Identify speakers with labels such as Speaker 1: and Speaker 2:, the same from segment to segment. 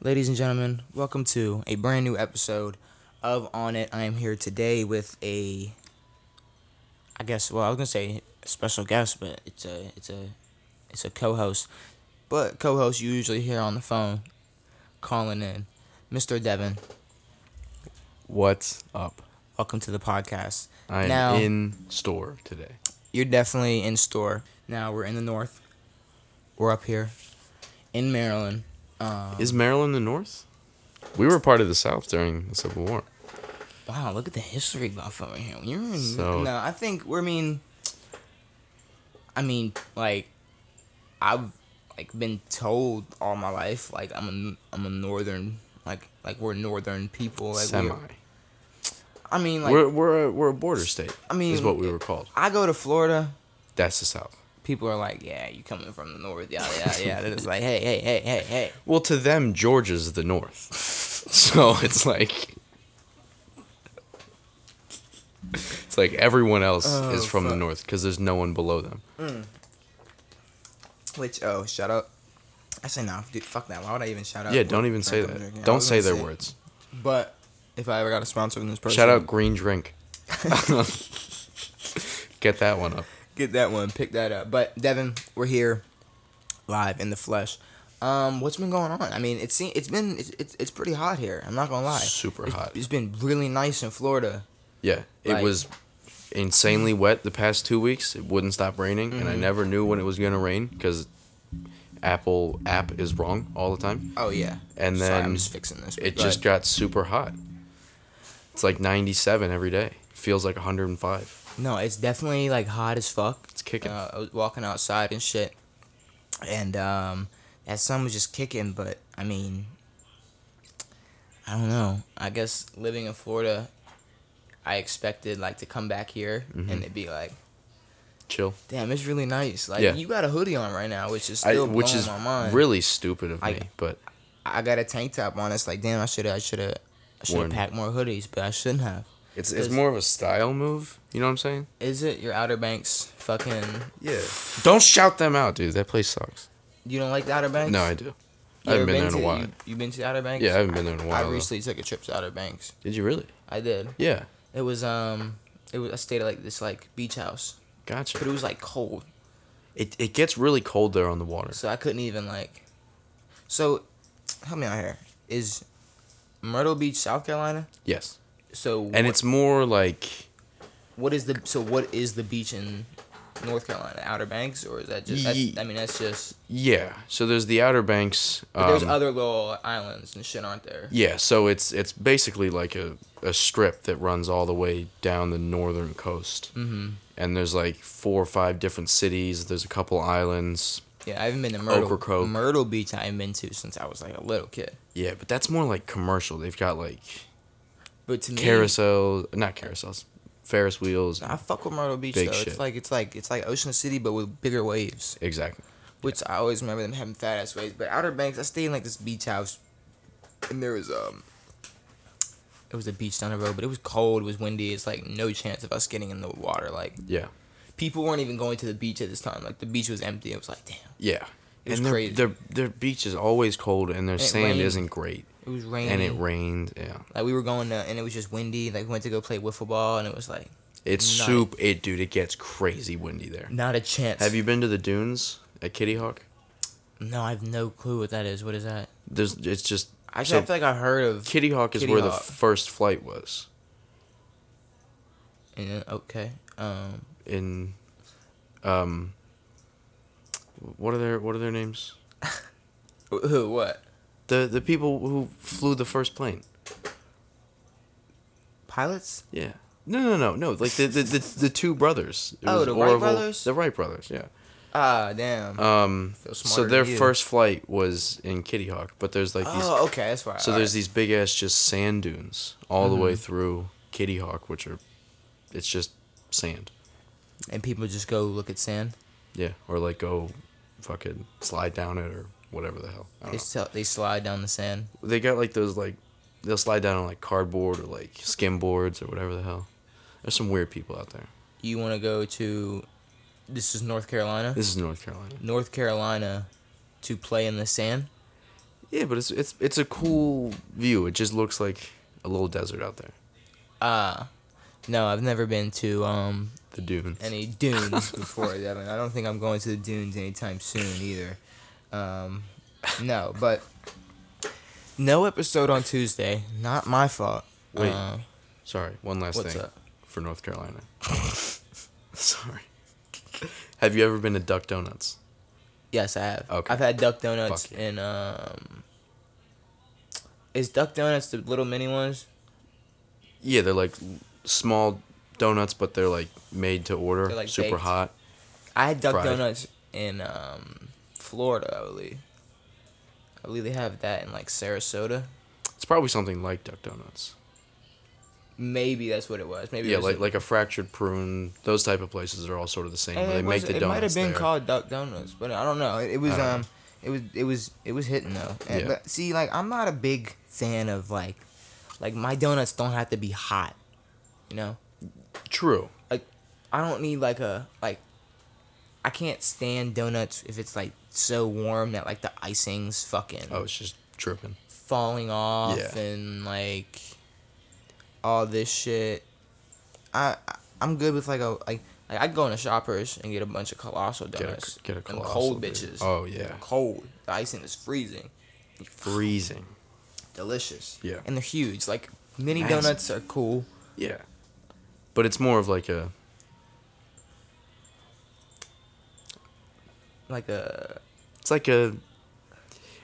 Speaker 1: Ladies and gentlemen, welcome to a brand new episode of On It. I am here today with a, I guess, well, I was gonna say special guest, but it's a, it's a, it's a co-host, but co-host you usually hear on the phone, calling in, Mr. Devin.
Speaker 2: What's up?
Speaker 1: Welcome to the podcast.
Speaker 2: I'm
Speaker 1: Now-
Speaker 2: in store today.
Speaker 1: You're definitely in store. Now we're in the north. We're up here, in Maryland. Um,
Speaker 2: Is Maryland the North? We were part of the South during the Civil War.
Speaker 1: Wow, look at the history buff over here. You're in,
Speaker 2: So-
Speaker 1: no, I think we're I mean, I mean like, I've like been told all my life like I'm a I'm a northern like like we're northern people like
Speaker 2: Semi.
Speaker 1: we're- I mean like
Speaker 2: we're we're a, we're a border state.
Speaker 1: I mean,
Speaker 2: is what we were called.
Speaker 1: I go to Florida,
Speaker 2: That's the South.
Speaker 1: people are like, yeah, you coming from the north, yeah, yeah, yeah. They're just like, hey, hey, hey, hey, hey.
Speaker 2: Well, to them, Georgia's the North. so it's like it's like everyone else is
Speaker 1: Oh,
Speaker 2: from the
Speaker 1: fuck.
Speaker 2: North because there's no one below them.
Speaker 1: Which oh, shut up. I say no, dude, fuck that. Why would I even shout out?
Speaker 2: yeah,
Speaker 1: what
Speaker 2: don't even say
Speaker 1: drink I'm
Speaker 2: that.
Speaker 1: drinking? I
Speaker 2: don't
Speaker 1: was
Speaker 2: say
Speaker 1: gonna
Speaker 2: their words.
Speaker 1: But if I ever got a sponsor from this person,
Speaker 2: Shout out Green Drink. Get that one up.
Speaker 1: get that one, pick that up. But Devin, we're here, live in the flesh. Um, what's been going on? I mean, it's seen, it's been it's, it's it's pretty hot here. I'm not gonna lie.
Speaker 2: Super
Speaker 1: It's-
Speaker 2: hot.
Speaker 1: It's been really nice in Florida.
Speaker 2: Yeah, it
Speaker 1: Like-
Speaker 2: was insanely wet the past two weeks. It wouldn't stop raining, and
Speaker 1: Mm-hmm.
Speaker 2: I never knew when it was gonna rain because Apple app is wrong all the time.
Speaker 1: Oh yeah.
Speaker 2: And
Speaker 1: Sorry, I'm
Speaker 2: then
Speaker 1: just fixing this.
Speaker 2: It
Speaker 1: Go
Speaker 2: just
Speaker 1: ahead.
Speaker 2: got super hot. It's like 97 every day. Feels like 105.
Speaker 1: no, it's definitely like hot as fuck.
Speaker 2: It's kicking.
Speaker 1: Uh, I was walking outside and shit, and um, that sun was just kicking. But I mean, I don't know. I guess living in Florida, I expected like to come back here
Speaker 2: Mm-hmm.
Speaker 1: and it'd be like,
Speaker 2: Chill.
Speaker 1: damn, it's really nice. Like
Speaker 2: Yeah.
Speaker 1: you got a hoodie on right now, which is
Speaker 2: I,
Speaker 1: still
Speaker 2: which
Speaker 1: blowing
Speaker 2: is
Speaker 1: my mind.
Speaker 2: really stupid of
Speaker 1: I-
Speaker 2: me, but
Speaker 1: I got a tank top on. It's like, damn, I should have, I should have, I should have
Speaker 2: Worn-
Speaker 1: packed more hoodies, but I shouldn't have.
Speaker 2: it's it's
Speaker 1: does-
Speaker 2: more of a style move. You know what I'm saying?
Speaker 1: Is it your Outer Banks fucking?
Speaker 2: Yeah. Don't shout them out, dude. That place sucks.
Speaker 1: You don't like the Outer Banks?
Speaker 2: No, I do.
Speaker 1: You
Speaker 2: I haven't
Speaker 1: ever
Speaker 2: been there in a
Speaker 1: to-
Speaker 2: while.
Speaker 1: You, you been to the Outer Banks?
Speaker 2: Yeah, I haven't been there in a while.
Speaker 1: I
Speaker 2: though.
Speaker 1: recently took a trip to Outer Banks.
Speaker 2: Did you really?
Speaker 1: I did.
Speaker 2: Yeah.
Speaker 1: It was um, it was I stayed at like this like beach house,
Speaker 2: Gotcha.
Speaker 1: but it was like cold,
Speaker 2: It, it gets really cold there on the water.
Speaker 1: so I couldn't even like. So, help me out here. Is Myrtle Beach, South Carolina?
Speaker 2: Yes.
Speaker 1: So
Speaker 2: And
Speaker 1: what-
Speaker 2: it's more like
Speaker 1: what is the so what is the beach in North Carolina? Outer Banks, or is that just? That's,
Speaker 2: Ye-
Speaker 1: I mean, that's just.
Speaker 2: yeah. So there's the Outer Banks.
Speaker 1: But there's
Speaker 2: um,
Speaker 1: other little islands and shit, aren't there?
Speaker 2: Yeah, so it's it's basically like a, a strip that runs all the way down the northern coast. Mm-hmm. And there's like four or five different cities. There's a couple islands.
Speaker 1: Yeah, I haven't been to Myrtle.
Speaker 2: Ocracoke.
Speaker 1: Myrtle Beach, I haven't been to since I was like a little kid.
Speaker 2: Yeah, but that's more like commercial. They've got like
Speaker 1: But to me,
Speaker 2: carousel, not carousels, Ferris wheels.
Speaker 1: I fuck with Myrtle Beach
Speaker 2: Big
Speaker 1: though. It's
Speaker 2: shit.
Speaker 1: like it's like it's like Ocean City, but with bigger waves.
Speaker 2: Exactly.
Speaker 1: Which I always remember them having fat ass waves. But Outer Banks, I stayed in like this beach house, and there was um, it was a beach down the road, but it was cold, it was windy. It's like no chance of us getting in the water. Like
Speaker 2: Yeah.
Speaker 1: people weren't even going to the beach at this time. Like the beach was empty. It was like damn,
Speaker 2: Yeah.
Speaker 1: It was
Speaker 2: and their,
Speaker 1: crazy.
Speaker 2: their their beach is always cold and their
Speaker 1: it
Speaker 2: sand
Speaker 1: rained.
Speaker 2: isn't great.
Speaker 1: it was raining.
Speaker 2: And it rained. Yeah.
Speaker 1: like we were going to, and it was just windy. Like we went to go play wiffle ball, and it was like
Speaker 2: It's
Speaker 1: Nice.
Speaker 2: soup. It dude, it gets crazy windy there.
Speaker 1: not a chance.
Speaker 2: Have you been to the dunes at Kitty Hawk?
Speaker 1: No, I have no clue what that is. What is that?
Speaker 2: There's it's just
Speaker 1: Actually,
Speaker 2: so
Speaker 1: I feel like I heard of.
Speaker 2: Kitty Hawk is
Speaker 1: Kitty
Speaker 2: where
Speaker 1: Hawk.
Speaker 2: the first flight was
Speaker 1: Yeah, okay. Um,
Speaker 2: in um what are their what are their names?
Speaker 1: wh- who? What?
Speaker 2: The the people who flew the first plane.
Speaker 1: Pilots?
Speaker 2: Yeah. No, no, no, no. Like the the the, the two brothers. It
Speaker 1: Oh,
Speaker 2: was
Speaker 1: the Wright brothers?
Speaker 2: The Wright brothers. Yeah.
Speaker 1: Ah, damn.
Speaker 2: Um.
Speaker 1: Feel
Speaker 2: So
Speaker 1: smarter
Speaker 2: their
Speaker 1: than you.
Speaker 2: first flight was in Kitty Hawk, but there's like these
Speaker 1: oh, okay, that's why.
Speaker 2: So there's these big ass just sand dunes all the way through Kitty Hawk, which are, it's just sand.
Speaker 1: and people just go look at sand.
Speaker 2: Yeah, or like go, fucking slide down it or whatever the hell. I
Speaker 1: They
Speaker 2: don't
Speaker 1: sell, they slide down the sand.
Speaker 2: know. They got like those like, they'll slide down on like cardboard or like skim boards or whatever the hell. There's some weird people out there.
Speaker 1: You want to go to? This is North Carolina.
Speaker 2: This is North Carolina.
Speaker 1: North Carolina, to play in the sand.
Speaker 2: Yeah, but it's it's it's a cool view. It just looks like a little desert out there.
Speaker 1: Uh no, I've never been to um
Speaker 2: The dunes.
Speaker 1: any dunes before, Devin. I don't think I'm going to the dunes anytime soon either. Um, no, but no episode on Tuesday. Not my fault.
Speaker 2: Wait,
Speaker 1: Uh,
Speaker 2: Sorry, one last
Speaker 1: What's
Speaker 2: thing
Speaker 1: up?
Speaker 2: for North Carolina. Sorry. Have you ever been to Duck Donuts?
Speaker 1: yes, I have.
Speaker 2: Okay.
Speaker 1: I've had Duck Donuts
Speaker 2: Fuck yeah.
Speaker 1: and um. Is Duck Donuts the little mini ones?
Speaker 2: Yeah, they're like small donuts, but they're like made to order,
Speaker 1: They're, like,
Speaker 2: super
Speaker 1: baked?
Speaker 2: hot.
Speaker 1: I had Duck
Speaker 2: Fried.
Speaker 1: Donuts in um, Florida, I believe. I believe they have that in like Sarasota.
Speaker 2: It's probably something like Duck Donuts.
Speaker 1: Maybe that's what it was. Maybe
Speaker 2: yeah,
Speaker 1: it was
Speaker 2: like like a fractured prune. Those type of places are all sort of the same.
Speaker 1: And
Speaker 2: where they
Speaker 1: it
Speaker 2: make
Speaker 1: was-
Speaker 2: the
Speaker 1: it
Speaker 2: donuts.
Speaker 1: might have been
Speaker 2: there.
Speaker 1: called Duck Donuts, but I don't know. It, it was
Speaker 2: I don't know.
Speaker 1: um, it was it was it was hitting though. And,
Speaker 2: Yeah.
Speaker 1: But see, like I'm not a big fan of like, like my donuts don't have to be hot, you know.
Speaker 2: True.
Speaker 1: Like I don't need like a like, I can't stand donuts if it's like so warm that like the icing's fucking
Speaker 2: Oh, it's just dripping.
Speaker 1: falling off
Speaker 2: Yeah.
Speaker 1: and like all this shit. I I- I'm good with like a like like I go into Shoppers and get a bunch of colossal
Speaker 2: a-
Speaker 1: donuts.
Speaker 2: get a
Speaker 1: Them
Speaker 2: Colossal,
Speaker 1: cold
Speaker 2: dude.
Speaker 1: bitches.
Speaker 2: Oh, yeah.
Speaker 1: Cold. The icing is freezing.
Speaker 2: Freezing.
Speaker 1: Delicious.
Speaker 2: Yeah.
Speaker 1: And they're huge. Like mini
Speaker 2: Massive.
Speaker 1: donuts are cool.
Speaker 2: Yeah. But it's more of like a
Speaker 1: Like uh, a
Speaker 2: It's like a.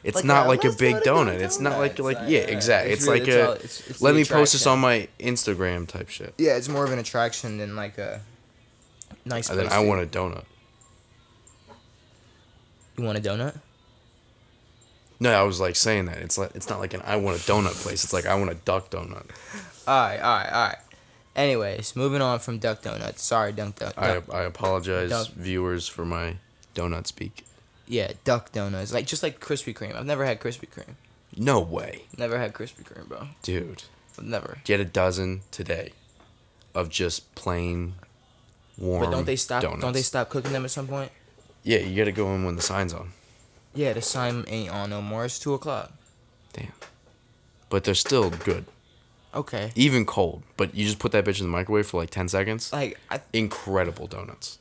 Speaker 2: It's
Speaker 1: Like
Speaker 2: not
Speaker 1: a,
Speaker 2: like a
Speaker 1: "Let's go
Speaker 2: big
Speaker 1: to
Speaker 2: donut.
Speaker 1: Dunkin'
Speaker 2: It's not like
Speaker 1: Donuts,"
Speaker 2: like
Speaker 1: like
Speaker 2: yeah,
Speaker 1: that.
Speaker 2: exactly.
Speaker 1: It's
Speaker 2: It's,
Speaker 1: really-
Speaker 2: like
Speaker 1: it's
Speaker 2: a.
Speaker 1: all- it's- it's
Speaker 2: let
Speaker 1: the
Speaker 2: me post this
Speaker 1: attraction.
Speaker 2: on my Instagram type shit.
Speaker 1: yeah. It's more of an attraction than like a nice.
Speaker 2: And then
Speaker 1: place
Speaker 2: I
Speaker 1: to-
Speaker 2: want a donut.
Speaker 1: You want a donut?
Speaker 2: No, I was like saying that. It's like it's not like an I want a donut place. It's like I want a duck donut.
Speaker 1: All right. All right. All right. Anyways, moving on from Duck Donuts. Sorry, Dunk Duck.
Speaker 2: I I apologize,
Speaker 1: Duck.
Speaker 2: viewers, for my donut speak.
Speaker 1: Yeah, duck donuts. Like just like Krispy Kreme. I've never had Krispy Kreme.
Speaker 2: No way,
Speaker 1: Never had Krispy Kreme, bro.
Speaker 2: dude.
Speaker 1: Never.
Speaker 2: Get a dozen today, of just plain, warm.
Speaker 1: But don't they stop? Don't they
Speaker 2: donuts.
Speaker 1: stop cooking them at some point?
Speaker 2: Yeah, you gotta go in when the sign's on.
Speaker 1: Yeah, the sign ain't on no more. It's two o'clock.
Speaker 2: Damn. But they're still good.
Speaker 1: Okay.
Speaker 2: even cold, but you just put that bitch in the microwave for like 10 seconds.
Speaker 1: Like I,
Speaker 2: Incredible donuts.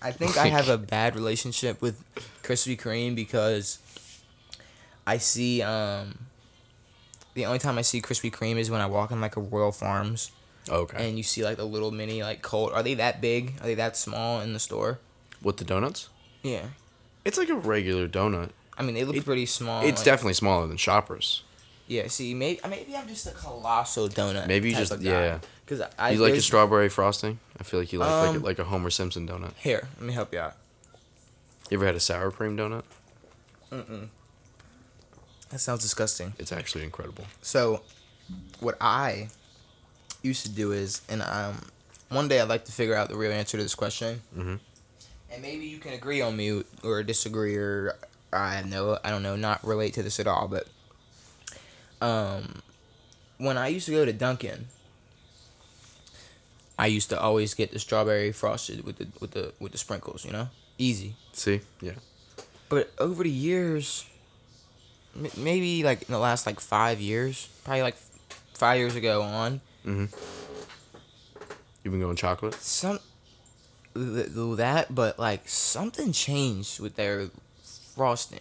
Speaker 1: I think I have a bad relationship with Krispy Kreme because I see um. The only time I see Krispy Kreme is when I walk in like a Royal Farms
Speaker 2: Okay.
Speaker 1: and you see like the little mini like cold. Are they that big? Are they that small in the store?
Speaker 2: With the donuts?
Speaker 1: Yeah.
Speaker 2: It's like a regular donut.
Speaker 1: I mean, they look pretty small.
Speaker 2: It's
Speaker 1: Um, like-
Speaker 2: definitely smaller than Shoppers.
Speaker 1: Yeah, see, maybe maybe I'm just a colossal donut.
Speaker 2: Maybe you just- yeah.
Speaker 1: Because I
Speaker 2: you like a
Speaker 1: there's-
Speaker 2: strawberry frosting? I feel like you like like,
Speaker 1: Um,
Speaker 2: a, like a Homer Simpson donut.
Speaker 1: Here, let me help you out.
Speaker 2: You ever had a sour cream donut?
Speaker 1: That sounds disgusting.
Speaker 2: It's actually incredible.
Speaker 1: So, what I used to do is, and um, one day I'd like to figure out the real answer to this question.
Speaker 2: Mhm.
Speaker 1: And maybe you can agree on me or disagree or I know I don't know, not relate to this at all. But um, when I used to go to Dunkin', I used to always get the strawberry frosted with the with the with the sprinkles. You know, easy.
Speaker 2: See? Yeah.
Speaker 1: But over the years, m- maybe like in the last like five years, probably like f- five years ago on,
Speaker 2: You've been going chocolate?
Speaker 1: some th- th- that, but like something changed with their frosting.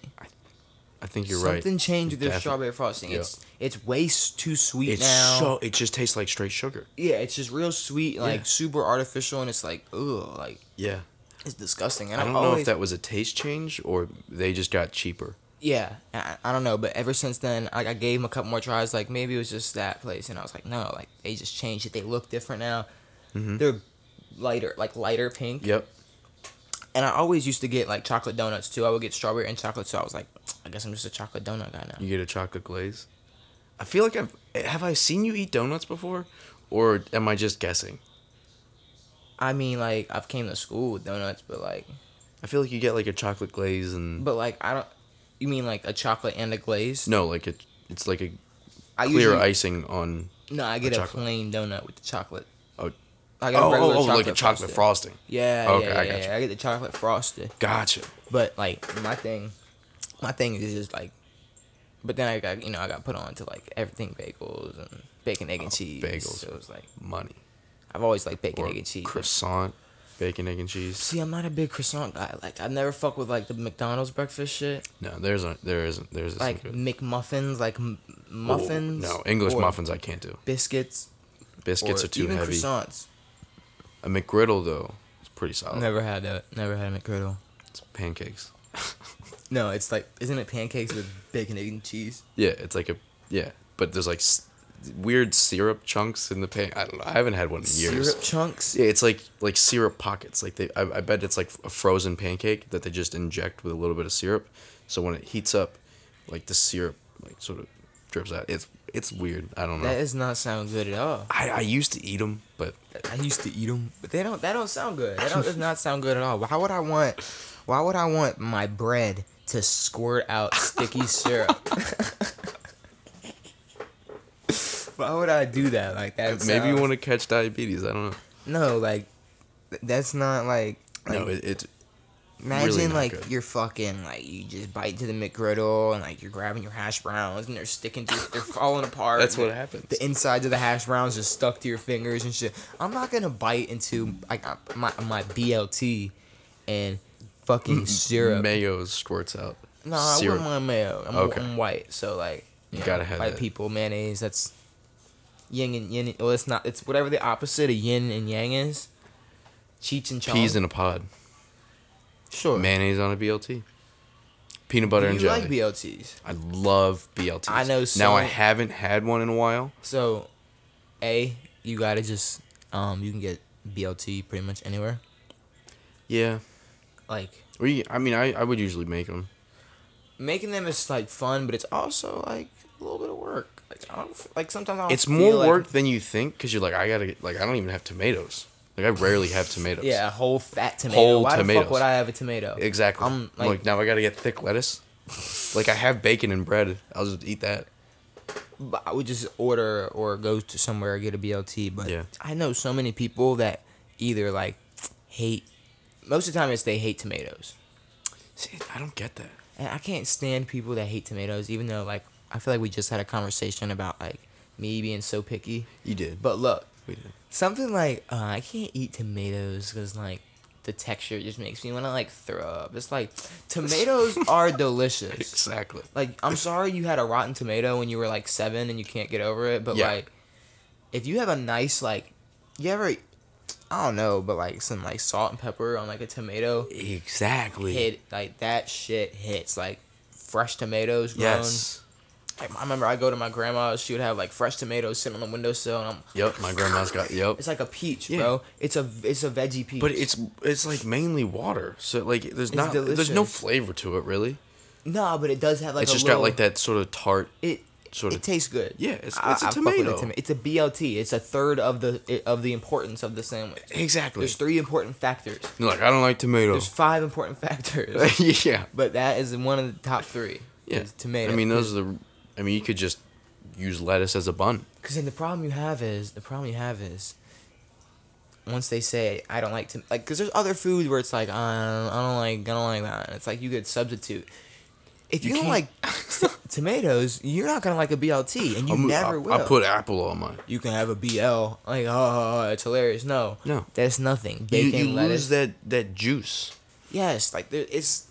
Speaker 2: I think you're right.
Speaker 1: something changed with their
Speaker 2: Defi-
Speaker 1: strawberry frosting.
Speaker 2: Yeah.
Speaker 1: It's it's way s- too sweet
Speaker 2: It's
Speaker 1: now.
Speaker 2: so it just tastes like straight sugar.
Speaker 1: yeah, it's just real sweet, like
Speaker 2: Yeah.
Speaker 1: super artificial, and it's like ugh, like
Speaker 2: Yeah.
Speaker 1: it's disgusting. And
Speaker 2: I
Speaker 1: I'm
Speaker 2: don't know
Speaker 1: always,
Speaker 2: if that was a taste change or they just got cheaper.
Speaker 1: Yeah, I, I don't know, but ever since then, like I gave them a couple more tries. Like maybe it was just that place, and I was like, no, like they just changed it. They look different now.
Speaker 2: Mm-hmm.
Speaker 1: They're lighter, like lighter pink.
Speaker 2: Yep.
Speaker 1: And I always used to get like chocolate donuts too. I would get strawberry and chocolate, so I was like, I guess I'm just a chocolate donut guy now.
Speaker 2: You get a chocolate glaze. I feel like I've have I seen you eat donuts before, or am I just guessing?
Speaker 1: I mean, like I've came to school with donuts, but like,
Speaker 2: I feel like you get like a chocolate glaze and
Speaker 1: but like I don't. You mean like a chocolate and a glaze?
Speaker 2: no, like it. It's like a
Speaker 1: I
Speaker 2: clear
Speaker 1: usually,
Speaker 2: icing on.
Speaker 1: No, I get a,
Speaker 2: chocolate.
Speaker 1: plain donut with the chocolate.
Speaker 2: Oh,
Speaker 1: I get a
Speaker 2: oh, oh,
Speaker 1: regular
Speaker 2: oh, like a chocolate
Speaker 1: frosted.
Speaker 2: frosting.
Speaker 1: Yeah,
Speaker 2: Okay,
Speaker 1: yeah,
Speaker 2: I
Speaker 1: yeah,
Speaker 2: gotcha.
Speaker 1: yeah. I get the chocolate frosted.
Speaker 2: Gotcha.
Speaker 1: But like my thing, my thing is just like But then I got you know I got put on to like everything bagels and bacon egg and cheese.
Speaker 2: Oh, bagels.
Speaker 1: So it was like
Speaker 2: money.
Speaker 1: I've always liked bacon
Speaker 2: Or
Speaker 1: egg and cheese.
Speaker 2: croissant, bacon, egg, and cheese.
Speaker 1: See, I'm not a big croissant guy. Like I've never fucked with like the McDonald's breakfast shit,
Speaker 2: No, there's a, there isn't there isn't
Speaker 1: like
Speaker 2: good.
Speaker 1: McMuffins, like m-
Speaker 2: Ooh,
Speaker 1: muffins.
Speaker 2: No, English
Speaker 1: or
Speaker 2: muffins I can't do.
Speaker 1: biscuits.
Speaker 2: Biscuits
Speaker 1: or
Speaker 2: are too
Speaker 1: even
Speaker 2: heavy.
Speaker 1: croissants.
Speaker 2: A McGriddle though, it's pretty solid.
Speaker 1: Never had that. Never had a McGriddle.
Speaker 2: It's pancakes.
Speaker 1: No, it's like isn't it pancakes with bacon egg and cheese?
Speaker 2: Yeah, it's like a yeah, but there's like s- weird syrup chunks in the pan. I don't know. I haven't had one in years.
Speaker 1: Syrup chunks.
Speaker 2: Yeah, it's like like syrup pockets. Like they, I, I bet it's like a frozen pancake that they just inject with a little bit of syrup. So when it heats up, like the syrup like sort of drips out. It's it's weird. I don't know.
Speaker 1: That does not sound good at all.
Speaker 2: I, I used to eat them, but
Speaker 1: I used to eat them, but they don't. That don't sound good. That don't, does not sound good at all. Why would I want? Why would I want my bread to squirt out sticky syrup? why would I do that? Like that.
Speaker 2: maybe you
Speaker 1: sounds-
Speaker 2: want to catch diabetes. I don't know.
Speaker 1: No, like th- that's not like. like
Speaker 2: No, it, it's
Speaker 1: imagine
Speaker 2: really not
Speaker 1: like
Speaker 2: good.
Speaker 1: you're fucking like you just bite to the McGriddle and like you're grabbing your hash browns and they're sticking to they're falling apart.
Speaker 2: that's what
Speaker 1: happens.
Speaker 2: happens.
Speaker 1: the insides of the hash browns just stuck to your fingers and shit. I'm not gonna bite into like uh, my my BLT and fucking syrup.
Speaker 2: Mayo squirts out.
Speaker 1: no, I
Speaker 2: syrup.
Speaker 1: wouldn't want mayo. I'm,
Speaker 2: Okay.
Speaker 1: I'm white, so like
Speaker 2: You gotta have
Speaker 1: white
Speaker 2: that.
Speaker 1: people mayonnaise. That's yin and yin. Well, it's not. It's whatever the opposite of yin and yang is. Cheech and chong.
Speaker 2: Peas in a pod.
Speaker 1: sure.
Speaker 2: Mayonnaise on a BLT. Peanut butter
Speaker 1: you
Speaker 2: and jelly.
Speaker 1: like BLTs,
Speaker 2: I love BLTs.
Speaker 1: I know
Speaker 2: Now I
Speaker 1: so-
Speaker 2: haven't had one in a while.
Speaker 1: so a you gotta just um you can get BLT pretty much anywhere.
Speaker 2: Yeah.
Speaker 1: Like
Speaker 2: We. I mean, I, I would usually make them.
Speaker 1: making them is like fun, but it's also like a little bit of work. Like I don't f- like sometimes I don't
Speaker 2: It's
Speaker 1: feel
Speaker 2: more
Speaker 1: like-
Speaker 2: work than you think because you're like, I gotta get, like, I don't even have tomatoes. Like, I rarely have tomatoes.
Speaker 1: Yeah, a whole fat tomato.
Speaker 2: Whole
Speaker 1: Why the
Speaker 2: tomatoes.
Speaker 1: fuck would I have a tomato?
Speaker 2: Exactly.
Speaker 1: I'm
Speaker 2: like,
Speaker 1: like,
Speaker 2: now I gotta get thick lettuce. like I have bacon and bread. I'll just eat that.
Speaker 1: but I would just order or go to somewhere get a BLT. But
Speaker 2: Yeah.
Speaker 1: I know so many people that either like hate. Most of the time, it's they hate tomatoes,
Speaker 2: See, I don't get that.
Speaker 1: and I can't stand people that hate tomatoes. Even though like I feel like we just had a conversation about like me being so picky.
Speaker 2: You did, but
Speaker 1: But look,
Speaker 2: we did.
Speaker 1: Something like uh, I can't eat tomatoes because like the texture just makes me want to like throw up. It's like tomatoes are delicious.
Speaker 2: Exactly.
Speaker 1: Like I'm sorry you had a rotten tomato when you were like seven and you can't get over it, but
Speaker 2: Yeah.
Speaker 1: like if you have a nice like you ever I don't know, but like some like salt and pepper on like a tomato
Speaker 2: Exactly.
Speaker 1: hit like that shit hits like fresh tomatoes grown.
Speaker 2: Yes.
Speaker 1: Like, I remember I go to my grandma's, she would have like fresh tomatoes sitting on the windowsill and I'm
Speaker 2: Yep. My grandma's got. Yep.
Speaker 1: it's like a peach,
Speaker 2: Yeah.
Speaker 1: bro. It's a it's a veggie peach.
Speaker 2: But it's it's like mainly water. So like there's not there's no
Speaker 1: delicious.
Speaker 2: flavor to it really.
Speaker 1: nah, but it does have like
Speaker 2: it's
Speaker 1: a
Speaker 2: just
Speaker 1: little,
Speaker 2: got like that sort of tart.
Speaker 1: It
Speaker 2: sort
Speaker 1: it
Speaker 2: of-
Speaker 1: tastes good.
Speaker 2: Yeah, it's-
Speaker 1: I-
Speaker 2: it's a
Speaker 1: I fuck with the
Speaker 2: tomato.
Speaker 1: toma- It's a BLT. It's a third of the of the importance of the sandwich.
Speaker 2: exactly.
Speaker 1: There's three important factors.
Speaker 2: You're like I don't like
Speaker 1: There's
Speaker 2: tomatoes.
Speaker 1: five important factors,
Speaker 2: yeah.
Speaker 1: but that is one of the top three.
Speaker 2: Yeah.
Speaker 1: is tomato.
Speaker 2: I mean those are the. I mean you could just use lettuce as a bun.
Speaker 1: Because then the problem you have is the problem you have is once they say I don't like to like because there's other food where it's like uh, I don't like I don't like that. It's like you could substitute. If
Speaker 2: You
Speaker 1: you, don't
Speaker 2: can't-
Speaker 1: like t- tomatoes, you're not gonna like a BLT, and you
Speaker 2: I'm-
Speaker 1: never
Speaker 2: I,
Speaker 1: will.
Speaker 2: I put apple on mine.
Speaker 1: you can have a BL like oh it's hilarious. No,
Speaker 2: No.
Speaker 1: that's nothing.
Speaker 2: You,
Speaker 1: Bacon,
Speaker 2: you
Speaker 1: lettuce.
Speaker 2: lose that that juice.
Speaker 1: Yes, like there, it's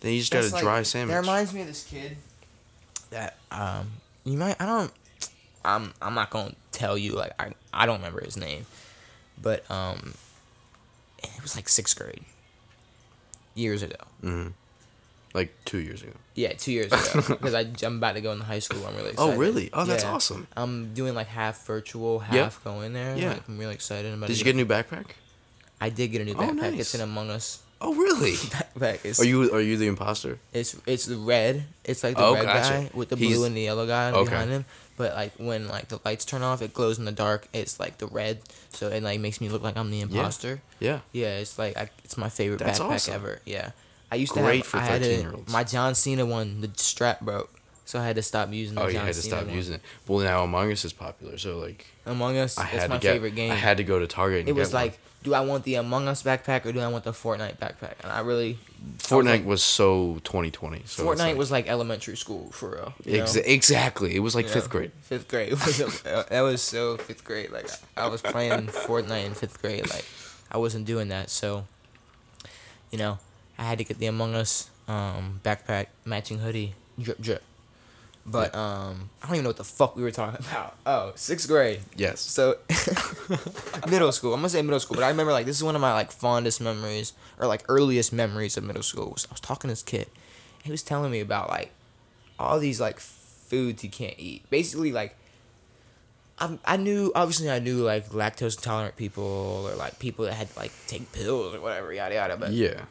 Speaker 2: Then you just got
Speaker 1: that's
Speaker 2: a
Speaker 1: like-
Speaker 2: dry sandwich.
Speaker 1: That reminds me of this kid that um you might I don't I'm I'm not gonna tell you like I I don't remember his name, but um it was like sixth grade years ago.
Speaker 2: Like two years ago.
Speaker 1: Yeah, two years ago because I I'm about to go into high school. I'm really
Speaker 2: Oh,
Speaker 1: excited.
Speaker 2: really? Oh, that's awesome.
Speaker 1: I'm doing like half virtual, half going there.
Speaker 2: Yeah.
Speaker 1: like, I'm really excited about it.
Speaker 2: Did you get a new backpack?
Speaker 1: I did get a new
Speaker 2: Oh,
Speaker 1: backpack.
Speaker 2: nice.
Speaker 1: It's an Among Us
Speaker 2: Oh, really?
Speaker 1: backpack. It's,
Speaker 2: Are you are you the imposter?
Speaker 1: It's it's the red. It's like the
Speaker 2: Oh,
Speaker 1: red
Speaker 2: gotcha.
Speaker 1: guy with the
Speaker 2: He's-
Speaker 1: blue and the yellow guy
Speaker 2: Okay.
Speaker 1: behind him. But like when like the lights turn off, it glows in the dark. It's like the red, so it like makes me look like I'm the imposter.
Speaker 2: Yeah.
Speaker 1: Yeah, it's like I, it's my favorite
Speaker 2: That's
Speaker 1: backpack
Speaker 2: awesome.
Speaker 1: ever. Yeah, I used
Speaker 2: Great
Speaker 1: to have.
Speaker 2: for
Speaker 1: I had a,
Speaker 2: 13-year-olds.
Speaker 1: my John Cena one. The strap broke, so I had to stop using. The
Speaker 2: Oh,
Speaker 1: John
Speaker 2: you had to
Speaker 1: Cena
Speaker 2: stop
Speaker 1: one.
Speaker 2: using it. Well, now Among Us is popular, so like
Speaker 1: Among Us.
Speaker 2: I had
Speaker 1: that's
Speaker 2: to
Speaker 1: my
Speaker 2: get.
Speaker 1: favorite game.
Speaker 2: I had to go to Target. And
Speaker 1: it was
Speaker 2: get one.
Speaker 1: like, do I want the Among Us backpack or do I want the Fortnite backpack? And I really
Speaker 2: Fortnite
Speaker 1: like-
Speaker 2: was so 2020. So it's
Speaker 1: Fortnite
Speaker 2: like-
Speaker 1: was like elementary school for real. you know?
Speaker 2: Ex- exactly. It was like
Speaker 1: Yeah.
Speaker 2: fifth grade.
Speaker 1: Fifth grade was a, that was so fifth grade. Like I was playing Fortnite in fifth grade. Like I wasn't doing that. So, you know, I had to get the Among Us um, backpack matching hoodie drip drip. But um, I don't even know what the fuck we were talking about. Oh, sixth grade.
Speaker 2: Yes.
Speaker 1: So middle school. I'm gonna say middle school, but I remember like this is one of my like fondest memories or like earliest memories of middle school. was I was talking to this kid. He was telling me about like all these like foods he can't eat. Basically like I I knew obviously I knew like lactose intolerant people or like people that had to, like take pills or whatever yada yada. But
Speaker 2: yeah.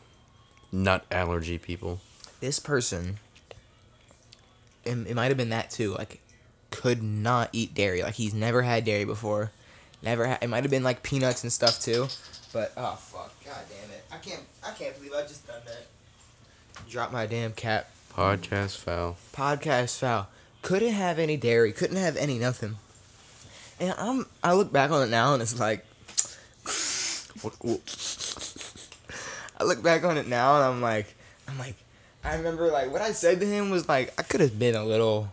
Speaker 2: Nut allergy people.
Speaker 1: this person, and it might have been that too. Like could not eat dairy. Like he's never had dairy before. Never. Ha- it might have been like peanuts and stuff too. But oh fuck, god damn it! I can't. I can't believe I just done that. Drop my damn cap.
Speaker 2: Podcast foul.
Speaker 1: Podcast foul. Couldn't have any dairy. Couldn't have any nothing. And I'm. I look back on it now and it's like.
Speaker 2: What, what-
Speaker 1: I look back on it now and I'm like, I'm like, I remember like what I said to him was like, I could have been a little,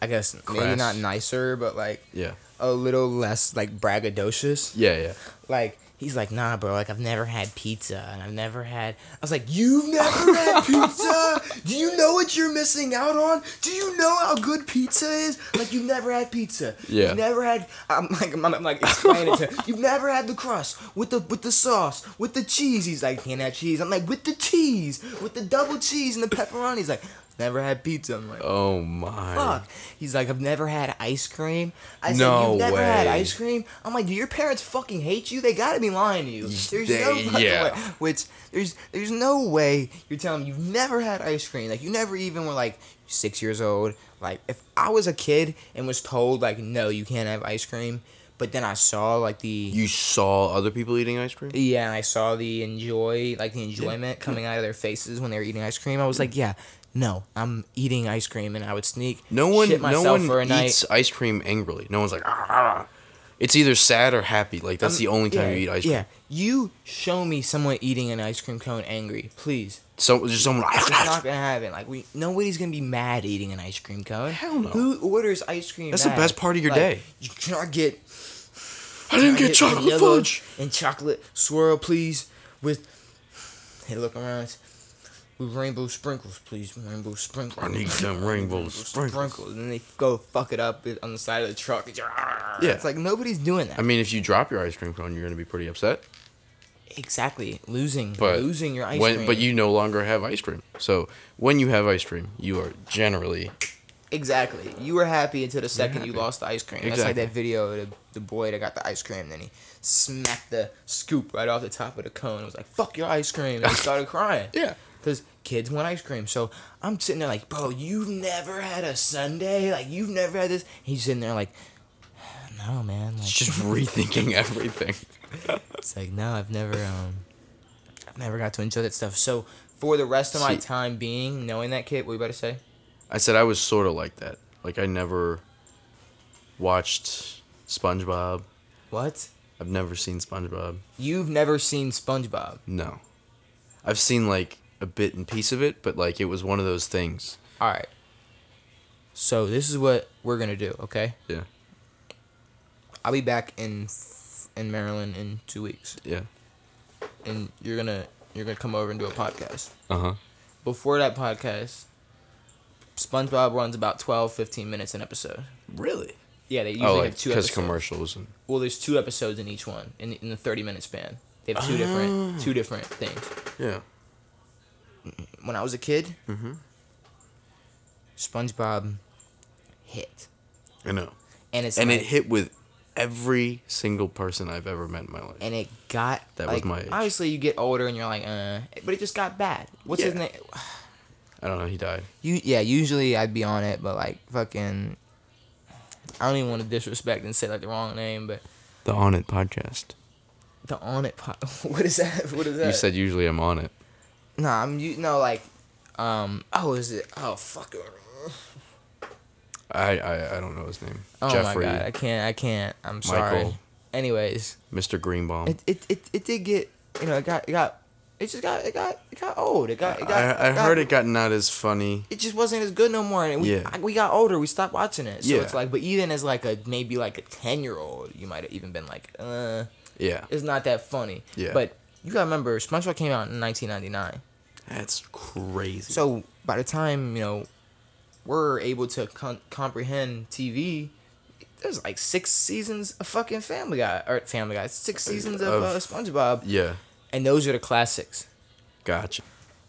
Speaker 1: I guess maybe
Speaker 2: Crass.
Speaker 1: not nicer, but like
Speaker 2: Yeah.
Speaker 1: a little less like braggadocious.
Speaker 2: Yeah, yeah.
Speaker 1: Like he's like, nah, bro, like I've never had pizza and I've never had. I was like, you've never had pizza? Do you know what you're missing out on? Do you know how good pizza is? Like you've never had pizza.
Speaker 2: Yeah.
Speaker 1: You've never had. I'm like, I'm, I'm like explaining it to him. You've never had the crust with the with the sauce with the cheese. He's like, can't have cheese. I'm like, with the cheese, with the double cheese and the pepperoni. He's like, never had pizza. I'm like
Speaker 2: Oh my.
Speaker 1: fuck? He's like, I've never had ice cream. I said,
Speaker 2: No
Speaker 1: You've never had
Speaker 2: way.
Speaker 1: ice cream? I'm like, do your parents fucking hate you? They gotta be lying to you. There's no
Speaker 2: They-
Speaker 1: fucking
Speaker 2: yeah.
Speaker 1: way. Which there's there's no way you're telling me you've never had ice cream. Like you never even were like six years old. Like if I was a kid and was told like no, you can't have ice cream, but then I saw like the
Speaker 2: You saw other people eating ice cream?
Speaker 1: yeah, and I saw the enjoy, like the enjoyment coming out of their faces when they were eating ice cream. I was like, yeah, no, I'm eating ice cream, and I would sneak.
Speaker 2: No one
Speaker 1: shit
Speaker 2: no
Speaker 1: myself
Speaker 2: one
Speaker 1: for a night.
Speaker 2: eats ice cream angrily. No one's like "Ah, ah, ah." It's either sad or happy. Like that's the only time
Speaker 1: yeah,
Speaker 2: you eat ice
Speaker 1: Yeah,
Speaker 2: cream.
Speaker 1: you show me someone eating an ice cream cone angry, please.
Speaker 2: So just someone
Speaker 1: It's not gonna happen. Like we, nobody's gonna be mad eating an ice cream cone.
Speaker 2: Hell no.
Speaker 1: Who orders ice cream?
Speaker 2: That's the
Speaker 1: mad?
Speaker 2: best part of your
Speaker 1: Like,
Speaker 2: day.
Speaker 1: You cannot get.
Speaker 2: I didn't
Speaker 1: I
Speaker 2: get chocolate
Speaker 1: vanilla
Speaker 2: fudge.
Speaker 1: and chocolate swirl, please. With hey, look around. With rainbow sprinkles, please. Rainbow sprinkles.
Speaker 2: I need them rainbow sprinkles.
Speaker 1: And then they go fuck it up on the side of the truck. It's, yeah.
Speaker 2: Yeah.
Speaker 1: it's like nobody's doing that.
Speaker 2: I mean, if you drop your ice cream cone, you're gonna be pretty upset.
Speaker 1: exactly. Losing.
Speaker 2: But
Speaker 1: losing your ice
Speaker 2: when,
Speaker 1: cream.
Speaker 2: But you no longer have ice cream. So when you have ice cream, you are generally
Speaker 1: Exactly. You were happy until the second you
Speaker 2: happy.
Speaker 1: lost the ice cream. That's like
Speaker 2: Exactly.
Speaker 1: that video of the, the boy that got the ice cream, then he smacked the scoop right off the top of the cone. It was like, fuck your ice cream. And he started crying.
Speaker 2: yeah.
Speaker 1: Because kids want ice cream. So I'm sitting there like, bro, you've never had a Sunday? Like, you've never had this? He's sitting there like, no, man. Like,
Speaker 2: It's just rethinking everything.
Speaker 1: it's like, no, I've never, um, I've never got to enjoy that stuff. So for the rest of my
Speaker 2: See-
Speaker 1: time being, knowing that kid, what you about to say?
Speaker 2: I said I was sort of like that. Like I never watched SpongeBob.
Speaker 1: What?
Speaker 2: I've never seen SpongeBob.
Speaker 1: You've never seen SpongeBob.
Speaker 2: No, I've seen like a bit and piece of it, but like it was one of those things.
Speaker 1: All right. So this is what we're gonna do, okay?
Speaker 2: Yeah,
Speaker 1: I'll be back in f- in Maryland in two weeks,
Speaker 2: yeah.
Speaker 1: and you're gonna you're gonna come over and do a podcast.
Speaker 2: Uh huh.
Speaker 1: Before that podcast, SpongeBob runs about 12, 15 minutes an episode.
Speaker 2: Really?
Speaker 1: Yeah, they usually
Speaker 2: Oh, like
Speaker 1: have two
Speaker 2: because
Speaker 1: episodes.
Speaker 2: commercials and
Speaker 1: well, there's two episodes in each one in the, in the thirty minute span. They have two
Speaker 2: Oh.
Speaker 1: different two different things.
Speaker 2: yeah.
Speaker 1: When I was a kid,
Speaker 2: Mm-hmm.
Speaker 1: SpongeBob hit,
Speaker 2: I know.
Speaker 1: and it's
Speaker 2: And
Speaker 1: like,
Speaker 2: it hit with every single person I've ever met in my life.
Speaker 1: and it got
Speaker 2: That was
Speaker 1: like,
Speaker 2: my age.
Speaker 1: Obviously, you get older and you're like, uh, but it just got bad. What's his
Speaker 2: Yeah.
Speaker 1: name?
Speaker 2: I don't know. He died.
Speaker 1: You yeah. Usually I'd be on it, but like fucking, I don't even want to disrespect and say like the wrong name, but
Speaker 2: The On It podcast.
Speaker 1: the on it pop. what is that? What is that?
Speaker 2: You said usually I'm on it.
Speaker 1: nah. I'm you no like, um. Oh, is it? Oh fuck.
Speaker 2: I, I I don't know his name.
Speaker 1: Oh
Speaker 2: Jeffrey,
Speaker 1: my god, I can't. I can't. I'm sorry.
Speaker 2: Michael.
Speaker 1: Anyways,
Speaker 2: Mr. Greenbaum.
Speaker 1: it, it it it did get you know it got it got it just got it got it got old. It got it got.
Speaker 2: I, I
Speaker 1: got-
Speaker 2: heard it got not as funny.
Speaker 1: It just wasn't as good no more, and we
Speaker 2: Yeah.
Speaker 1: I, we got older. We stopped watching it, so
Speaker 2: Yeah.
Speaker 1: it's like. But even as like a maybe like a ten year old, you might have even been like, uh,
Speaker 2: Yeah,
Speaker 1: it's not that funny.
Speaker 2: Yeah.
Speaker 1: But you gotta remember, SpongeBob came out in 1999.
Speaker 2: that's crazy.
Speaker 1: So by the time you know we're able to con- comprehend TV, there's like six seasons of fucking Family Guy or Family Guy, six seasons of,
Speaker 2: Of-
Speaker 1: uh, SpongeBob,
Speaker 2: yeah,
Speaker 1: and those are the classics.
Speaker 2: gotcha.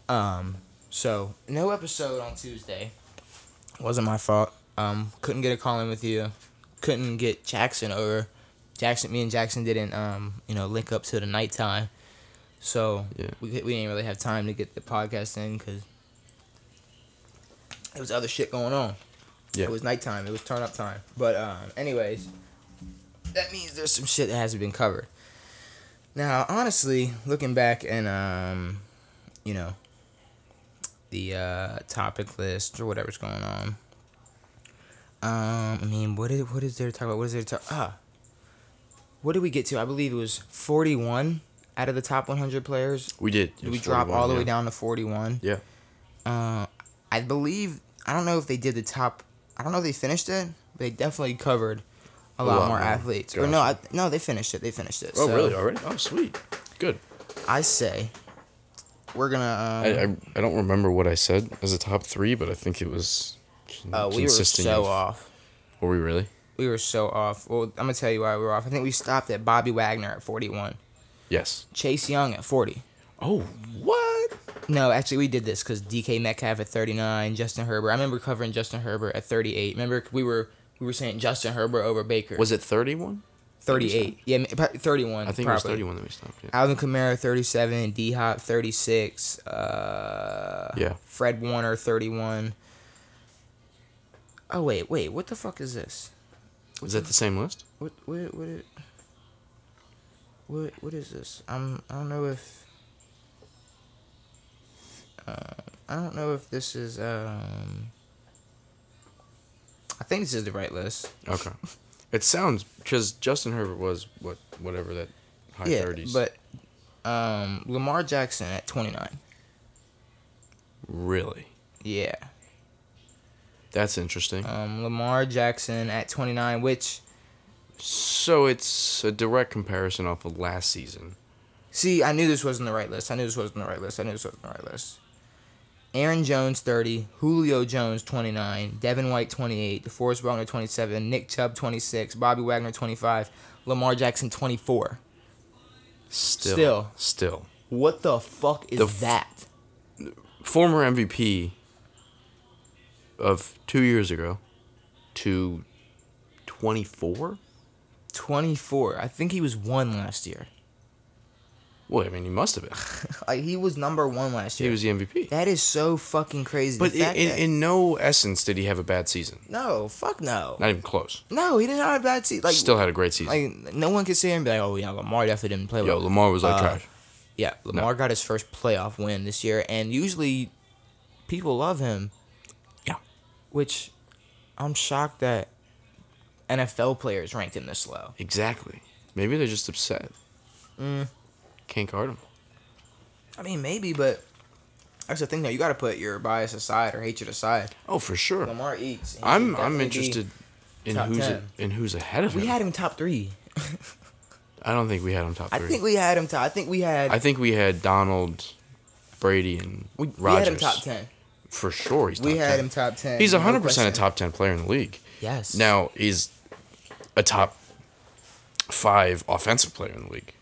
Speaker 1: Um, so no episode on Tuesday. Wasn't my fault. Um, couldn't get a call in with you. Couldn't get Jackson over. Jackson, me and Jackson didn't, um, you know, link up till the nighttime. So
Speaker 2: Yeah.
Speaker 1: we we didn't really have time to get the podcast in because there was other shit going on.
Speaker 2: Yeah,
Speaker 1: It was nighttime. It was turn up time. But um, anyways, that means there's some shit that hasn't been covered. Now, honestly, looking back and um, you know, the uh, topic list or whatever's going on. Um, I mean, what is what is there to talk about? What is there to talk? Ah, what did we get to? I believe it was forty-one out of the top one hundred players.
Speaker 2: we did. It
Speaker 1: Did we
Speaker 2: was
Speaker 1: drop
Speaker 2: 41,
Speaker 1: all the
Speaker 2: yeah.
Speaker 1: way down to forty-one?
Speaker 2: Yeah,
Speaker 1: Uh, I believe I don't know if they did the top. I don't know if they finished it. But they definitely covered a lot, more athletes. Or no, I, no, they finished it. They finished it.
Speaker 2: Oh,
Speaker 1: so
Speaker 2: really? Already? Oh, sweet. Good.
Speaker 1: I say we're gonna. um,
Speaker 2: I, I I don't remember what I said as a top three, but I think it was.
Speaker 1: Um, uh, we were
Speaker 2: consisting
Speaker 1: so
Speaker 2: of-
Speaker 1: off.
Speaker 2: Were we really?
Speaker 1: We were so off. Well, I'm gonna tell you why we were off. I think we stopped at Bobby Wagner at 41,
Speaker 2: Yes.
Speaker 1: Chase Young at 40.
Speaker 2: Oh, what?
Speaker 1: No, actually, we did this because DK Metcalf at 39, Justin Herbert. I remember covering Justin Herbert at 38. Remember we were we were saying Justin Herbert over Baker.
Speaker 2: Was it thirty-one?
Speaker 1: 38? Yeah, ma- pro- 31.
Speaker 2: I think
Speaker 1: probably.
Speaker 2: it was thirty-one that we stopped. Yeah.
Speaker 1: Alvin Kamara 37, D Hop 36, uh,
Speaker 2: Yeah.
Speaker 1: Fred Warner 31. Oh wait, wait, what the fuck is this?
Speaker 2: Is that the same list?
Speaker 1: What what what it, what what is this? I'm I don't know if uh, I don't know if this is um I think this is the right list.
Speaker 2: Okay. It sounds because Justin Herbert was what whatever that high
Speaker 1: yeah,
Speaker 2: thirties.
Speaker 1: but um Lamar Jackson at 29.
Speaker 2: really,
Speaker 1: Yeah.
Speaker 2: that's interesting.
Speaker 1: um, Lamar Jackson at 29, which,
Speaker 2: so it's a direct comparison off of last season.
Speaker 1: see, I knew this wasn't the right list. I knew this wasn't the right list. I knew this wasn't the right list. Aaron Jones, 30. Julio Jones, 29. Devin White, 28. DeForest Wagner, 27. Nick Chubb, 26. Bobby Wagner, 25. Lamar Jackson, 24.
Speaker 2: Still,
Speaker 1: Still.
Speaker 2: still, still,
Speaker 1: What the fuck is
Speaker 2: The f-
Speaker 1: that?
Speaker 2: former MVP of two years ago to twenty four.
Speaker 1: 24. I think he was one last year.
Speaker 2: Well, I mean, he must have been.
Speaker 1: Like, he was number one last year.
Speaker 2: He was the MVP.
Speaker 1: that is so fucking crazy.
Speaker 2: But
Speaker 1: But
Speaker 2: in, in, in no essence did he have a bad season.
Speaker 1: no, fuck no.
Speaker 2: Not even close.
Speaker 1: No, he didn't have a bad season. Like,
Speaker 2: Still had a great season.
Speaker 1: Like no one could sit here and be like, "Oh yeah, Lamar definitely didn't play
Speaker 2: Yo,
Speaker 1: well."
Speaker 2: Lamar was like
Speaker 1: Uh,
Speaker 2: trash.
Speaker 1: yeah, Lamar got his first playoff win this year, and usually people love him,
Speaker 2: Yeah.
Speaker 1: which I'm shocked that NFL players ranked him this low.
Speaker 2: Exactly. Maybe they're just upset.
Speaker 1: Mm.
Speaker 2: Can't guard him.
Speaker 1: I mean, maybe, but that's the thing though. You got to put your bias aside or hatred aside.
Speaker 2: Oh, for sure.
Speaker 1: Lamar eats. and he
Speaker 2: I'm
Speaker 1: should
Speaker 2: I'm
Speaker 1: definitely be-
Speaker 2: interested in
Speaker 1: top
Speaker 2: who's
Speaker 1: 10.
Speaker 2: in who's ahead of him.
Speaker 1: We had him top three.
Speaker 2: I don't think we had him top
Speaker 1: I
Speaker 2: three.
Speaker 1: think we had him top. I think we had.
Speaker 2: I think we had Donald, Brady, and
Speaker 1: we, we
Speaker 2: Rogers.
Speaker 1: had him top ten.
Speaker 2: for sure. He's
Speaker 1: We
Speaker 2: top
Speaker 1: had
Speaker 2: 10.
Speaker 1: him top ten.
Speaker 2: He's
Speaker 1: no
Speaker 2: hundred percent a
Speaker 1: question.
Speaker 2: top ten player in the league.
Speaker 1: Yes.
Speaker 2: Now he's a top five offensive player in the league.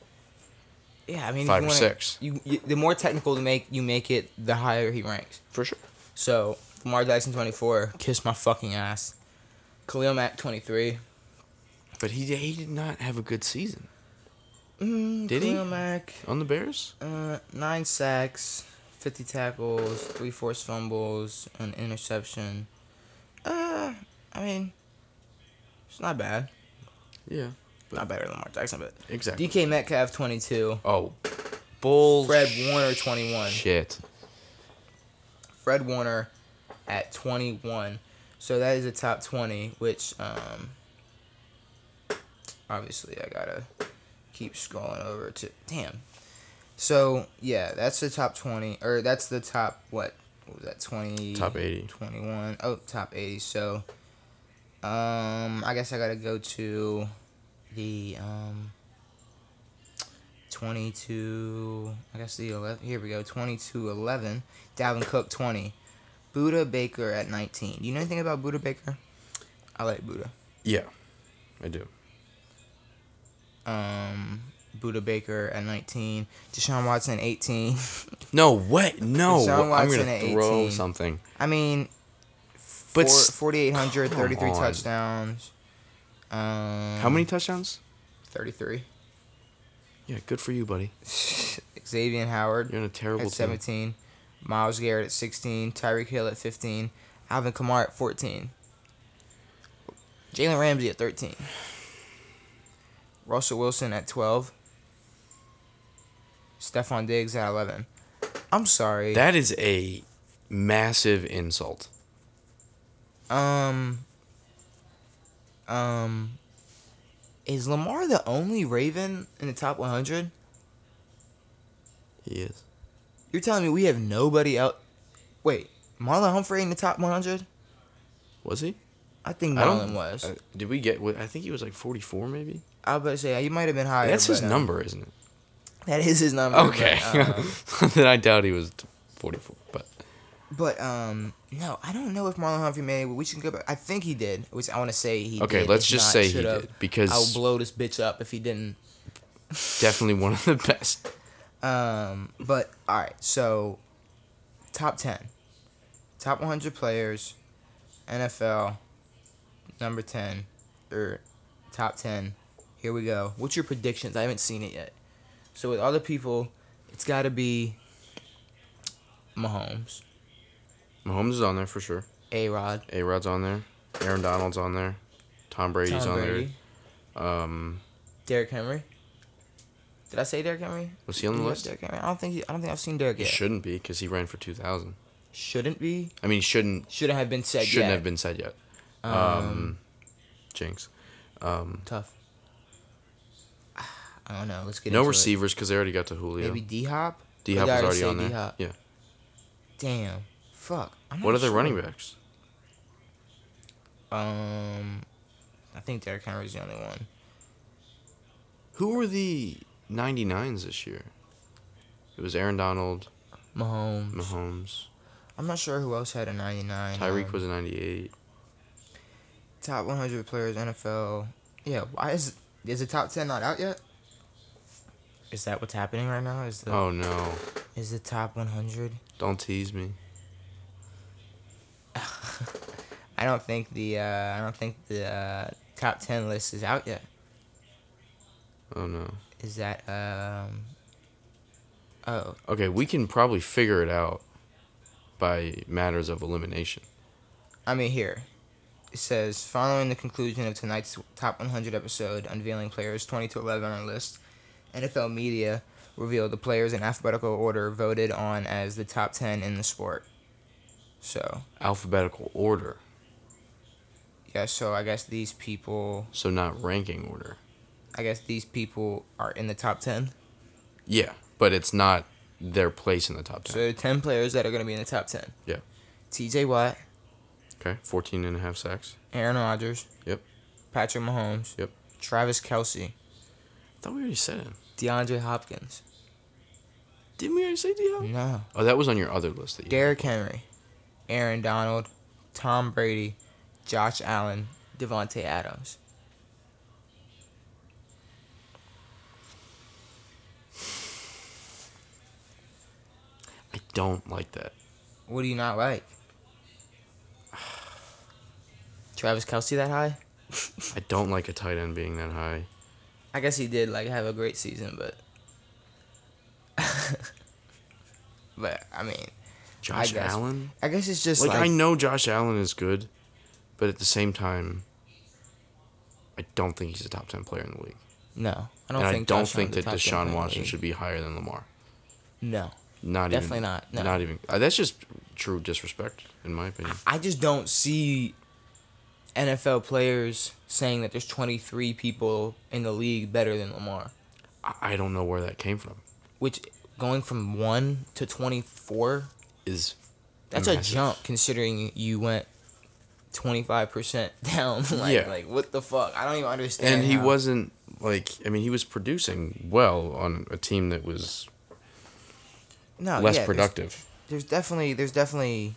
Speaker 1: Yeah, I mean, if
Speaker 2: Five
Speaker 1: you
Speaker 2: or
Speaker 1: wanna-
Speaker 2: six.
Speaker 1: You, you, the more technical to make you make it, the higher he ranks.
Speaker 2: For sure.
Speaker 1: So Lamar Jackson, twenty four, kiss my fucking ass. Khalil Mack, twenty three.
Speaker 2: But he he did not have a good season. Did he?
Speaker 1: Mm, Khalil Mack,
Speaker 2: On the Bears?
Speaker 1: uh, nine sacks, fifty tackles, three forced fumbles, an interception. Uh, I mean, it's not bad.
Speaker 2: Yeah.
Speaker 1: Not better than Lamar Jackson, but
Speaker 2: Exactly.
Speaker 1: DK Metcalf, twenty two.
Speaker 2: Oh, bull
Speaker 1: Fred Warner, twenty one.
Speaker 2: shit.
Speaker 1: Fred Warner at 21. So that is a top twenty, which um, obviously I gotta keep scrolling over to damn. So yeah, that's the top twenty, or that's the top what? What was that twenty?
Speaker 2: Top 80.
Speaker 1: Twenty one. Oh, top eighty. So, um, I guess I gotta go to the um. Twenty two. I guess the eleven. Here we go. Twenty two eleven. Dalvin Cook twenty. Buddha Baker at nineteen. Do you know anything about Buddha Baker? I like Buddha.
Speaker 2: Yeah, I do.
Speaker 1: Um, Buddha Baker at 19, Deshaun Watson 18.
Speaker 2: No, what? No,
Speaker 1: Deshaun
Speaker 2: I'm
Speaker 1: Watson
Speaker 2: gonna
Speaker 1: at
Speaker 2: throw
Speaker 1: 18.
Speaker 2: something.
Speaker 1: I mean, four-
Speaker 2: But s-
Speaker 1: 4,800,
Speaker 2: come
Speaker 1: 33
Speaker 2: on.
Speaker 1: touchdowns. Um,
Speaker 2: How many touchdowns?
Speaker 1: 33.
Speaker 2: Yeah, good for you, buddy.
Speaker 1: Xavier Howard
Speaker 2: You're on a terrible
Speaker 1: at
Speaker 2: team.
Speaker 1: 17, Miles Garrett at 16, Tyreek Hill at 15, Alvin Kamara at 14, Jalen Ramsey at 13, Russell Wilson at 12, Stephon Diggs at 11. I'm sorry.
Speaker 2: That is a massive insult.
Speaker 1: Um. Um. Is Lamar the only Raven in the top 100?
Speaker 2: He is.
Speaker 1: You're telling me we have nobody else? Wait, Marlon Humphrey in the top 100?
Speaker 2: Was he?
Speaker 1: I think
Speaker 2: I
Speaker 1: Marlon was.
Speaker 2: uh, did we get? I think he was like 44, maybe.
Speaker 1: I was about to say he might have been higher.
Speaker 2: That's his
Speaker 1: but, uh,
Speaker 2: number, isn't it?
Speaker 1: That is his number.
Speaker 2: Okay.
Speaker 1: But, uh,
Speaker 2: then I doubt he was 44, but
Speaker 1: but, um, no, I don't know if Marlon Humphrey made. it. We should go back. I think he did. Which I want to say he.
Speaker 2: Okay,
Speaker 1: did.
Speaker 2: let's
Speaker 1: If
Speaker 2: just
Speaker 1: not,
Speaker 2: say he
Speaker 1: should've.
Speaker 2: did, because-
Speaker 1: I'll blow this bitch up if he didn't.
Speaker 2: definitely one of the best.
Speaker 1: Um, but all right, so top ten, top one hundred players, NFL, number ten, or top ten. Here we go. What's your predictions? I haven't seen it yet. So with all the people, it's got to be Mahomes,
Speaker 2: Mahomes is on there for sure.
Speaker 1: A Rod,
Speaker 2: A Rod's on there. Aaron Donald's on there. Tom Brady's
Speaker 1: Tom
Speaker 2: on
Speaker 1: Brady,
Speaker 2: there. Um,
Speaker 1: Derrick Henry. Did I say Derrick Henry?
Speaker 2: was he on the
Speaker 1: Yeah,
Speaker 2: list?
Speaker 1: Derrick Henry. I don't think he, I don't think I've seen Derrick
Speaker 2: He
Speaker 1: yet.
Speaker 2: shouldn't be because he ran for 2,000.
Speaker 1: Shouldn't be.
Speaker 2: I mean, he shouldn't
Speaker 1: Shouldn't have been said.
Speaker 2: shouldn't
Speaker 1: yet.
Speaker 2: have been said yet. Um, jinx. Um,
Speaker 1: Tough. I don't know. Let's get
Speaker 2: no
Speaker 1: into it.
Speaker 2: receivers because they already got to Julio.
Speaker 1: Maybe D Hop.
Speaker 2: D Hop was already on there. Yeah.
Speaker 1: Damn. Fuck. I'm
Speaker 2: What
Speaker 1: not
Speaker 2: are their
Speaker 1: sure.
Speaker 2: running backs?
Speaker 1: Um, I think Derrick Henry's the only one.
Speaker 2: Who were the 99s this year? It was Aaron Donald,
Speaker 1: Mahomes.
Speaker 2: Mahomes.
Speaker 1: I'm not sure who else had a 99.
Speaker 2: Tyreek
Speaker 1: um,
Speaker 2: was a 98.
Speaker 1: top 100 players NFL. Yeah. Why is is the top 10 not out yet? Is that what's happening right now? Is the
Speaker 2: Oh no.
Speaker 1: is the top 100?
Speaker 2: Don't tease me.
Speaker 1: I don't think the uh, I don't think the uh, top 10 list is out yet.
Speaker 2: Oh no.
Speaker 1: Is that um? Oh,
Speaker 2: Okay, we can probably figure it out by matters of elimination.
Speaker 1: I mean here. It says following the conclusion of tonight's top 100 episode, unveiling players 20 to 11 on list, NFL media revealed the players in alphabetical order voted on as the top 10 in the sport. So
Speaker 2: Alphabetical order,
Speaker 1: yeah, so I guess these people,
Speaker 2: so not ranking order.
Speaker 1: I guess these people are in the top 10.
Speaker 2: Yeah, but it's not their place in the top 10.
Speaker 1: So there are 10 players that are going to be in the top 10.
Speaker 2: Yeah.
Speaker 1: T.J. Watt,
Speaker 2: Okay, 14 and a half sacks.
Speaker 1: Aaron Rodgers.
Speaker 2: Yep.
Speaker 1: Patrick Mahomes.
Speaker 2: Yep.
Speaker 1: Travis Kelsey.
Speaker 2: I thought we already said him.
Speaker 1: DeAndre Hopkins.
Speaker 2: Didn't we already say D
Speaker 1: No.
Speaker 2: Oh, that was on your other list. That you
Speaker 1: Derrick Henry, Aaron Donald, Tom Brady, Josh Allen, Devontae Adams.
Speaker 2: I don't like that.
Speaker 1: What do you not like? Travis Kelsey that high?
Speaker 2: I don't like a tight end being that high.
Speaker 1: I guess he did like have a great season, but but I mean,
Speaker 2: Josh
Speaker 1: guess.
Speaker 2: Allen?
Speaker 1: I guess it's just
Speaker 2: like,
Speaker 1: like,
Speaker 2: I know Josh Allen is good, but at the same time, I don't think he's a top ten player in the league,
Speaker 1: no, I don't
Speaker 2: and I
Speaker 1: think
Speaker 2: don't
Speaker 1: Josh
Speaker 2: think
Speaker 1: Allen's the
Speaker 2: that
Speaker 1: top ten player in
Speaker 2: Deshaun
Speaker 1: the
Speaker 2: Watson
Speaker 1: league.
Speaker 2: should be higher than Lamar.
Speaker 1: No,
Speaker 2: Not
Speaker 1: Definitely
Speaker 2: even,
Speaker 1: not, no.
Speaker 2: Not even. Uh, that's just true disrespect, in my opinion.
Speaker 1: I just don't see NFL players saying that there's 23 people in the league better than Lamar,
Speaker 2: I, I don't know where that came from.
Speaker 1: which going from 1 to 24,
Speaker 2: Is
Speaker 1: that's a
Speaker 2: Massive.
Speaker 1: jump considering you went 25% down. like,
Speaker 2: Yeah.
Speaker 1: like, what the fuck? I don't even understand.
Speaker 2: and he
Speaker 1: how-
Speaker 2: wasn't like I mean he was producing well on a team that was
Speaker 1: no, Oh,
Speaker 2: less
Speaker 1: yeah, there's-
Speaker 2: productive.
Speaker 1: there's definitely there's definitely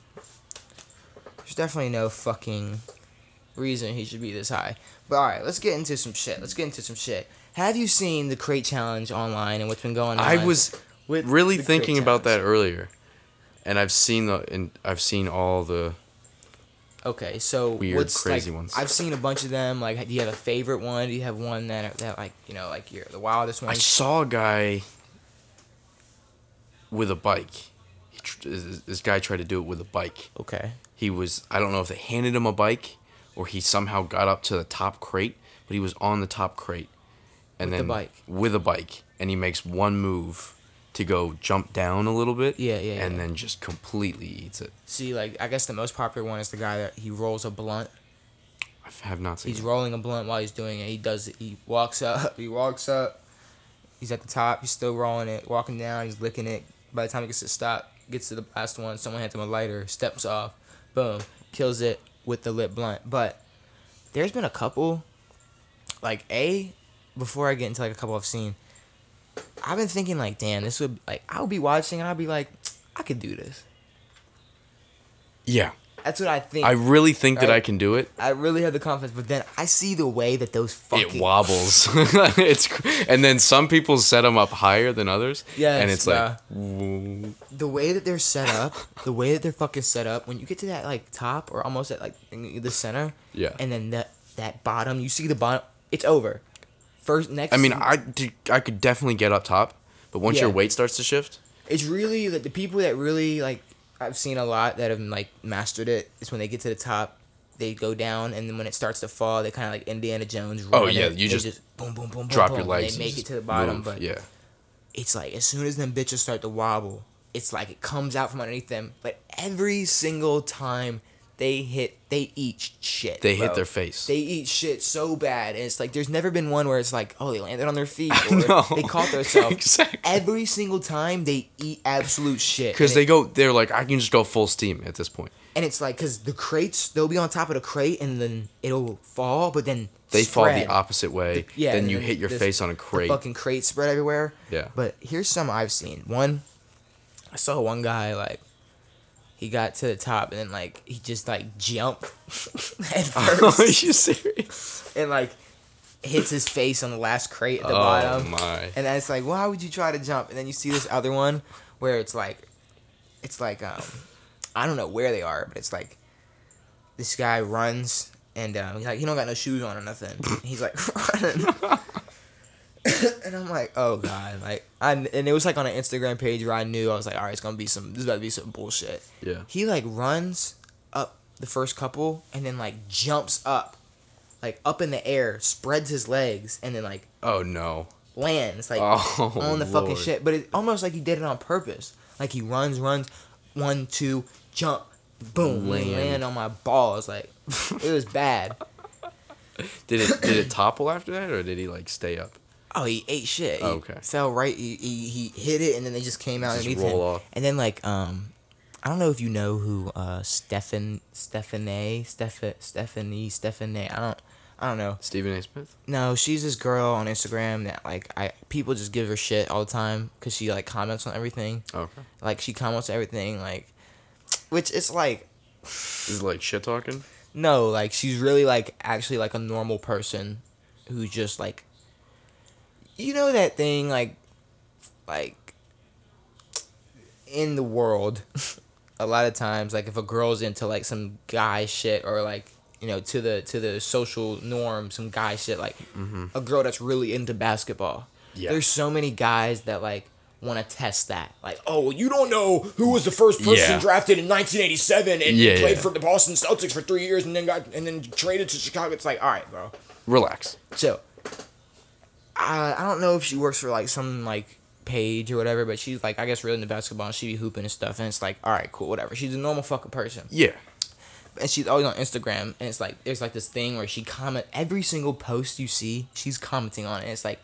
Speaker 1: there's definitely no fucking reason he should be this high. But all right, let's get into some shit. Let's get into some shit. Have you seen the crate challenge online and what's been going on?
Speaker 2: I was
Speaker 1: with
Speaker 2: really
Speaker 1: the
Speaker 2: thinking
Speaker 1: crate
Speaker 2: about that
Speaker 1: challenge?
Speaker 2: earlier, and I've seen the and I've seen all the
Speaker 1: Okay, so
Speaker 2: Weird,
Speaker 1: what's
Speaker 2: crazy
Speaker 1: like,
Speaker 2: ones.
Speaker 1: I've seen a bunch of them. Like, do you have a favorite one? Do you have one that that like you know like you're the wildest one?
Speaker 2: I saw a guy with a bike. He tr- this this guy tried to do it with a bike.
Speaker 1: okay,
Speaker 2: He was I don't know if they handed him a bike or he somehow got up to the top crate, but he was on the top crate and
Speaker 1: With the
Speaker 2: then
Speaker 1: bike.
Speaker 2: with a bike and he makes one move to go jump down a little bit.
Speaker 1: Yeah, yeah,
Speaker 2: And
Speaker 1: yeah.
Speaker 2: then just completely eats it.
Speaker 1: see, like I guess the most popular one is the guy that he rolls a blunt
Speaker 2: I f- have not seen
Speaker 1: He's
Speaker 2: it.
Speaker 1: rolling a blunt while he's doing it. He does it. He walks up. He walks up. He's at the top. He's still rolling it. Walking down. He's licking it. By the time he gets to the stop, gets to the last one, someone hands him a lighter. Steps off. Boom. Kills it with the lit blunt. But there's been a couple. Like a, before I get into like a couple I've seen, I've been thinking like, damn, this would like I'll be watching and I'll be like, I could do this.
Speaker 2: Yeah.
Speaker 1: That's what I think.
Speaker 2: I
Speaker 1: I,
Speaker 2: really think that I
Speaker 1: Right?
Speaker 2: can do it.
Speaker 1: really have the confidence, but then I see the way that those fucking
Speaker 2: it wobbles. it's cr- and then some people set them up higher than others.
Speaker 1: Yes,
Speaker 2: and it's
Speaker 1: bruh.
Speaker 2: like "Woo."
Speaker 1: the way that they're set up, the way that they're fucking set up, when you get to that like top or almost at like in the center,
Speaker 2: Yeah.
Speaker 1: and then that that bottom, you see the bottom, it's over. First next,
Speaker 2: I mean, I d- I could definitely get up top, but once your
Speaker 1: Yeah.
Speaker 2: weight starts to shift,
Speaker 1: it's really like the people that really like I've seen a lot that have like mastered it is when they get to the top, they go down, and then when it starts to fall, they kind of like Indiana Jones.
Speaker 2: Oh,
Speaker 1: run
Speaker 2: yeah,
Speaker 1: it.
Speaker 2: you
Speaker 1: They
Speaker 2: just
Speaker 1: boom boom boom
Speaker 2: drop
Speaker 1: boom,
Speaker 2: your
Speaker 1: boom, and
Speaker 2: legs.
Speaker 1: They
Speaker 2: and
Speaker 1: make it
Speaker 2: just
Speaker 1: to the bottom,
Speaker 2: move.
Speaker 1: but
Speaker 2: yeah,
Speaker 1: it's like as soon as them bitches start to wobble, it's like it comes out from underneath them. But every single time they hit, they eat shit.
Speaker 2: they hit
Speaker 1: bro.
Speaker 2: their face.
Speaker 1: They eat shit so bad, and it's like there's never been one where it's like, oh, they landed on their feet or
Speaker 2: know.
Speaker 1: they caught themselves.
Speaker 2: Exactly.
Speaker 1: Every single time they eat absolute shit.
Speaker 2: because
Speaker 1: And
Speaker 2: they
Speaker 1: it-
Speaker 2: go, they're like, I can just go full steam at this point.
Speaker 1: and it's like because the crates they'll be on top of the crate and then it'll fall, but then
Speaker 2: They fall
Speaker 1: spread.
Speaker 2: the opposite way.
Speaker 1: Yeah.
Speaker 2: then
Speaker 1: and
Speaker 2: you hit your
Speaker 1: this-
Speaker 2: face on a
Speaker 1: the
Speaker 2: crate.
Speaker 1: fucking crate spread everywhere.
Speaker 2: Yeah.
Speaker 1: But here's some I've seen. One, I saw one guy like, he got to the top and then like he just like jumped at
Speaker 2: Are
Speaker 1: first
Speaker 2: you serious?
Speaker 1: and like hits his face on the last crate at the
Speaker 2: oh
Speaker 1: bottom.
Speaker 2: my!
Speaker 1: And then it's like, why would you try to jump? And then you see this other one where it's like, it's like, um, I don't know where they are, but it's like, this guy runs and um, he's like, he don't got no shoes on or nothing. He's like running. and I'm like, oh god, like, I and it was like on an Instagram page where I knew I was like, all right, it's gonna be some, this is about to be some bullshit.
Speaker 2: Yeah.
Speaker 1: He like runs up the first couple and then like jumps up, like up in the air, spreads his legs, and then like
Speaker 2: Oh no!
Speaker 1: lands like
Speaker 2: Oh,
Speaker 1: on the fucking
Speaker 2: Lord.
Speaker 1: shit. But it's almost like he did it on purpose. Like he runs, runs, one, two, jump, boom, land,
Speaker 2: Land.
Speaker 1: on my balls. Like it was bad.
Speaker 2: Did it did it topple after that, or did he like stay up?
Speaker 1: Oh, he ate shit. He
Speaker 2: Oh, okay.
Speaker 1: Fell right. He, he, he hit it, and then they just came out
Speaker 2: Just
Speaker 1: underneath
Speaker 2: roll
Speaker 1: him.
Speaker 2: off.
Speaker 1: And then like um, I don't know if you know who uh Stefan Stephanie Steph Stephanie Stephanie. I don't I don't know.
Speaker 2: Stephen A. Smith.
Speaker 1: No, she's this girl on Instagram that like I people just give her shit all the time because she like comments on everything.
Speaker 2: Okay.
Speaker 1: Like she comments on everything, like which it's like
Speaker 2: This is like shit talking.
Speaker 1: no, like she's really like actually like a normal person who just like you know that thing like like in the world a lot of times like if a girl's into like some guy shit or like you know to the to the social norm some guy shit like a girl that's really into basketball
Speaker 2: Mm-hmm. Yeah.
Speaker 1: there's so many guys that like want to test that like oh well, you don't know who was the first person
Speaker 2: Yeah.
Speaker 1: drafted in 1987 and
Speaker 2: Yeah,
Speaker 1: played
Speaker 2: yeah.
Speaker 1: for the Boston Celtics for three years and then got and then traded to Chicago. It's like all right, bro.
Speaker 2: Relax.
Speaker 1: So I I don't know if she works for like some like page or whatever, but she's like I guess really into basketball and she be hooping and stuff and it's like, all right, cool, whatever. She's a normal fucking person.
Speaker 2: Yeah.
Speaker 1: and she's always on Instagram, and it's like there's like this thing where she comment every single post you see, she's commenting on it. It's like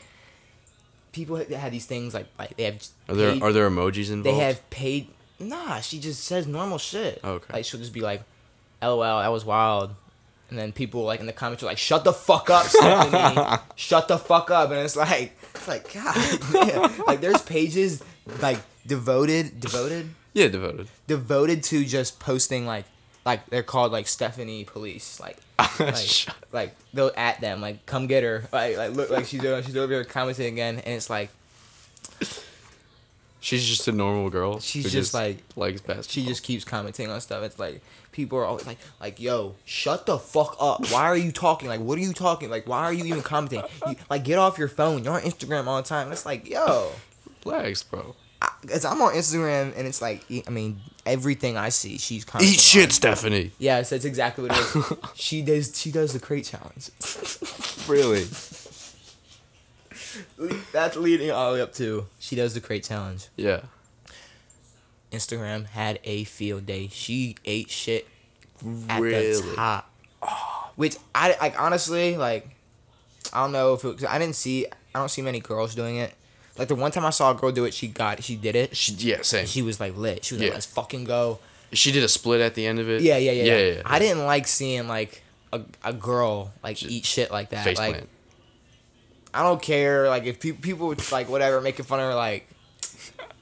Speaker 1: people ha- have these things like like they have.
Speaker 2: Are there
Speaker 1: paid-
Speaker 2: are there emojis involved?
Speaker 1: They have paid. Nah, she just says normal shit.
Speaker 2: Okay.
Speaker 1: Like she'll just be like, "LOL, that was wild," and then people like in the comments are like, "Shut the fuck up, Stephanie! Shut the fuck up!" And it's like, it's like God, man. like there's pages like devoted, devoted,
Speaker 2: Yeah, devoted.
Speaker 1: devoted to just posting like, like they're called like Stephanie Police, like. Like,
Speaker 2: Shut-
Speaker 1: like they'll at them like come get her like, like look like she's over, she's over here commenting again and it's like
Speaker 2: She's just a normal girl.
Speaker 1: She's
Speaker 2: who
Speaker 1: just like-
Speaker 2: likes basketball.
Speaker 1: She just keeps commenting on stuff. It's like people are always like, like, yo, shut the fuck up. Why are you talking? Like, what are you talking? Like, why are you even commenting? You, like, get off your phone. You're on Instagram all the time. And it's like, yo,
Speaker 2: relax, bro.
Speaker 1: I, cause I'm on Instagram, and it's like, e- I mean, everything I see, she's commenting.
Speaker 2: Eat
Speaker 1: on.
Speaker 2: shit, Stephanie.
Speaker 1: Yeah, so that's exactly what it is. she does. She does the crate challenge.
Speaker 2: Really?
Speaker 1: that's leading all the way up to. She does the crate challenge.
Speaker 2: Yeah.
Speaker 1: Instagram had a field day. She ate shit at the
Speaker 2: Really?
Speaker 1: top. Which I like honestly like I don't know if it, 'cause I didn't see I don't see many girls doing it. Like the one time I saw a girl do it, she got she did it.
Speaker 2: She, yeah, same.
Speaker 1: She was like lit. She was like,
Speaker 2: Yeah.
Speaker 1: let's fucking go.
Speaker 2: She did a split at the end of it.
Speaker 1: Yeah, yeah, yeah.
Speaker 2: Yeah,
Speaker 1: yeah.
Speaker 2: yeah, yeah.
Speaker 1: I didn't like seeing like a, a girl like eat shit like that.
Speaker 2: Face
Speaker 1: like
Speaker 2: plant.
Speaker 1: I don't care. Like if pe- people would, like whatever making fun of her, like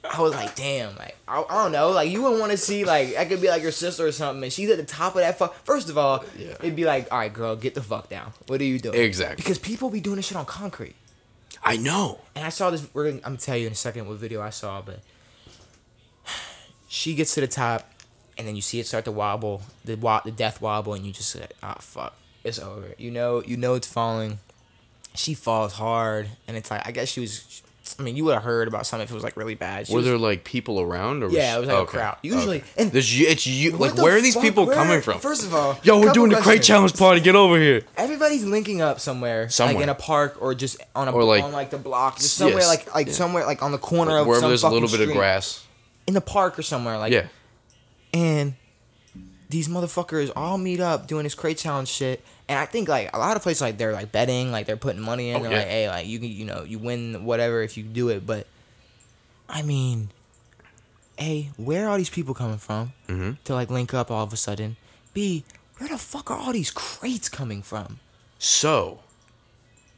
Speaker 1: I was like, damn, like I, I don't know, like you wouldn't want to see like I could be like your sister or something, and she's at the top of that fuck. First of all,
Speaker 2: Yeah.
Speaker 1: it'd be like, all right, girl, get the fuck down. What are you doing?
Speaker 2: Exactly.
Speaker 1: Because people be doing this shit on concrete.
Speaker 2: I know.
Speaker 1: And I saw this. We're gonna, I'm gonna tell you in a second what video I saw, but she gets to the top, and then you see it start to wobble, the wa- the death wobble, and you just say, ah, fuck, it's over. You know, you know it's falling. She falls hard, and it's like I guess she was. I mean, you would have heard about something if it was like really bad. She
Speaker 2: Were
Speaker 1: was-
Speaker 2: there like people around or?
Speaker 1: Yeah,
Speaker 2: she-
Speaker 1: it was like a crowd. Usually- and-
Speaker 2: There's you. It's you.
Speaker 1: What
Speaker 2: Like,
Speaker 1: the
Speaker 2: where are these
Speaker 1: fuck?
Speaker 2: people
Speaker 1: Where-
Speaker 2: coming from?
Speaker 1: First of all,
Speaker 2: Yo, we're
Speaker 1: couple
Speaker 2: doing the crate
Speaker 1: questions.
Speaker 2: challenge party. Get over here.
Speaker 1: Everybody's linking up somewhere, like
Speaker 2: Somewhere.
Speaker 1: in a park or just on a
Speaker 2: Or, like-
Speaker 1: on like the block, just
Speaker 2: Yes.
Speaker 1: somewhere like like
Speaker 2: Yeah.
Speaker 1: somewhere like on the corner of
Speaker 2: Wherever
Speaker 1: some
Speaker 2: there's a little
Speaker 1: fucking
Speaker 2: bit of
Speaker 1: street.
Speaker 2: grass.
Speaker 1: in the park or somewhere like
Speaker 2: Yeah.
Speaker 1: and these motherfuckers all meet up doing this crate challenge shit. And I think like a lot of places like they're like betting, like they're putting money in.
Speaker 2: Oh,
Speaker 1: they're
Speaker 2: yeah.
Speaker 1: like, hey, like you can you know you win whatever if you do it. But I mean, a where are all these people coming from
Speaker 2: Mm-hmm.
Speaker 1: to like link up all of a sudden? B where the fuck are all these crates coming from?
Speaker 2: So,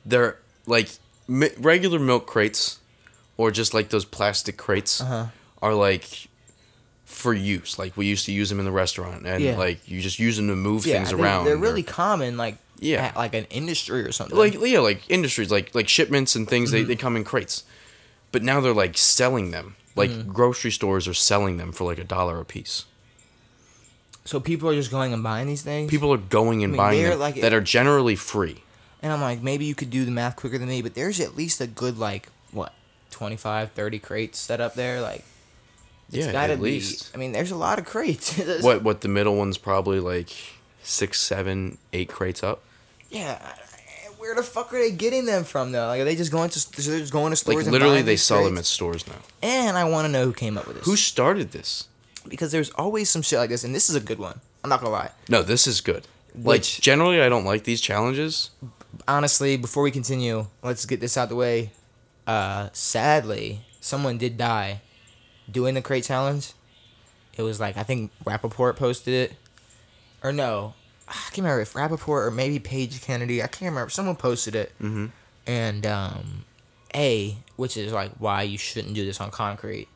Speaker 2: they're like mi- regular milk crates, or just like those plastic crates,
Speaker 1: Uh-huh.
Speaker 2: are like for use. Like we used to use them in the restaurant, and
Speaker 1: Yeah.
Speaker 2: like you just use them to move
Speaker 1: Yeah,
Speaker 2: things
Speaker 1: they're,
Speaker 2: around.
Speaker 1: They're
Speaker 2: or-
Speaker 1: really common, like
Speaker 2: Yeah.
Speaker 1: at, like an industry or something.
Speaker 2: like yeah, like industries, like like shipments and things. They they come in crates, but now they're like selling them. Like grocery stores are selling them for like a dollar a piece.
Speaker 1: so people are just going and buying these things.
Speaker 2: People are going and
Speaker 1: mean,
Speaker 2: buying
Speaker 1: they're
Speaker 2: them
Speaker 1: like-
Speaker 2: that are generally free.
Speaker 1: And I'm like, maybe you could do the math quicker than me, but there's at least a good, like, what, 25, 30 crates set up there? Like,
Speaker 2: Yeah,
Speaker 1: it's gotta
Speaker 2: at
Speaker 1: be.
Speaker 2: least.
Speaker 1: I mean, there's a lot of crates. It's-
Speaker 2: What what the middle one's probably like six, seven, eight crates up.
Speaker 1: Yeah. I- I- Where the fuck are they getting them from, though? Like, are they just going to, so they're just going to stores
Speaker 2: Like
Speaker 1: and
Speaker 2: literally,
Speaker 1: buying
Speaker 2: they
Speaker 1: these
Speaker 2: sell them at
Speaker 1: crates?
Speaker 2: stores now.
Speaker 1: And I want to know who came up with this.
Speaker 2: Who started this?
Speaker 1: because there's always some shit like this, and this is a good one. I'm not gonna lie.
Speaker 2: No, this is good. Like
Speaker 1: Which-
Speaker 2: generally, I don't like these challenges.
Speaker 1: honestly, before we continue, let's get this out the way. Uh, sadly, someone did die doing the crate challenge. It was like I think Rappaport posted it, or no, I can't remember if Rappaport or maybe Paige Kennedy. I can't remember. Someone posted it, mm-hmm. and um, a which is like why you shouldn't do this on concrete.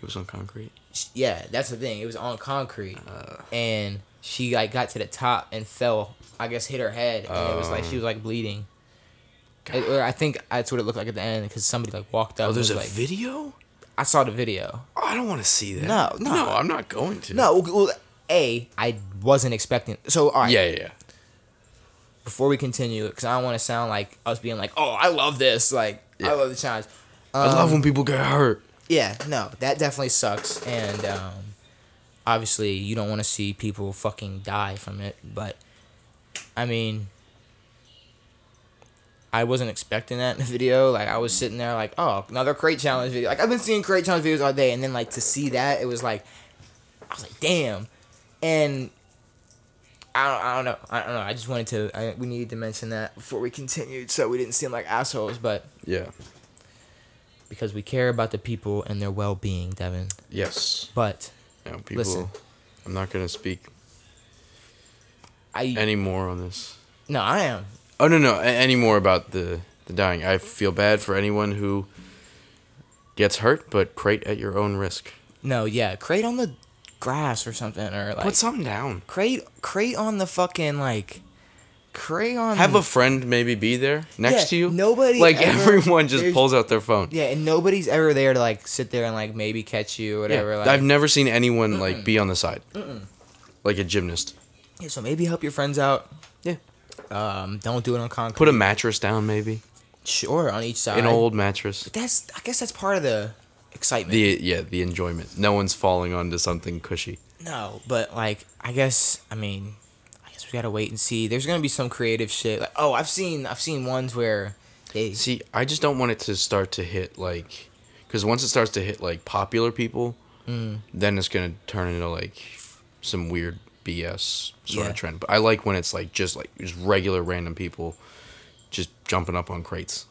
Speaker 2: It was on concrete.
Speaker 1: Sh- Yeah, that's the thing. It was on concrete,
Speaker 2: Uh.
Speaker 1: and she like got to the top and fell. I guess hit her head, and it was like she was like bleeding. It- or I think that's what it looked like at the end because somebody like walked up.
Speaker 2: Oh, there's a
Speaker 1: and was like,
Speaker 2: video.
Speaker 1: I saw the video.
Speaker 2: Oh, I don't want to see that.
Speaker 1: No, no.
Speaker 2: no, I'm not going to.
Speaker 1: No, well, well, a I wasn't expecting. So all right,
Speaker 2: Yeah, yeah, yeah.
Speaker 1: before we continue, because I don't want to sound like us being like, oh, I love this, like
Speaker 2: Yeah.
Speaker 1: I love the challenge. Um,
Speaker 2: I love when people get hurt.
Speaker 1: Yeah, no, that definitely sucks, and um, obviously you don't want to see people fucking die from it. But I mean, I wasn't expecting that in the video. Like I was sitting there, like, oh, another crate challenge video. Like I've been seeing crate challenge videos all day, and then like to see that, it was like, I was like, damn, and I don't, I don't know. I don't know. I just wanted to. I, we needed to mention that before we continued, so we didn't seem like assholes, but
Speaker 2: Yeah.
Speaker 1: because we care about the people and their well being, Devin.
Speaker 2: Yes.
Speaker 1: But
Speaker 2: Now people.
Speaker 1: Listen.
Speaker 2: I'm not gonna speak
Speaker 1: I
Speaker 2: any more on this.
Speaker 1: no, I am.
Speaker 2: Oh no no a- any more about the the dying. I feel bad for anyone who gets hurt, but crate at your own risk.
Speaker 1: No, yeah, crate on the grass or something, or like
Speaker 2: Put something down.
Speaker 1: crate crate on the fucking like crate on.
Speaker 2: Have a friend maybe be there next
Speaker 1: Yeah,
Speaker 2: to you.
Speaker 1: nobody
Speaker 2: Like
Speaker 1: ever-
Speaker 2: everyone just
Speaker 1: there's-
Speaker 2: pulls out their phone.
Speaker 1: yeah, and nobody's ever there to like sit there and like maybe catch you or
Speaker 2: Yeah,
Speaker 1: whatever. like,
Speaker 2: I've never seen anyone like be on the side, like a gymnast.
Speaker 1: yeah, so maybe help your friends out.
Speaker 2: Yeah.
Speaker 1: Um, don't do it on concrete.
Speaker 2: Put a mattress down, maybe
Speaker 1: sure on each side.
Speaker 2: an old mattress.
Speaker 1: That's I guess that's part of the excitement.
Speaker 2: The yeah, the enjoyment. No one's falling onto something cushy.
Speaker 1: No, but like I guess I mean, I guess we gotta wait and see. There's gonna be some creative shit. Like oh, I've seen I've seen ones where they
Speaker 2: See, I just don't want it to start to hit like, because once it starts to hit like popular people,
Speaker 1: Mm.
Speaker 2: then it's gonna turn into like some weird BS sort
Speaker 1: Yeah.
Speaker 2: of trend. But I like when it's like just like just regular random people, just jumping up on crates.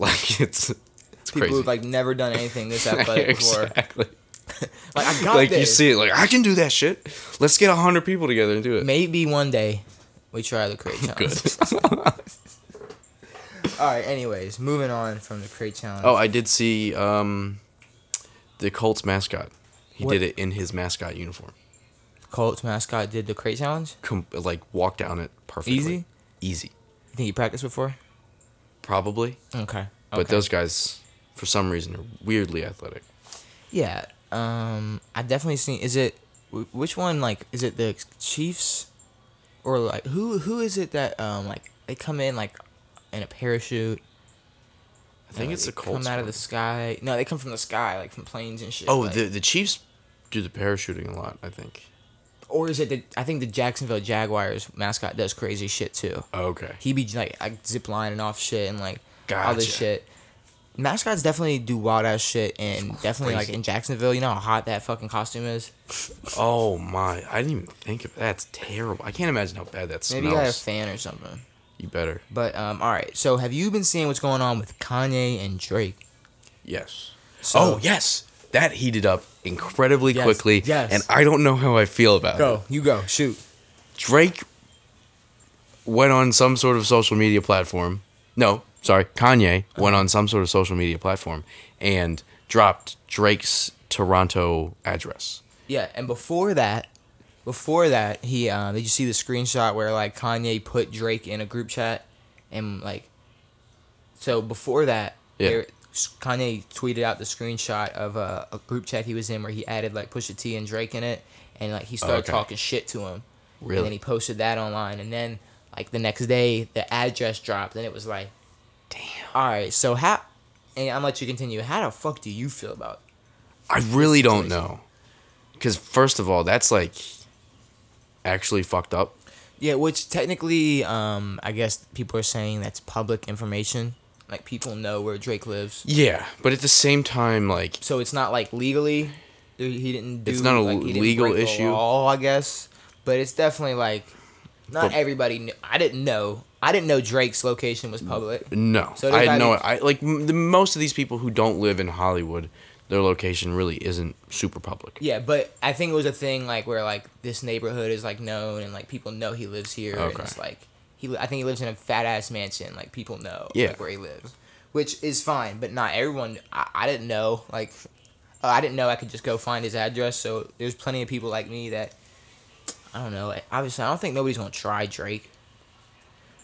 Speaker 2: like it's it's
Speaker 1: people
Speaker 2: crazy.
Speaker 1: who've like never done anything this athletic before.
Speaker 2: exactly.
Speaker 1: Like I got
Speaker 2: like you
Speaker 1: this.
Speaker 2: see it, like I can do that shit. Let's get a hundred people together and do it.
Speaker 1: Maybe one day we try the crate challenge. All right. Anyways, moving on from the crate challenge.
Speaker 2: oh, I did see um, the Colts mascot. He
Speaker 1: What?
Speaker 2: did it in his mascot uniform.
Speaker 1: Colts mascot did the crate challenge.
Speaker 2: Com- like walked down it perfectly.
Speaker 1: Easy?
Speaker 2: easy,
Speaker 1: You think you practiced before?
Speaker 2: probably.
Speaker 1: Okay. okay.
Speaker 2: But those guys, for some reason, are weirdly athletic.
Speaker 1: Yeah. Um. I definitely seen. Is it wh- which one? Like, is it the Chiefs, or like who? Who is it that um like they come in like in a parachute?
Speaker 2: I think it's the Colts.
Speaker 1: Come out of
Speaker 2: one.
Speaker 1: the sky. No, they come from the sky, like from planes and shit.
Speaker 2: Oh,
Speaker 1: like-
Speaker 2: the the Chiefs do the parachuting a lot. I think.
Speaker 1: or is it the? I think the Jacksonville Jaguars mascot does crazy shit too.
Speaker 2: Okay.
Speaker 1: He be like, like zip lining off shit and like all this
Speaker 2: Gotcha.
Speaker 1: shit. Mascots definitely do wild ass shit, and definitely like
Speaker 2: Crazy.
Speaker 1: in Jacksonville, you know how hot that fucking costume is.
Speaker 2: Oh my! I didn't even think of that's terrible. I can't imagine how bad that smells.
Speaker 1: Maybe you got a fan or something.
Speaker 2: you better.
Speaker 1: But um, all right. So have you been seeing what's going on with Kanye and Drake?
Speaker 2: Yes.
Speaker 1: So-
Speaker 2: oh yes, that heated up incredibly
Speaker 1: Yes,
Speaker 2: quickly.
Speaker 1: yes.
Speaker 2: And I don't know how I feel about it.
Speaker 1: you go, shoot.
Speaker 2: Drake went on some sort of social media platform. No, sorry, Kanye went on some sort of social media platform and dropped Drake's Toronto address.
Speaker 1: Yeah, and before that, before that, he uh, did you see the screenshot where like Kanye put Drake in a group chat, and like, so before that,
Speaker 2: Yeah.
Speaker 1: there- Kanye tweeted out the screenshot of a, a group chat he was in where he added like Pusha T and Drake in it, and like he started
Speaker 2: Oh, Okay.
Speaker 1: talking shit to him. And
Speaker 2: Really?
Speaker 1: then he posted that online, and then like the next day, the address dropped, and it was like, damn. All right, so how? And I'm gonna let you continue. How the fuck do you feel about?
Speaker 2: I really don't know. Because, first of all, that's like actually fucked up.
Speaker 1: Yeah, which technically, um, I guess people are saying that's public information. Like people know where Drake lives,
Speaker 2: Yeah, but at the same time, like,
Speaker 1: so it's not like legally, there- he didn't do.
Speaker 2: It's not a
Speaker 1: like, he didn't
Speaker 2: legal
Speaker 1: break the
Speaker 2: issue.
Speaker 1: law, I guess, but it's definitely like not
Speaker 2: But-
Speaker 1: everybody. Knew. I didn't know. I didn't know Drake's location
Speaker 2: Mm.
Speaker 1: was public.
Speaker 2: no.
Speaker 1: So
Speaker 2: I
Speaker 1: there's not
Speaker 2: had no.
Speaker 1: even-
Speaker 2: I like m- the, most of these people who don't live in Hollywood, their location really isn't super public.
Speaker 1: Yeah, but I think it was a thing like where like this neighborhood is like known and like people know he lives here. And
Speaker 2: Okay.
Speaker 1: it's like he, li- I think he lives in a fat ass mansion. Like people know
Speaker 2: Yeah.
Speaker 1: like, where he lives, which is fine. But not everyone. I, I didn't know. Like uh, I didn't know I could just go find his address. So there's plenty of people like me that I don't know. Obviously, I don't think nobody's gonna try Drake.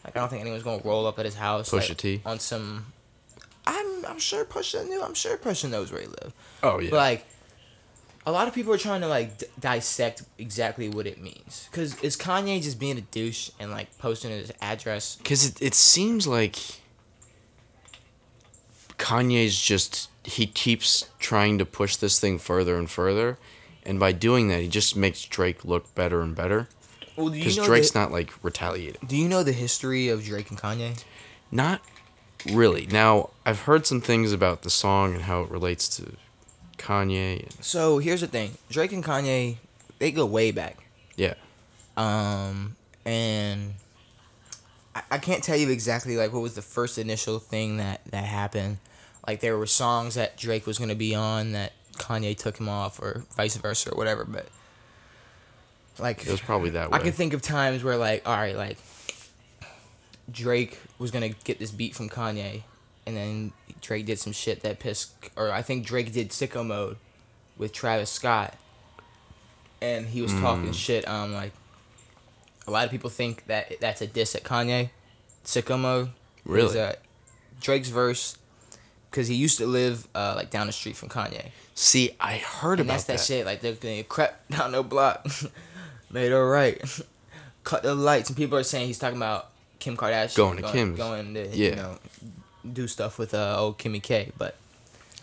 Speaker 1: Like I don't think anyone's gonna roll up at his house.
Speaker 2: Pusha
Speaker 1: like,
Speaker 2: T.
Speaker 1: on some. I'm I'm sure Pusha knew. I'm sure Pusha knows where he lives.
Speaker 2: Oh, yeah.
Speaker 1: But like, a lot of people are trying to like d- dissect exactly what it means. Cause is Kanye just being a douche and like posting his address?
Speaker 2: Because it, it seems like Kanye's just, he keeps trying to push this thing further and further. And by doing that, he just makes Drake look better and better.
Speaker 1: Well, do
Speaker 2: Because
Speaker 1: you know
Speaker 2: Drake's
Speaker 1: the,
Speaker 2: not like retaliating.
Speaker 1: Do you know the history of Drake and Kanye?
Speaker 2: Not really. Now, I've heard some things about the song and how it relates to Kanye. And,
Speaker 1: So here's the thing: Drake and Kanye, they go way back.
Speaker 2: yeah.
Speaker 1: um, and I, I can't tell you exactly like what was the first initial thing that that happened. Like there were songs that Drake was gonna be on that Kanye took him off, or vice versa, or whatever. But like
Speaker 2: It was probably that way.
Speaker 1: I can think of times where like, all right, like Drake was gonna get this beat from Kanye, and then Drake did some shit that pissed, or I think Drake did sicko mode with Travis Scott, and he was
Speaker 2: Mm.
Speaker 1: talking shit. Um, like a lot of people think that that's a diss at Kanye. Sicko mode. is,
Speaker 2: Really?
Speaker 1: uh, Drake's verse, because he used to live uh, like down the street from Kanye.
Speaker 2: See, I heard
Speaker 1: And
Speaker 2: about
Speaker 1: that's that,
Speaker 2: that.
Speaker 1: shit. Like they're gonna crap down no block, made all right, cut the lights, and people are saying he's talking about Kim Kardashian
Speaker 2: Going to Kim's.
Speaker 1: going to
Speaker 2: Yeah.
Speaker 1: you know do stuff with uh old Kimmy K, but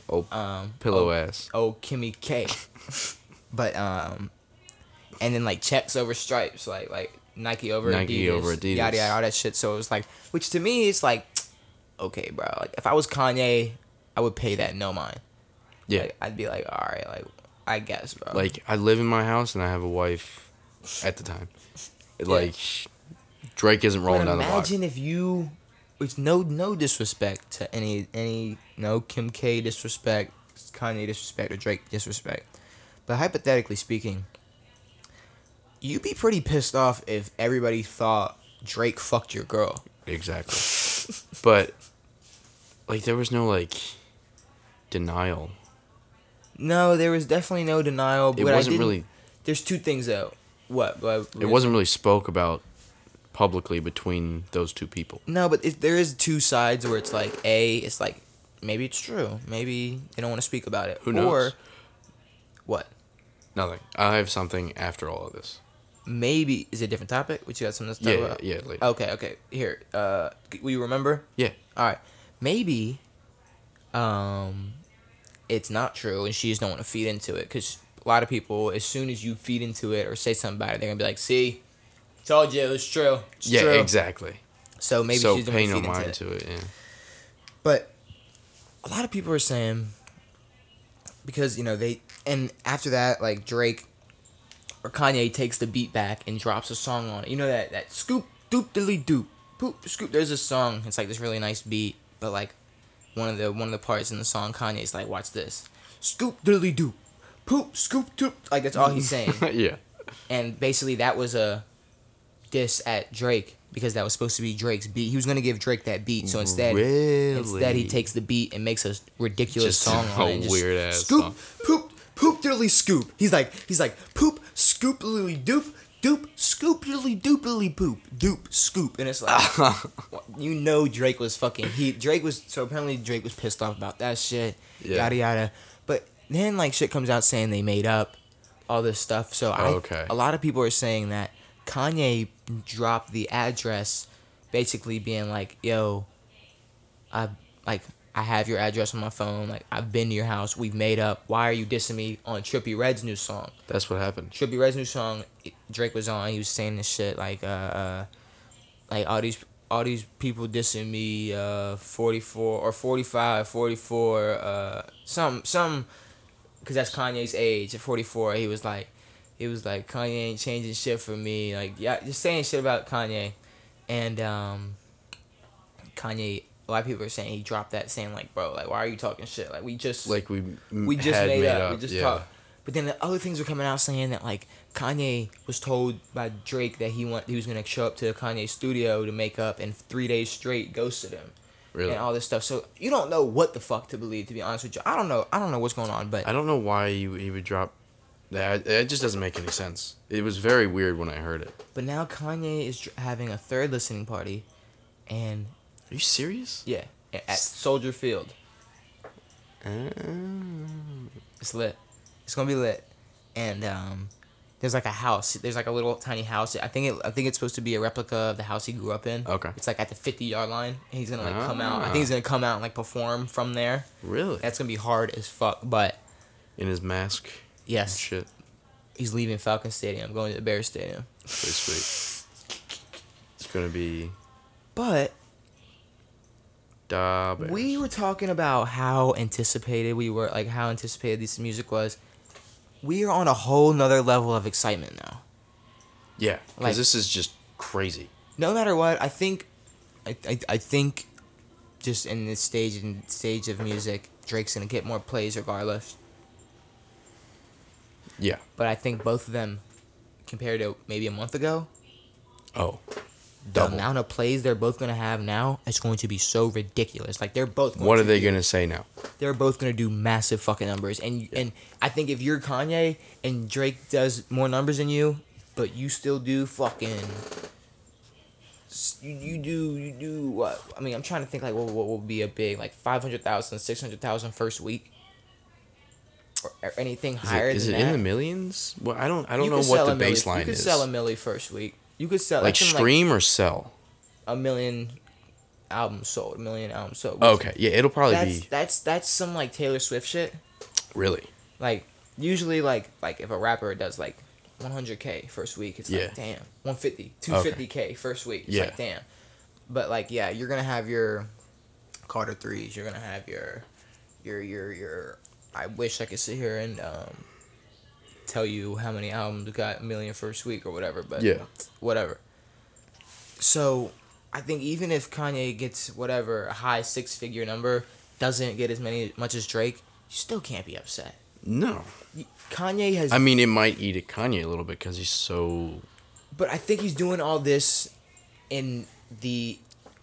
Speaker 2: Oh,
Speaker 1: um
Speaker 2: pillow
Speaker 1: old,
Speaker 2: ass.
Speaker 1: old Kimmy K, but um and then like checks over stripes, like like Nike over
Speaker 2: Nike
Speaker 1: Adidas,
Speaker 2: over Adidas.
Speaker 1: yada yada all that shit. So it was like, which to me is like, okay, bro. Like if I was Kanye, I would pay that no mind.
Speaker 2: Yeah.
Speaker 1: Like, I'd be like, all right, like I guess, bro.
Speaker 2: like I live in my house and I have a wife at the time. Like Drake isn't rolling
Speaker 1: But
Speaker 2: down the block.
Speaker 1: imagine if you, which no no disrespect to any any no Kim K disrespect, Kanye disrespect or Drake disrespect, but hypothetically speaking, you'd be pretty pissed off if everybody thought Drake fucked your girl.
Speaker 2: Exactly. but like there was no like denial.
Speaker 1: No, there was definitely no denial. But
Speaker 2: It
Speaker 1: I
Speaker 2: wasn't
Speaker 1: didn't-
Speaker 2: really
Speaker 1: There's two things though. What? what
Speaker 2: it wasn't really spoke about publicly between those two people.
Speaker 1: No, but it, there is two sides where it's like a, it's like maybe it's true, maybe they don't want to speak about it.
Speaker 2: Who knows?
Speaker 1: Or what?
Speaker 2: Nothing. I have something after all of this.
Speaker 1: maybe is it a different topic? What you got something to talk
Speaker 2: Yeah,
Speaker 1: about?
Speaker 2: yeah, yeah, later.
Speaker 1: Okay, okay. Here, uh, c- will you remember?
Speaker 2: Yeah.
Speaker 1: All right, maybe, um, it's not true, and she just don't want to feed into it because a lot of people, as soon as you feed into it or say something about it, they're gonna be like, "See, told you it was true." It's
Speaker 2: yeah,
Speaker 1: true."
Speaker 2: exactly.
Speaker 1: So maybe
Speaker 2: so
Speaker 1: she's
Speaker 2: pay
Speaker 1: going to
Speaker 2: no
Speaker 1: feed into
Speaker 2: mind
Speaker 1: it.
Speaker 2: to it. Yeah.
Speaker 1: But a lot of people are saying because you know they and after that like Drake or Kanye takes the beat back and drops a song on it. You know that that scoop doop dilly doop poop scoop. There's a song. It's like this really nice beat, but like one of the one of the parts in the song Kanye's like, watch this scoop dilly doop poop scoop doop. Like that's all he's saying.
Speaker 2: yeah.
Speaker 1: and basically that was a diss at Drake because that was supposed to be Drake's beat. He was gonna give Drake that beat, so instead, instead
Speaker 2: Really?
Speaker 1: he takes the beat and makes a ridiculous
Speaker 2: Just
Speaker 1: song.
Speaker 2: a
Speaker 1: on it and just
Speaker 2: weird-ass
Speaker 1: scoop,
Speaker 2: song.
Speaker 1: poop, poop, diddly scoop. He's like, he's like, poop, scoop, lily doop, doop, scoop, lily doop, lily poop, doop, scoop, and it's like, you know, Drake was fucking. He Drake was so apparently Drake was pissed off about that shit.
Speaker 2: Yeah.
Speaker 1: Yada yada. But then like shit comes out saying they made up all this stuff. So I,
Speaker 2: Okay.
Speaker 1: a lot of people are saying that Kanye dropped the address, basically being like, "Yo, I like I have your address on my phone. Like I've been to your house. We've made up. Why are you dissing me on Trippy Red's new song?
Speaker 2: That's what happened.
Speaker 1: Trippy Red's new song, Drake was on. He was saying this shit like, uh, uh like all these all these people dissing me, uh, forty four or 45, 44, uh, some some, cause that's Kanye's age. At forty four, he was like, he was like Kanye ain't changing shit for me. Like yeah, just saying shit about Kanye, and um, Kanye. A lot of people are saying he dropped that, saying like, bro, like why are you talking shit? Like we just
Speaker 2: Like we m-
Speaker 1: we just
Speaker 2: Mm, had
Speaker 1: made, up. We just
Speaker 2: yeah.
Speaker 1: talked. But then the other things were coming out saying that like Kanye was told by Drake that he want he was gonna show up to Kanye's studio to make up and three days straight ghosted him
Speaker 2: Really.
Speaker 1: and all this stuff. So you don't know what the fuck to believe. To be honest with you, I don't know. I don't know what's going on. But
Speaker 2: I don't know why you he would drop that. It just doesn't make any sense. It was very weird when I heard it.
Speaker 1: but now Kanye is dr- having a third listening party, and
Speaker 2: Are you serious?
Speaker 1: yeah, a- at Soldier Field.
Speaker 2: Uh,
Speaker 1: It's lit. It's gonna be lit. And um, there's like a house. There's like a little tiny house. I think it. I think it's supposed to be a replica of the house he grew up in.
Speaker 2: Okay.
Speaker 1: It's like at the fifty yard line. And he's gonna like come out. I
Speaker 2: Ah.
Speaker 1: think he's gonna come out and like perform from there.
Speaker 2: really?
Speaker 1: That's gonna be hard as fuck. But
Speaker 2: In his mask. and
Speaker 1: yes,
Speaker 2: Shit.
Speaker 1: he's leaving Falcon Stadium, going to the Bears Stadium.
Speaker 2: Pretty sweet. It's gonna be
Speaker 1: But
Speaker 2: da. Bears.
Speaker 1: we were talking about how anticipated we were, like how anticipated this music was. We are on a whole nother level of excitement now.
Speaker 2: Yeah, because
Speaker 1: Like-
Speaker 2: this is just crazy.
Speaker 1: no matter what, I think, I, I, I think, just in this stage and stage of music, Drake's gonna get more plays regardless.
Speaker 2: Yeah.
Speaker 1: But I think both of them, compared to maybe a month ago,
Speaker 2: Oh.
Speaker 1: the
Speaker 2: Double.
Speaker 1: amount of plays they're both gonna have now is going to be so ridiculous. Like they're both. Going
Speaker 2: What
Speaker 1: to
Speaker 2: are they
Speaker 1: do-
Speaker 2: gonna say now?
Speaker 1: They're both gonna do massive fucking numbers, and and I think if you're Kanye and Drake does more numbers than you, but you still do fucking. s- You, you do you do what I mean I'm trying to think like what what would be a big like 500,000 600,000 first week or, or anything
Speaker 2: Is
Speaker 1: higher
Speaker 2: it, is
Speaker 1: than
Speaker 2: it
Speaker 1: that
Speaker 2: in the millions? Well, I don't. I don't
Speaker 1: you
Speaker 2: know
Speaker 1: could
Speaker 2: what
Speaker 1: sell
Speaker 2: the
Speaker 1: a milli-
Speaker 2: baseline
Speaker 1: You could
Speaker 2: is.
Speaker 1: sell a milli first week. You could sell
Speaker 2: like
Speaker 1: that's in, like
Speaker 2: stream or sell.
Speaker 1: a million albums sold, a million albums sold. which-
Speaker 2: Okay. Yeah, it'll probably
Speaker 1: that's
Speaker 2: be
Speaker 1: that's that's some like Taylor Swift shit.
Speaker 2: really.
Speaker 1: Like usually like like if a rapper does like 100k first week, it's
Speaker 2: Yeah.
Speaker 1: like damn, 150, 250k first week, it's
Speaker 2: Yeah.
Speaker 1: like damn. But like yeah, you're gonna have your Carter threes. You're gonna have your your your your. I wish I could sit here and um, tell you how many albums got a million first week or whatever, but
Speaker 2: Yeah.
Speaker 1: whatever. So I think even if Kanye gets whatever a high six figure number, doesn't get as many much as Drake, you still can't be upset.
Speaker 2: No.
Speaker 1: Y- Kanye has,
Speaker 2: I mean, it might eat at Kanye a little bit because he's so.
Speaker 1: but I think he's doing all this in the.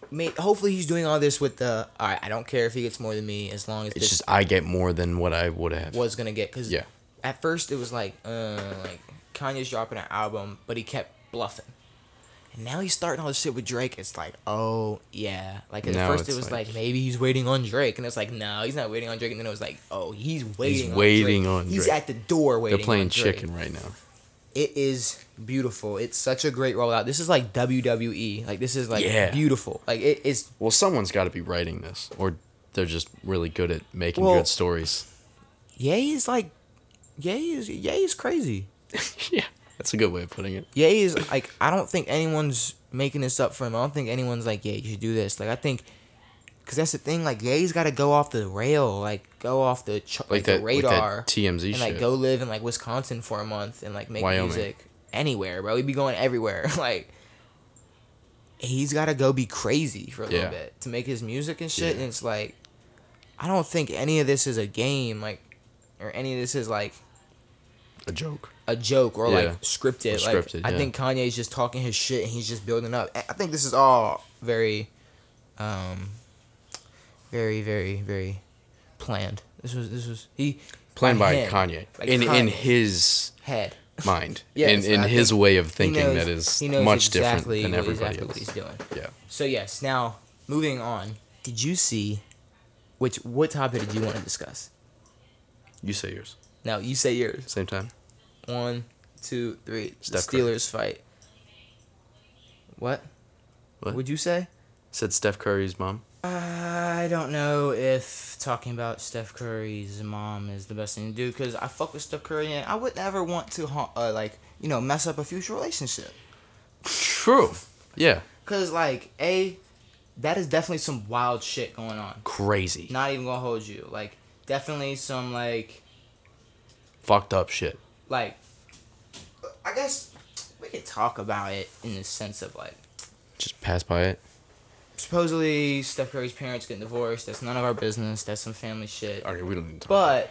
Speaker 1: May, hopefully he's doing all this with the. All right, I don't care if he gets more than me as long as
Speaker 2: It's
Speaker 1: this
Speaker 2: just I get more than what I would have.
Speaker 1: was gonna get because
Speaker 2: Yeah.
Speaker 1: at first it was like uh, like Kanye's dropping an album, but he kept bluffing. And now he's starting all this shit with Drake. It's like, oh yeah, like at
Speaker 2: Now
Speaker 1: first it
Speaker 2: it's
Speaker 1: was like,
Speaker 2: like-
Speaker 1: maybe he's waiting on Drake, and it's like no, he's not waiting on Drake. And then it was like, oh, he's waiting. on
Speaker 2: waiting
Speaker 1: Drake.
Speaker 2: on
Speaker 1: He's
Speaker 2: Drake.
Speaker 1: at the door waiting.
Speaker 2: They're playing
Speaker 1: on Drake.
Speaker 2: chicken right now.
Speaker 1: It is beautiful. It's such a great rollout. This is like WWE. Like this is like
Speaker 2: Yeah.
Speaker 1: beautiful. Like it is.
Speaker 2: Well, someone's got to be writing this, or they're just really good at making
Speaker 1: Well-
Speaker 2: good stories.
Speaker 1: Yay is like, Yay is Yay is crazy.
Speaker 2: yeah, that's a good way of putting it.
Speaker 1: Ye is like I don't think anyone's making this up for him. I don't think anyone's like, yeah, you should do this. Like I think, cause that's the thing. Like Ye's got to go off the rail, like go off the ch- like,
Speaker 2: that-
Speaker 1: the
Speaker 2: like that
Speaker 1: radar,
Speaker 2: TMZ
Speaker 1: and like
Speaker 2: shit.
Speaker 1: go live in like Wisconsin for a month and like make
Speaker 2: Wyoming.
Speaker 1: music anywhere, bro. He'd be going everywhere. like he's got to go be crazy for a
Speaker 2: Yeah.
Speaker 1: little bit to make his music and shit. And
Speaker 2: Yeah.
Speaker 1: it's like I don't think any of this is a game, like or any of this is like
Speaker 2: A joke.
Speaker 1: a joke or
Speaker 2: Yeah.
Speaker 1: like scripted.
Speaker 2: Or
Speaker 1: like
Speaker 2: scripted,
Speaker 1: I
Speaker 2: yeah.
Speaker 1: think Kanye's just talking his shit and he's just building up. I I think this is all very, um, very very very planned. This was this was he
Speaker 2: Planned by
Speaker 1: him,
Speaker 2: Kanye.
Speaker 1: by
Speaker 2: in in
Speaker 1: Kanye.
Speaker 2: his
Speaker 1: head.
Speaker 2: mind.
Speaker 1: Yes,
Speaker 2: in in
Speaker 1: I
Speaker 2: his
Speaker 1: think
Speaker 2: way of
Speaker 1: He
Speaker 2: thinking
Speaker 1: knows-
Speaker 2: that is
Speaker 1: he knows
Speaker 2: much
Speaker 1: exactly
Speaker 2: different than
Speaker 1: what-
Speaker 2: everybody
Speaker 1: exactly
Speaker 2: else.
Speaker 1: What he's doing.
Speaker 2: Yeah.
Speaker 1: So yes, now moving on. Did you see, which what topic did you want to discuss?
Speaker 2: You say yours.
Speaker 1: Now you say yours.
Speaker 2: Same time.
Speaker 1: One, two, three. The
Speaker 2: Steph Curry.
Speaker 1: Steelers fight. What?
Speaker 2: What?
Speaker 1: Would you say?
Speaker 2: Said Steph Curry's mom.
Speaker 1: Uh, I don't know if talking about Steph Curry's mom is the best thing to do because I fuck with Steph Curry and I would never want to ha- uh, like you know mess up a future relationship
Speaker 2: True. Yeah.
Speaker 1: because like a that is definitely some wild shit going on.
Speaker 2: Crazy.
Speaker 1: Not even gonna hold you like definitely some like
Speaker 2: Fucked up shit.
Speaker 1: like I guess we could talk about it in the sense of like
Speaker 2: Just pass by it.
Speaker 1: supposedly Steph Curry's parents getting divorced. That's none of our business. That's some family shit.
Speaker 2: Okay, we don't need to. about
Speaker 1: But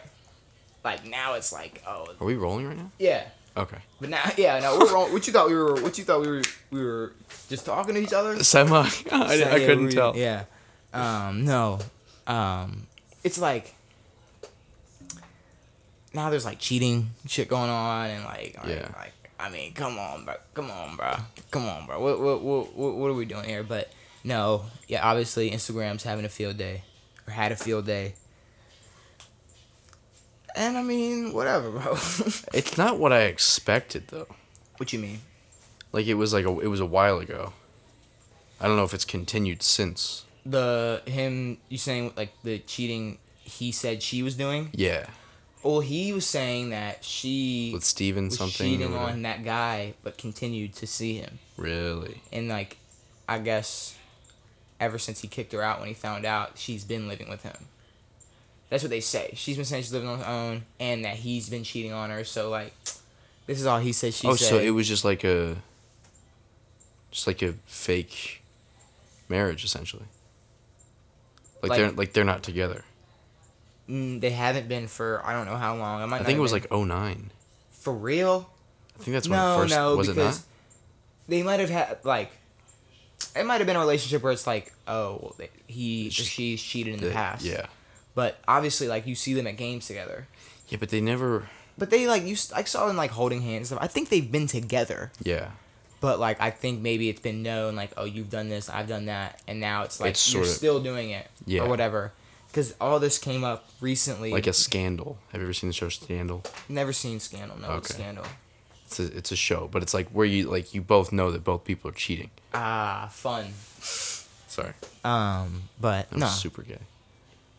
Speaker 1: like now it's like oh
Speaker 2: it. are we rolling right now?
Speaker 1: yeah.
Speaker 2: Okay.
Speaker 1: But now, yeah, no, we're wrong. What you thought we were? What you thought we were? We were just talking to each other.
Speaker 2: Semi. I, I
Speaker 1: Yeah,
Speaker 2: couldn't
Speaker 1: we-
Speaker 2: tell.
Speaker 1: Yeah. Um. No. Um. It's like now there's like cheating shit going on and like like,
Speaker 2: Yeah.
Speaker 1: like I mean come on bro come on bro come on bro what what what what what are we doing here but no yeah obviously Instagram's having a field day or had a field day and I mean whatever bro
Speaker 2: It's not what I expected though.
Speaker 1: what you mean
Speaker 2: Like it was like a, it was a while ago. I don't know if it's continued since.
Speaker 1: the him you saying like the cheating he said she was doing
Speaker 2: Yeah,
Speaker 1: well he was saying that she
Speaker 2: with Steven
Speaker 1: was
Speaker 2: something. or
Speaker 1: cheating
Speaker 2: whatever.
Speaker 1: on that guy but continued to see him
Speaker 2: Really?
Speaker 1: and like i guess ever since he kicked her out when he found out she's been living with him that's what they say she's been saying she's living on her own and that he's been cheating on her so like this is all he said she
Speaker 2: oh,
Speaker 1: said
Speaker 2: so it was just like a just like a fake marriage essentially. Like,
Speaker 1: Like-
Speaker 2: they're like they're not together.
Speaker 1: Mm, they haven't been for I don't know how long. I might.
Speaker 2: I
Speaker 1: not
Speaker 2: think
Speaker 1: have
Speaker 2: it was
Speaker 1: been-
Speaker 2: like 09.
Speaker 1: for real.
Speaker 2: I think that's when it
Speaker 1: No,
Speaker 2: first
Speaker 1: no,
Speaker 2: was it not?
Speaker 1: because they might have had like it might have been a relationship where it's like, oh, well, they- he or
Speaker 2: She-
Speaker 1: she's cheated in the
Speaker 2: The-
Speaker 1: past.
Speaker 2: Yeah.
Speaker 1: But obviously, like you see them at games together.
Speaker 2: Yeah, but they never
Speaker 1: But they like you. s- I saw them like holding hands. and stuff. I think they've been together.
Speaker 2: yeah.
Speaker 1: But like I think maybe it's been known like oh you've done this I've done that and now it's like
Speaker 2: It's
Speaker 1: you're
Speaker 2: sorta-
Speaker 1: still doing it
Speaker 2: Yeah.
Speaker 1: or whatever. Because all this came up recently.
Speaker 2: Like a scandal. Have you ever seen the show Scandal?
Speaker 1: never seen Scandal. No
Speaker 2: Okay.
Speaker 1: Scandal.
Speaker 2: It's a, it's a show, but it's like where you like you both know that both people are cheating.
Speaker 1: Ah, fun.
Speaker 2: Sorry.
Speaker 1: Um, but
Speaker 2: I'm
Speaker 1: no,
Speaker 2: super gay.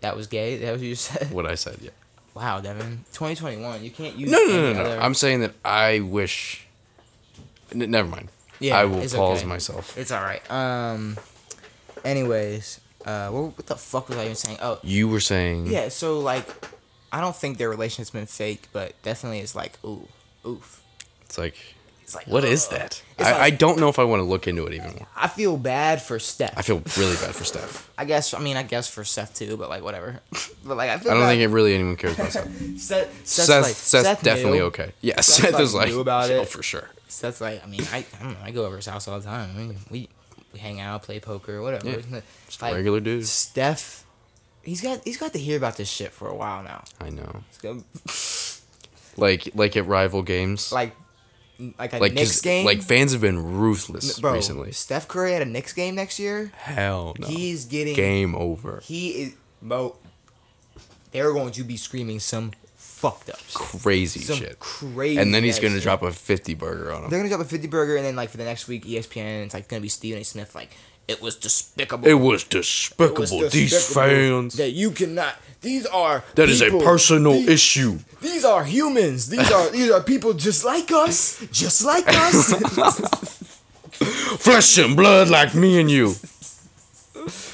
Speaker 1: that was gay. That was what you said.
Speaker 2: What I said, yeah.
Speaker 1: Wow, Devin. 2021. You can't use
Speaker 2: No, no, no,
Speaker 1: any
Speaker 2: no.
Speaker 1: other-
Speaker 2: I'm saying that I wish. N- never mind.
Speaker 1: Yeah,
Speaker 2: I will
Speaker 1: it's
Speaker 2: pause
Speaker 1: okay.
Speaker 2: myself.
Speaker 1: It's all right. Um. Anyways, uh, what, what the fuck was I even saying? Oh,
Speaker 2: You were saying.
Speaker 1: yeah. So like, I don't think their relationship's been fake, but definitely it's like ooh, oof.
Speaker 2: It's like.
Speaker 1: It's like
Speaker 2: What is
Speaker 1: ugh.
Speaker 2: that? I,
Speaker 1: Uh, It's like-
Speaker 2: I don't know if I want to look into it even more.
Speaker 1: I feel bad for Steph.
Speaker 2: I feel really bad for Steph.
Speaker 1: I guess. I mean, I guess for Seth too, but like whatever. but like I feel.
Speaker 2: I don't
Speaker 1: bad.
Speaker 2: think it really anyone cares about Seth.
Speaker 1: Seth. Seth's
Speaker 2: Seth,
Speaker 1: like,
Speaker 2: Seth's
Speaker 1: Seth
Speaker 2: definitely
Speaker 1: knew.
Speaker 2: okay. Yeah, Seth, is
Speaker 1: like,
Speaker 2: like,
Speaker 1: knew about
Speaker 2: oh,
Speaker 1: it.
Speaker 2: for sure.
Speaker 1: Seth's like, I mean, I, I don't know. I go over to his house all the time. I mean, we, we hang out, play poker, whatever.
Speaker 2: Yeah.
Speaker 1: It's
Speaker 2: regular dude.
Speaker 1: Steph, he's got he's got to hear about this shit for a while now.
Speaker 2: I know.
Speaker 1: It's gonna-
Speaker 2: Like, like at rival games.
Speaker 1: like, like a
Speaker 2: like 'cause,
Speaker 1: Knicks game.
Speaker 2: Like fans have been ruthless
Speaker 1: bro,
Speaker 2: recently.
Speaker 1: Steph Curry had a Knicks game next year.
Speaker 2: Hell no.
Speaker 1: He's getting
Speaker 2: game over.
Speaker 1: He is mo. They're going to be screaming some fucked up, shit.
Speaker 2: Crazy
Speaker 1: some
Speaker 2: shit.
Speaker 1: crazy.
Speaker 2: and then he's
Speaker 1: ass
Speaker 2: gonna
Speaker 1: shit.
Speaker 2: drop a fifty burger on him.
Speaker 1: They're gonna drop a fifty burger, and then like for the next week, E ESPN, it's like gonna be Stephen A. Smith like. It was despicable.
Speaker 2: It was
Speaker 1: It
Speaker 2: despicable.
Speaker 1: was
Speaker 2: These
Speaker 1: despicable
Speaker 2: fans.
Speaker 1: that you cannot. These are
Speaker 2: That is
Speaker 1: people.
Speaker 2: a personal
Speaker 1: These-
Speaker 2: issue.
Speaker 1: These are humans. These are these are people just like us, just like us.
Speaker 2: Flesh and blood like me and you.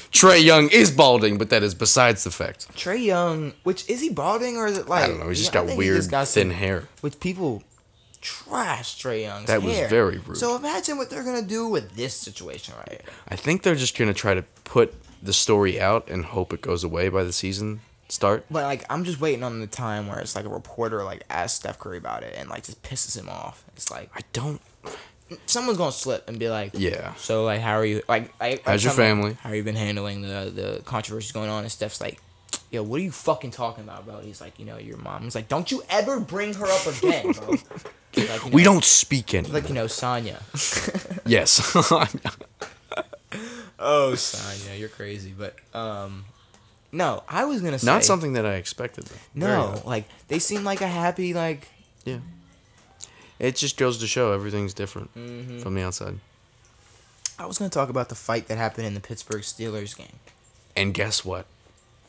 Speaker 2: Trey Young is balding, but that is besides the fact.
Speaker 1: Trey Young, which is he balding or is it like
Speaker 2: I don't know. He's just
Speaker 1: Yeah, I
Speaker 2: got
Speaker 1: think he
Speaker 2: weird
Speaker 1: just got
Speaker 2: thin
Speaker 1: some-
Speaker 2: hair.
Speaker 1: Which people trash Trey Young's
Speaker 2: That was
Speaker 1: hair.
Speaker 2: very rude.
Speaker 1: So imagine what they're gonna do with this situation right here.
Speaker 2: I think they're just gonna try to put the story out and hope it goes away by the season start.
Speaker 1: But like I'm just waiting on the time where it's like a reporter like asks Steph Curry about it and like just pisses him off. It's like
Speaker 2: I don't.
Speaker 1: someone's gonna slip and be like,
Speaker 2: Yeah.
Speaker 1: So like, how are you? Like, I,
Speaker 2: How's your
Speaker 1: I'm like,
Speaker 2: family?
Speaker 1: how you been handling the the controversies going on and stuff's like, yo, what are you fucking talking about, bro? He's like, you know, your mom. He's like, don't you ever bring her up again, bro. like, you know,
Speaker 2: We don't speak anymore.
Speaker 1: Like you know, Sonya.
Speaker 2: yes.
Speaker 1: oh, Sonya, you're crazy. But um, no, I was gonna say
Speaker 2: Not something that I expected. Though. Very
Speaker 1: No,
Speaker 2: odd.
Speaker 1: like they seem like a happy like.
Speaker 2: Yeah. It just goes to show everything's different from the outside.
Speaker 1: I was gonna talk about the fight that happened in the Pittsburgh Steelers game.
Speaker 2: And guess what?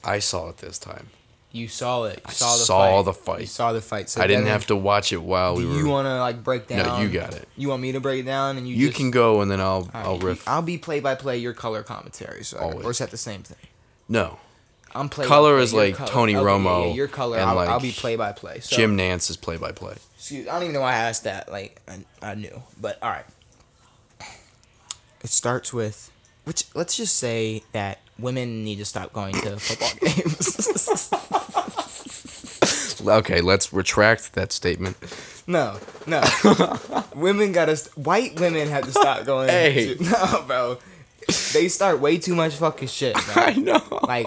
Speaker 2: I saw it this time.
Speaker 1: You saw it. You saw the
Speaker 2: saw
Speaker 1: fight.
Speaker 2: the fight.
Speaker 1: You saw the fight. So
Speaker 2: I didn't
Speaker 1: Devin-
Speaker 2: have to watch it while we
Speaker 1: Do
Speaker 2: were.
Speaker 1: you want to like break down?
Speaker 2: No, you got it.
Speaker 1: You want me to break it down, and you.
Speaker 2: You
Speaker 1: just-
Speaker 2: can go and then I'll
Speaker 1: All right,
Speaker 2: I'll riff.
Speaker 1: I'll be play by play. Your color commentary. So
Speaker 2: Always.
Speaker 1: or is that the same thing?
Speaker 2: no,
Speaker 1: I'm play.
Speaker 2: Color is like Tony
Speaker 1: Yeah,
Speaker 2: Romo
Speaker 1: your color.
Speaker 2: and,
Speaker 1: I'll,
Speaker 2: like,
Speaker 1: I'll be play by play. So,
Speaker 2: Jim Nance is play by play.
Speaker 1: Excuse, I don't even know why I asked that. Like I, I knew, but all right. It starts with, which let's just say that women need to stop going to football games.
Speaker 2: Okay, let's retract that statement.
Speaker 1: No, no. women gotta. St- white women have to stop going.
Speaker 2: Hey.
Speaker 1: to- no, bro. They start way too much fucking shit, bro.
Speaker 2: know.
Speaker 1: Like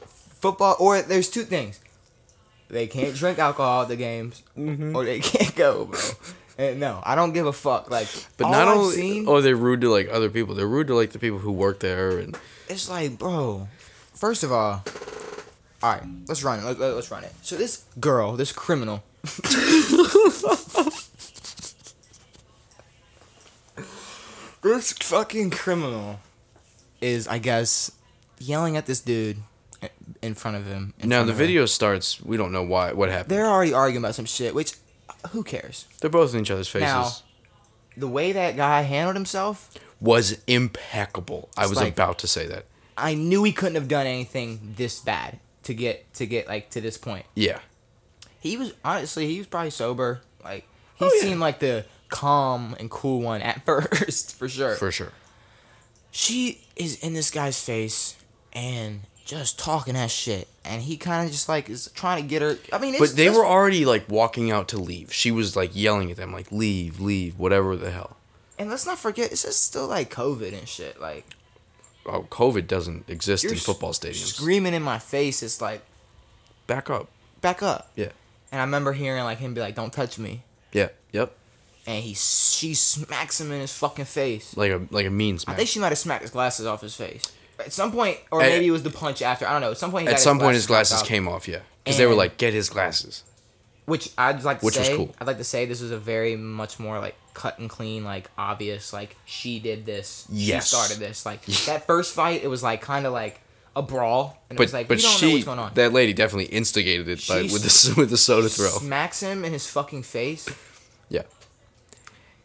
Speaker 1: football, or there's two things. They can't drink alcohol at the games,
Speaker 2: Mm-hmm.
Speaker 1: or they can't go, bro. And no, I don't give a fuck. Like,
Speaker 2: But
Speaker 1: all
Speaker 2: not
Speaker 1: I've
Speaker 2: only
Speaker 1: seen,
Speaker 2: oh they're rude to like other people. They're rude to like the people who work there and
Speaker 1: it's like, bro. First of all, all right, let's run it. Let, let, let's run it. So this girl, this criminal, this fucking criminal is, I guess, yelling at this dude i- in front of him. in
Speaker 2: now
Speaker 1: front
Speaker 2: the
Speaker 1: of her.
Speaker 2: video starts. We don't know why what happened.
Speaker 1: They're
Speaker 2: They're,
Speaker 1: already arguing about some shit, which who cares?
Speaker 2: both in each other's faces.
Speaker 1: Now- The way that guy handled himself,
Speaker 2: was impeccable. I
Speaker 1: It's
Speaker 2: was
Speaker 1: like-
Speaker 2: about to say that.
Speaker 1: I knew he couldn't have done anything this bad to get to get like to this point.
Speaker 2: Yeah.
Speaker 1: He was honestly, he was probably sober. Like he
Speaker 2: Oh, yeah.
Speaker 1: seemed like the calm and cool one at first, for sure.
Speaker 2: for sure.
Speaker 1: she is in this guy's face and just talking that shit, and he kind of just like is trying to get her. I mean, it's,
Speaker 2: But they
Speaker 1: it's-
Speaker 2: were already like walking out to leave. She was like yelling at them, like leave, leave, whatever the hell.
Speaker 1: and let's not forget, it's just still like COVID and shit. Like
Speaker 2: Oh, COVID doesn't exist in
Speaker 1: s-
Speaker 2: football stadiums.
Speaker 1: screaming in my face. It's like
Speaker 2: Back up.
Speaker 1: back up.
Speaker 2: Yeah.
Speaker 1: And I remember hearing like him be like, "Don't touch me,"
Speaker 2: Yeah. Yep.
Speaker 1: and he she smacks him in his fucking face.
Speaker 2: Like a like a mean
Speaker 1: I
Speaker 2: smack.
Speaker 1: think she might have smacked his glasses off his face. At some point, or
Speaker 2: At-
Speaker 1: maybe it was the punch after. I don't know. At some point, he got
Speaker 2: At some point, his
Speaker 1: knocked
Speaker 2: glasses
Speaker 1: off.
Speaker 2: came off. Yeah, because they were
Speaker 1: And-
Speaker 2: like, get his glasses.
Speaker 1: which I'd like to
Speaker 2: Which was
Speaker 1: say,
Speaker 2: cool.
Speaker 1: I'd like to say this was a very much more like cut and clean, like obvious, like she did this,
Speaker 2: Yes.
Speaker 1: she started this. Like that first fight, it was like kind of like a brawl, and it
Speaker 2: But
Speaker 1: was like
Speaker 2: but
Speaker 1: we don't know
Speaker 2: she
Speaker 1: what's going on.
Speaker 2: that lady definitely instigated it by,
Speaker 1: She
Speaker 2: with the with the soda throw.
Speaker 1: Smacks him in his fucking face.
Speaker 2: Yeah.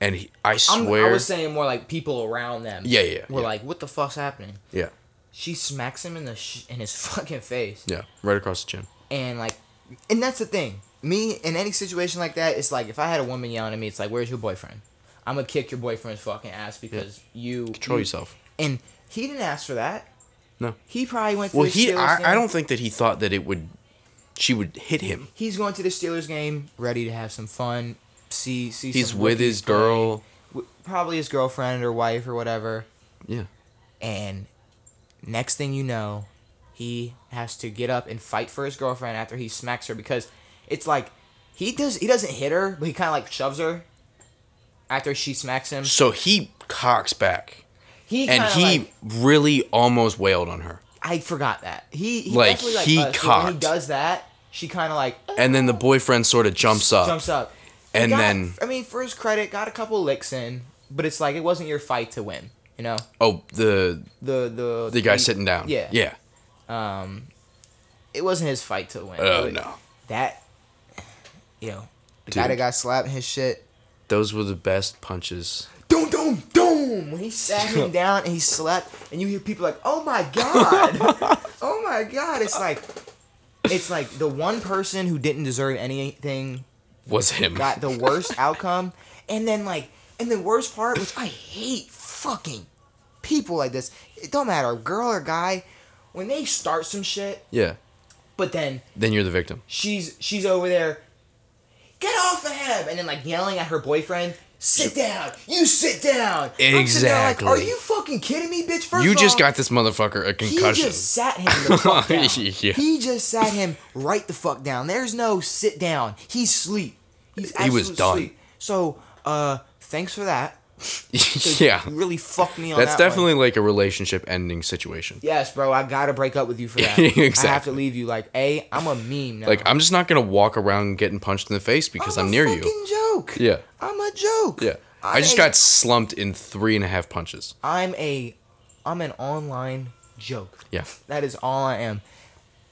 Speaker 2: And he, I
Speaker 1: I'm,
Speaker 2: swear.
Speaker 1: I was saying more like people around them.
Speaker 2: Yeah, yeah,
Speaker 1: Were
Speaker 2: yeah.
Speaker 1: like, what the fuck's happening?
Speaker 2: yeah.
Speaker 1: She smacks him in the sh- in his fucking face,
Speaker 2: Yeah. Right across the chin.
Speaker 1: and like, and that's the thing. Me in any situation like that, it's like if I had a woman yelling at me, it's like, where's your boyfriend? I'm gonna kick your boyfriend's fucking ass because you
Speaker 2: Control
Speaker 1: you-
Speaker 2: yourself.
Speaker 1: And he didn't ask for that.
Speaker 2: No.
Speaker 1: He probably went to
Speaker 2: Well,
Speaker 1: the
Speaker 2: he.
Speaker 1: Steelers game.
Speaker 2: I, I don't think that he thought that it would. She would hit him.
Speaker 1: He's going to the Steelers game ready to have some fun. See, see.
Speaker 2: He's
Speaker 1: some
Speaker 2: with
Speaker 1: rookies
Speaker 2: his girl.
Speaker 1: play, w- probably his girlfriend or wife or whatever.
Speaker 2: Yeah.
Speaker 1: And next thing you know, he has to get up and fight for his girlfriend after he smacks her because it's like he does. He doesn't hit her, but he kind of like shoves her after she smacks him.
Speaker 2: So he cocks back,
Speaker 1: He
Speaker 2: and
Speaker 1: kinda,
Speaker 2: he
Speaker 1: like-
Speaker 2: really almost wailed on her.
Speaker 1: I forgot that he, he
Speaker 2: Like,
Speaker 1: definitely, like
Speaker 2: he
Speaker 1: us, but when he
Speaker 2: cocked.
Speaker 1: does that. She kind of like uh,
Speaker 2: And then the boyfriend sort of jumps up.
Speaker 1: jumps up.
Speaker 2: And
Speaker 1: Got-
Speaker 2: then-
Speaker 1: I mean, for his credit, got a couple licks in, but it's like it wasn't your fight to win. You know,
Speaker 2: Oh, the
Speaker 1: the the
Speaker 2: the guy sitting down.
Speaker 1: Yeah,
Speaker 2: Yeah.
Speaker 1: It wasn't his fight to win.
Speaker 2: Oh
Speaker 1: It-
Speaker 2: no.
Speaker 1: that you know the guy that
Speaker 2: Dude.
Speaker 1: got slapped his shit.
Speaker 2: Those were the best punches.
Speaker 1: Doom, doom, doom! When he sat him down and he slept, and you hear people like, "Oh my god, oh my god!" It's like, it's like the one person who didn't deserve anything
Speaker 2: Was him.
Speaker 1: got the worst outcome. And then like and the worst part, which I hate fucking people like this. It don't matter, girl or guy, when they start some shit,
Speaker 2: Yeah.
Speaker 1: but then
Speaker 2: Then you're the victim.
Speaker 1: she's she's over there, get off of him and then like yelling at her boyfriend, sit down, you sit down. I'm sitting there like, Are
Speaker 2: Exactly.
Speaker 1: you fucking kidding me, bitch? First
Speaker 2: you
Speaker 1: of
Speaker 2: just
Speaker 1: all,
Speaker 2: got this motherfucker a
Speaker 1: he
Speaker 2: concussion.
Speaker 1: just sat him the fuck down.
Speaker 2: Yeah.
Speaker 1: He just sat him right the fuck down. There's no sit down. He's sleep. He's
Speaker 2: He was
Speaker 1: absolute
Speaker 2: done.
Speaker 1: Sleep. So, uh, thanks for that. 'cause
Speaker 2: yeah.
Speaker 1: You really fucked me on
Speaker 2: That's
Speaker 1: that one.
Speaker 2: definitely like a relationship ending situation.
Speaker 1: Yes, bro. I gotta break up with you for that. I have to
Speaker 2: Exactly.
Speaker 1: leave you. Like, a, I'm a meme now.
Speaker 2: Like I'm just not gonna walk around getting punched in the face because I'm,
Speaker 1: a
Speaker 2: near
Speaker 1: fucking
Speaker 2: you.
Speaker 1: joke.
Speaker 2: Yeah.
Speaker 1: I'm a joke.
Speaker 2: Yeah.
Speaker 1: I'm
Speaker 2: I just
Speaker 1: a-
Speaker 2: got slumped in three and a half punches.
Speaker 1: I'm a. I'm an online joke.
Speaker 2: Yeah.
Speaker 1: That is all I am.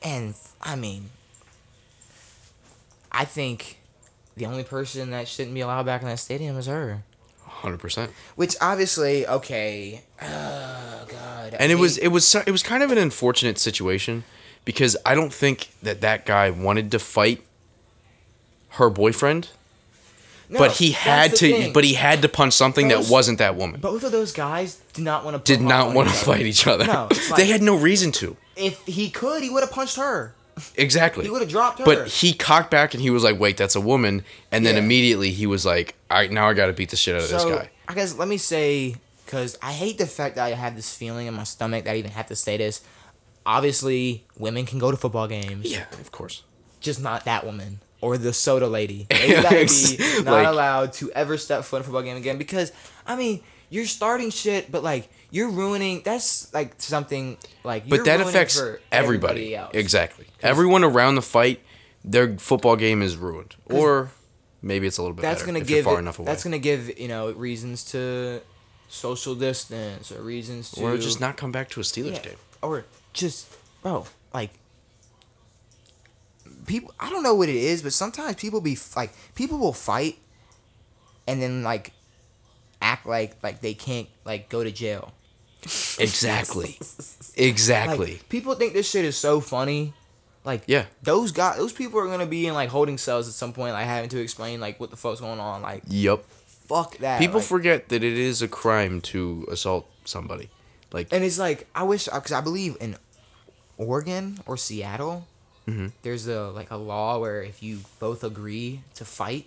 Speaker 1: And I mean, I think the only person that shouldn't be allowed back in that stadium is her.
Speaker 2: Hundred percent.
Speaker 1: Which obviously, okay. Oh God.
Speaker 2: And it was it was so- it was kind of an unfortunate situation because I don't think that that guy wanted to fight her boyfriend,
Speaker 1: No,
Speaker 2: but he
Speaker 1: that's
Speaker 2: had
Speaker 1: the
Speaker 2: to
Speaker 1: thing.
Speaker 2: but he had to punch something
Speaker 1: Those-
Speaker 2: that wasn't that woman.
Speaker 1: both of those guys did not want to.
Speaker 2: Did not want to fight each other.
Speaker 1: No, it's like-
Speaker 2: they had no reason to.
Speaker 1: If he could, he would have punched her.
Speaker 2: Exactly.
Speaker 1: He would have dropped her.
Speaker 2: But he cocked back and he was like, "Wait, that's a woman." And then
Speaker 1: Yeah.
Speaker 2: immediately he was like, "All right, now I got to beat the shit out of this guy."
Speaker 1: I guess let me say because I hate the fact that I have this feeling in my stomach that I even have to say this. Obviously, women can go to football games,
Speaker 2: Yeah, of course.
Speaker 1: just not that woman or the soda lady. They gotta be not
Speaker 2: Like-
Speaker 1: allowed to ever step foot in a football game again because I mean you're starting shit, but like you're ruining. That's like something like.
Speaker 2: But
Speaker 1: you're
Speaker 2: that
Speaker 1: ruining
Speaker 2: affects
Speaker 1: for
Speaker 2: everybody.
Speaker 1: else.
Speaker 2: exactly. Everyone around the fight, their football game is ruined, or maybe it's a little bit.
Speaker 1: that's
Speaker 2: better
Speaker 1: gonna
Speaker 2: if
Speaker 1: give
Speaker 2: you're far
Speaker 1: it-
Speaker 2: enough away.
Speaker 1: that's gonna give you know reasons to social distance or reasons to
Speaker 2: or just not come back to a Steelers
Speaker 1: Yeah.
Speaker 2: game.
Speaker 1: Or just, bro, like people. I don't know what it is, but sometimes people be f- like, people will fight, and then like act like like they can't like go to jail.
Speaker 2: Exactly.
Speaker 1: Like,
Speaker 2: exactly.
Speaker 1: people think this shit is so funny. Like
Speaker 2: Yeah.
Speaker 1: those guys, those people are gonna be in like holding cells at some point, like having to explain like what the fuck's going on. Like
Speaker 2: Yup.
Speaker 1: fuck that.
Speaker 2: People
Speaker 1: like-
Speaker 2: forget that it is a crime to assault somebody. Like
Speaker 1: and it's like I wish because I believe in Oregon or Seattle,
Speaker 2: Mm-hmm.
Speaker 1: there's a like a law where if you both agree to fight,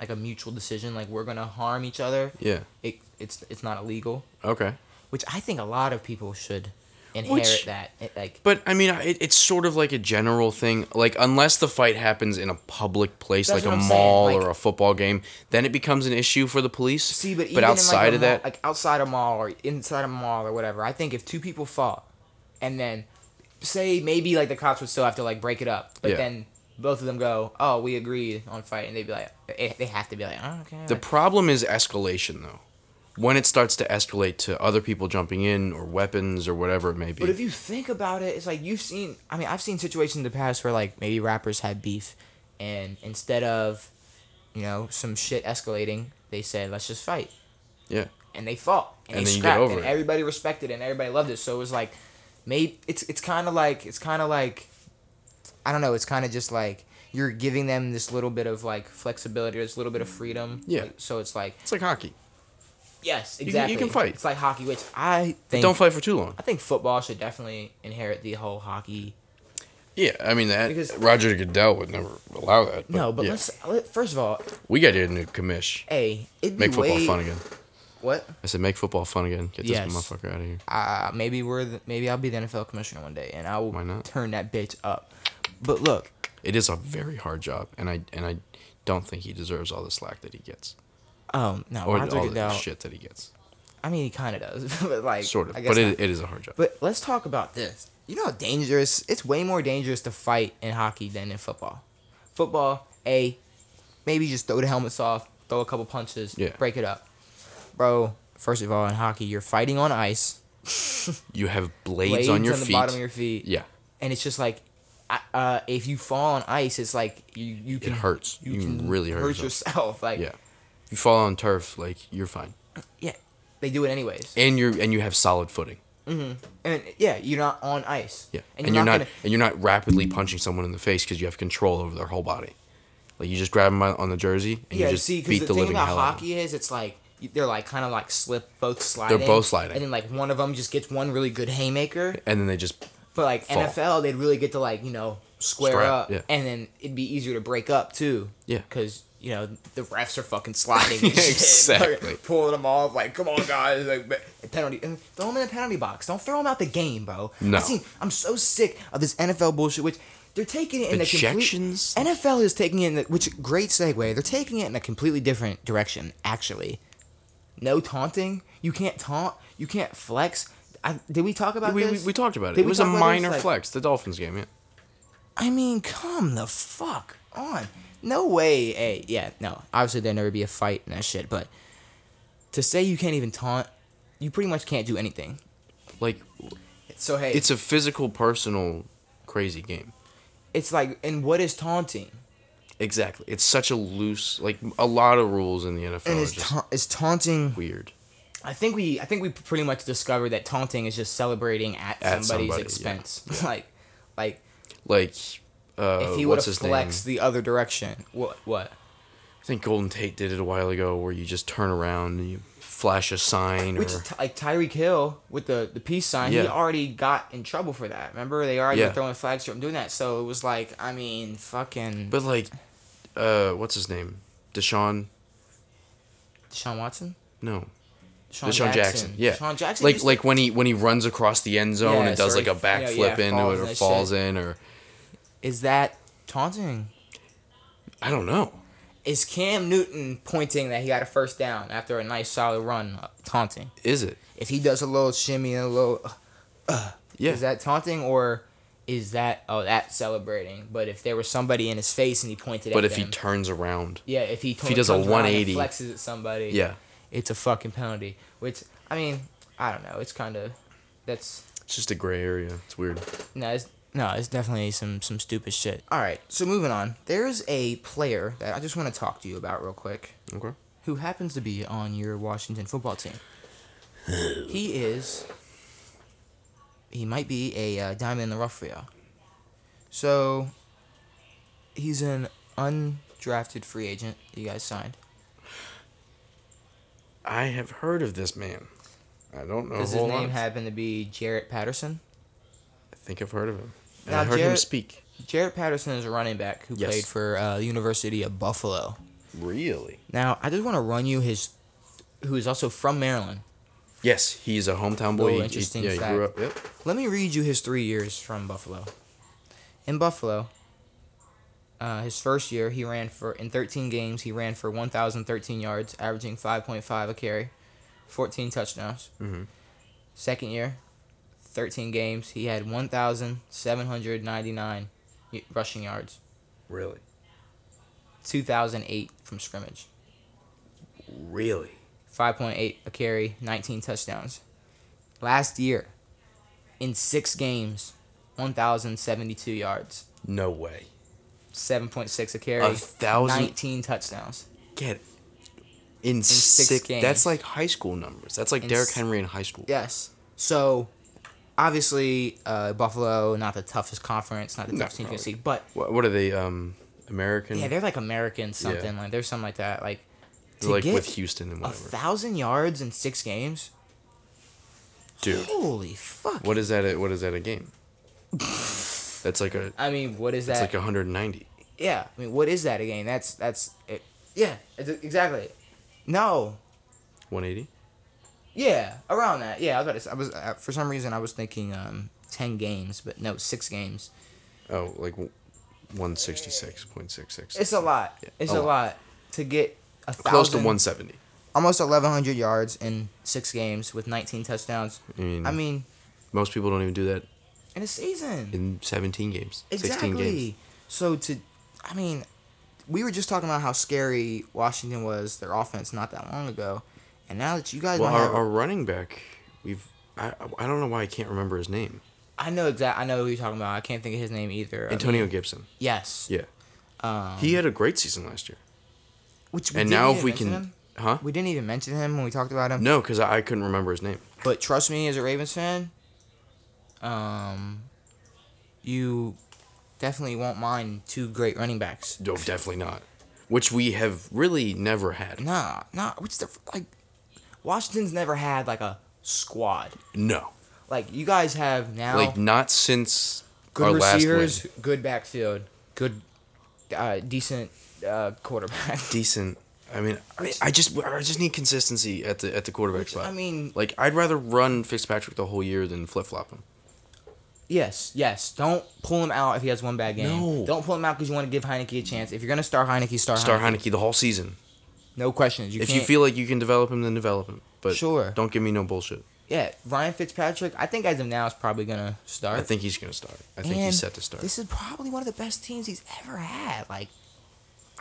Speaker 1: like a mutual decision, like we're gonna harm each other,
Speaker 2: yeah.
Speaker 1: it, it's it's not illegal.
Speaker 2: Okay.
Speaker 1: Which I think a lot of people should inherit
Speaker 2: Which-
Speaker 1: that. It, like
Speaker 2: But I mean, I- it, it's sort of like a general thing. Like unless the fight happens in a public place,
Speaker 1: That's
Speaker 2: like a
Speaker 1: what I'm saying,
Speaker 2: mall
Speaker 1: like-
Speaker 2: or a football game, then it becomes an issue for the police.
Speaker 1: see, but, even
Speaker 2: but
Speaker 1: in, like,
Speaker 2: outside
Speaker 1: a
Speaker 2: of
Speaker 1: mall-
Speaker 2: that,
Speaker 1: like outside a mall or inside a mall or whatever, I think if two people fought, and then say maybe like the cops would still have to like break it up, but
Speaker 2: Yeah.
Speaker 1: then both of them go, oh, we agreed on fight, and they'd be like, eh, they have to be like, oh, okay,
Speaker 2: the problem is escalation, though. When it starts to escalate to other people jumping in or weapons or whatever it may be.
Speaker 1: But if you think about it, it's like you've seen. I mean, I've seen situations in the past where like maybe rappers had beef, and instead of, you know, some shit escalating, they said let's just fight,
Speaker 2: yeah.
Speaker 1: and they fought, and,
Speaker 2: And
Speaker 1: they
Speaker 2: then you get
Speaker 1: scrapped,
Speaker 2: over
Speaker 1: and
Speaker 2: it.
Speaker 1: everybody respected, it, and everybody loved it. So it was like, maybe it's it's kind of like it's kind of like, I don't know. It's kind of just like you're giving them this little bit of like flexibility, this little bit of freedom.
Speaker 2: Yeah.
Speaker 1: Like, so it's like
Speaker 2: It's like hockey.
Speaker 1: yes,
Speaker 2: can-
Speaker 1: exactly.
Speaker 2: you can fight.
Speaker 1: It's like hockey, which I think
Speaker 2: Don't fight for too long.
Speaker 1: I think football should definitely inherit the whole hockey.
Speaker 2: Yeah, I mean that.
Speaker 1: Because-
Speaker 2: Roger Goodell would never allow that. But
Speaker 1: No, but
Speaker 2: yeah.
Speaker 1: let's let, first of all,
Speaker 2: We got it in the commish.
Speaker 1: a it'd be
Speaker 2: Make football
Speaker 1: way,
Speaker 2: fun again.
Speaker 1: What?
Speaker 2: I said, make football fun again. Get this
Speaker 1: Yes.
Speaker 2: motherfucker out of here.
Speaker 1: Uh, maybe we're the, maybe I'll be the NFL commissioner one day, and I will
Speaker 2: Why not?
Speaker 1: turn that bitch up. But look,
Speaker 2: It is a very hard job, and I and I don't think he deserves all the slack that he gets,
Speaker 1: um, no,
Speaker 2: or
Speaker 1: Roger
Speaker 2: all
Speaker 1: Goodell.
Speaker 2: the shit that he gets.
Speaker 1: I mean, he kind of does, but like
Speaker 2: Sort of,
Speaker 1: I guess
Speaker 2: but
Speaker 1: not.
Speaker 2: it, it is a hard job.
Speaker 1: But let's talk about this. You know how dangerous? It's way more dangerous to fight in hockey than in football. Football, a maybe just throw the helmets off, throw a couple punches,
Speaker 2: Yeah.
Speaker 1: break it up, bro. First of all, in hockey, you're fighting on ice,
Speaker 2: You have blades,
Speaker 1: blades
Speaker 2: on your
Speaker 1: the
Speaker 2: feet.
Speaker 1: bottom of your feet.
Speaker 2: yeah,
Speaker 1: and it's just like I- uh, if you fall on ice it's like you you can
Speaker 2: hurts. You can really hurt
Speaker 1: yourself, like
Speaker 2: yeah.
Speaker 1: yeah.
Speaker 2: If you fall on turf, like you're fine,
Speaker 1: they do it anyways
Speaker 2: and you're and you have solid footing.
Speaker 1: and yeah you're not on ice
Speaker 2: Yeah, and, you're, not, and you're not rapidly punching someone in the face because you have control over their whole body. Like you just grab them on the jersey and
Speaker 1: yeah
Speaker 2: you just
Speaker 1: see
Speaker 2: beat
Speaker 1: because
Speaker 2: the,
Speaker 1: the, thing
Speaker 2: living
Speaker 1: about
Speaker 2: hell out of 'em.
Speaker 1: hockey is it's like you- they're like kind of like slip both sliding
Speaker 2: both sliding.
Speaker 1: and then like one of them just gets one really good haymaker
Speaker 2: And then they just
Speaker 1: but like
Speaker 2: Fall.
Speaker 1: NFL they'd really get to like you know square
Speaker 2: Strap,
Speaker 1: up
Speaker 2: yeah.
Speaker 1: and then it'd be easier to break up too
Speaker 2: Yeah.
Speaker 1: because you know the refs are fucking sliding and
Speaker 2: Yeah,
Speaker 1: shit,
Speaker 2: exactly.
Speaker 1: like, pulling them off like come on guys like but- and penalty and throw them in the penalty box don't throw them out the game bro
Speaker 2: No.
Speaker 1: I am so sick of this NFL bullshit which they're taking it in
Speaker 2: Ejections?
Speaker 1: a complete NFL is taking it in the, which great segue they're taking it in a completely different direction actually no taunting you can't taunt you can't flex I, did we talk about
Speaker 2: we, we,
Speaker 1: this?
Speaker 2: we talked about it.
Speaker 1: Did
Speaker 2: it
Speaker 1: we
Speaker 2: was a
Speaker 1: talk about this?
Speaker 2: minor
Speaker 1: Like-
Speaker 2: flex. The Dolphins game, yeah.
Speaker 1: I mean, come the fuck on. No way. Hey, yeah, no. Obviously, there'll never be a fight and that shit, but to say you can't even taunt, you pretty much can't do anything.
Speaker 2: Like
Speaker 1: So, hey,
Speaker 2: it's a physical, personal, crazy game.
Speaker 1: it's like, and what is taunting?
Speaker 2: Exactly. It's such a loose, like a lot of rules in the NFL
Speaker 1: And
Speaker 2: are
Speaker 1: is,
Speaker 2: just
Speaker 1: ta- is taunting.
Speaker 2: weird.
Speaker 1: I think we, I think we pretty much discovered that taunting is just celebrating at,
Speaker 2: At
Speaker 1: somebody's
Speaker 2: somebody, yeah.
Speaker 1: expense. like, like
Speaker 2: Like, uh,
Speaker 1: if he would
Speaker 2: what's
Speaker 1: have
Speaker 2: his
Speaker 1: flexed
Speaker 2: name?
Speaker 1: the other direction, what, what?
Speaker 2: I think Golden Tate did it a while ago, where you just turn around and you flash a sign
Speaker 1: Which
Speaker 2: or
Speaker 1: is t- like Tyreek Hill with the the peace sign, he
Speaker 2: Yeah.
Speaker 1: already got in trouble for that. Remember, they already
Speaker 2: Yeah.
Speaker 1: were throwing flags for him doing that. So it was like, I mean, fucking
Speaker 2: But like, uh, what's his name? Deshaun?
Speaker 1: Deshaun Watson,
Speaker 2: No,
Speaker 1: Deshaun,
Speaker 2: Deshaun Jackson. Yeah,
Speaker 1: Deshaun Jackson.
Speaker 2: Like
Speaker 1: used to-
Speaker 2: like when he when he runs across the end zone
Speaker 1: Yeah,
Speaker 2: and does
Speaker 1: so
Speaker 2: like
Speaker 1: he-
Speaker 2: a
Speaker 1: yeah,
Speaker 2: backflip
Speaker 1: yeah,
Speaker 2: into
Speaker 1: falls
Speaker 2: it
Speaker 1: and that shit.
Speaker 2: or falls in or
Speaker 1: is that taunting?
Speaker 2: I don't know.
Speaker 1: Is Cam Newton pointing that he got a first down after a nice solid run uh, taunting?
Speaker 2: Is it?
Speaker 1: If he does a little shimmy and a little, uh,
Speaker 2: Yeah.
Speaker 1: is that taunting or? Is that oh that's celebrating? But if there was somebody in his face and he pointed
Speaker 2: but
Speaker 1: at
Speaker 2: if
Speaker 1: them,
Speaker 2: he turns around,
Speaker 1: yeah, if he,
Speaker 2: he does a
Speaker 1: comes around and
Speaker 2: 180
Speaker 1: flexes at somebody,
Speaker 2: yeah.
Speaker 1: it's a fucking penalty. Which I mean, I don't know. It's kind of that's
Speaker 2: It's just a gray area. It's weird.
Speaker 1: no, it's, no, it's definitely some some stupid shit. All right, so moving on. There's a player that I just want to talk to you about real quick,
Speaker 2: Okay.
Speaker 1: who happens to be on your Washington football team. He is. He might be a uh, diamond in the rough for you. So. He's an undrafted free agent. that You guys signed.
Speaker 2: I have heard of this man. I don't know
Speaker 1: Does
Speaker 2: a
Speaker 1: his
Speaker 2: whole
Speaker 1: name
Speaker 2: lot.
Speaker 1: happen to be Jarrett Patterson?
Speaker 2: I think I've heard of him. And
Speaker 1: Now,
Speaker 2: I heard him
Speaker 1: Jarrett-
Speaker 2: speak.
Speaker 1: Jarrett Patterson is a running back who
Speaker 2: Yes.
Speaker 1: played for uh, University of Buffalo.
Speaker 2: Really?
Speaker 1: Now, I just want to run you his, who is also from Maryland.
Speaker 2: Yes, he's a hometown boy.
Speaker 1: Little
Speaker 2: He- he-
Speaker 1: interesting
Speaker 2: yeah, he grew up. Yep.
Speaker 1: Let me read you his three years from Buffalo. In Buffalo, uh, his first year, he ran for, in 13 games, he ran for 1,013 yards, averaging 5.5 a carry, 14 touchdowns.
Speaker 2: Mhm.
Speaker 1: Second year, 13 games, he had 1,799 y- rushing yards,
Speaker 2: Really?
Speaker 1: 2,008 from scrimmage.
Speaker 2: Really?
Speaker 1: 5.8 a carry, 19 touchdowns. Last year, in six games, 1,072 yards,
Speaker 2: No way.
Speaker 1: 7.6 a carry,
Speaker 2: A thousand-
Speaker 1: 19 touchdowns.
Speaker 2: Get in,
Speaker 1: six
Speaker 2: six,
Speaker 1: games.
Speaker 2: That's like high school numbers. That's like
Speaker 1: In
Speaker 2: Derrick
Speaker 1: s-
Speaker 2: Henry in high school.
Speaker 1: Yes. So, obviously, uh, Buffalo, not the toughest conference, not the
Speaker 2: No,
Speaker 1: toughest team you can
Speaker 2: probably.
Speaker 1: see, but
Speaker 2: What, what are they? Um, American.
Speaker 1: yeah, they're like American something. Like, there's something like that. Like, to
Speaker 2: They're like
Speaker 1: get
Speaker 2: with Houston and
Speaker 1: a
Speaker 2: whatever.
Speaker 1: thousand yards in six games?
Speaker 2: Dude,
Speaker 1: Holy fuck.
Speaker 2: what is that? A, what is that a game? That's like a.
Speaker 1: I mean, what is that?
Speaker 2: It's like 190.
Speaker 1: Yeah, I mean, what is that again? That's that's it. yeah, it's e-, exactly. No,
Speaker 2: 180.
Speaker 1: yeah, around that. Yeah, I was about to say, I was uh, for some reason I was thinking um ten games, but no, six games.
Speaker 2: Oh, like 166.66.
Speaker 1: It's a lot.
Speaker 2: Yeah,
Speaker 1: It's
Speaker 2: a
Speaker 1: a,
Speaker 2: lot.
Speaker 1: lot. to get a
Speaker 2: Close to
Speaker 1: thousand-
Speaker 2: 170.
Speaker 1: almost eleven hundred yards in six games with nineteen touchdowns.
Speaker 2: I mean,
Speaker 1: I mean,
Speaker 2: most people don't even do that
Speaker 1: in a season.
Speaker 2: in 17 games, 16 games.
Speaker 1: Exactly. So to, I mean, we were just talking about how scary Washington was their offense not that long ago, and now that you guys
Speaker 2: Well,
Speaker 1: might
Speaker 2: our,
Speaker 1: have-
Speaker 2: our running back, we've I I don't know why I can't remember his name.
Speaker 1: I know exact. I know who you're talking about. I can't think of his name either. I mean,
Speaker 2: Antonio Gibson.
Speaker 1: yes.
Speaker 2: Yeah,
Speaker 1: Um,
Speaker 2: he had a great season last year.
Speaker 1: which
Speaker 2: and
Speaker 1: didn't
Speaker 2: now
Speaker 1: even
Speaker 2: if we
Speaker 1: mention
Speaker 2: can,
Speaker 1: him.
Speaker 2: huh?
Speaker 1: we didn't even mention him when we talked about him.
Speaker 2: No, because I, I couldn't remember his name.
Speaker 1: But trust me, as a Ravens fan, um, you definitely won't mind two great running backs.
Speaker 2: No, definitely not. Which we have really never had.
Speaker 1: Nah, nah. What's the like? Washington's never had like a squad.
Speaker 2: No,
Speaker 1: Like you guys have now.
Speaker 2: like not since
Speaker 1: good
Speaker 2: our last
Speaker 1: receivers,
Speaker 2: win.
Speaker 1: good backfield, good, uh, decent uh, quarterback.
Speaker 2: Decent. I mean, I, I just I just need consistency at the at the quarterback
Speaker 1: Which,
Speaker 2: spot.
Speaker 1: I mean-
Speaker 2: like I'd rather run Fitzpatrick the whole year than flip flop him.
Speaker 1: Yes, yes. Don't pull him out if he has one bad game.
Speaker 2: No.
Speaker 1: Don't pull him out because you want to give Heineke a chance. If you're gonna start Heineke, start,
Speaker 2: Star
Speaker 1: Heineke.
Speaker 2: Heineke the whole season.
Speaker 1: No questions. You
Speaker 2: If
Speaker 1: can't,
Speaker 2: you feel like you can develop him, then develop him. But
Speaker 1: Sure.
Speaker 2: don't give me no bullshit.
Speaker 1: yeah, Ryan Fitzpatrick. I think as of now is probably gonna start.
Speaker 2: I think he's gonna start. I think
Speaker 1: And
Speaker 2: he's set to start.
Speaker 1: This is probably one of the best teams he's ever had. Like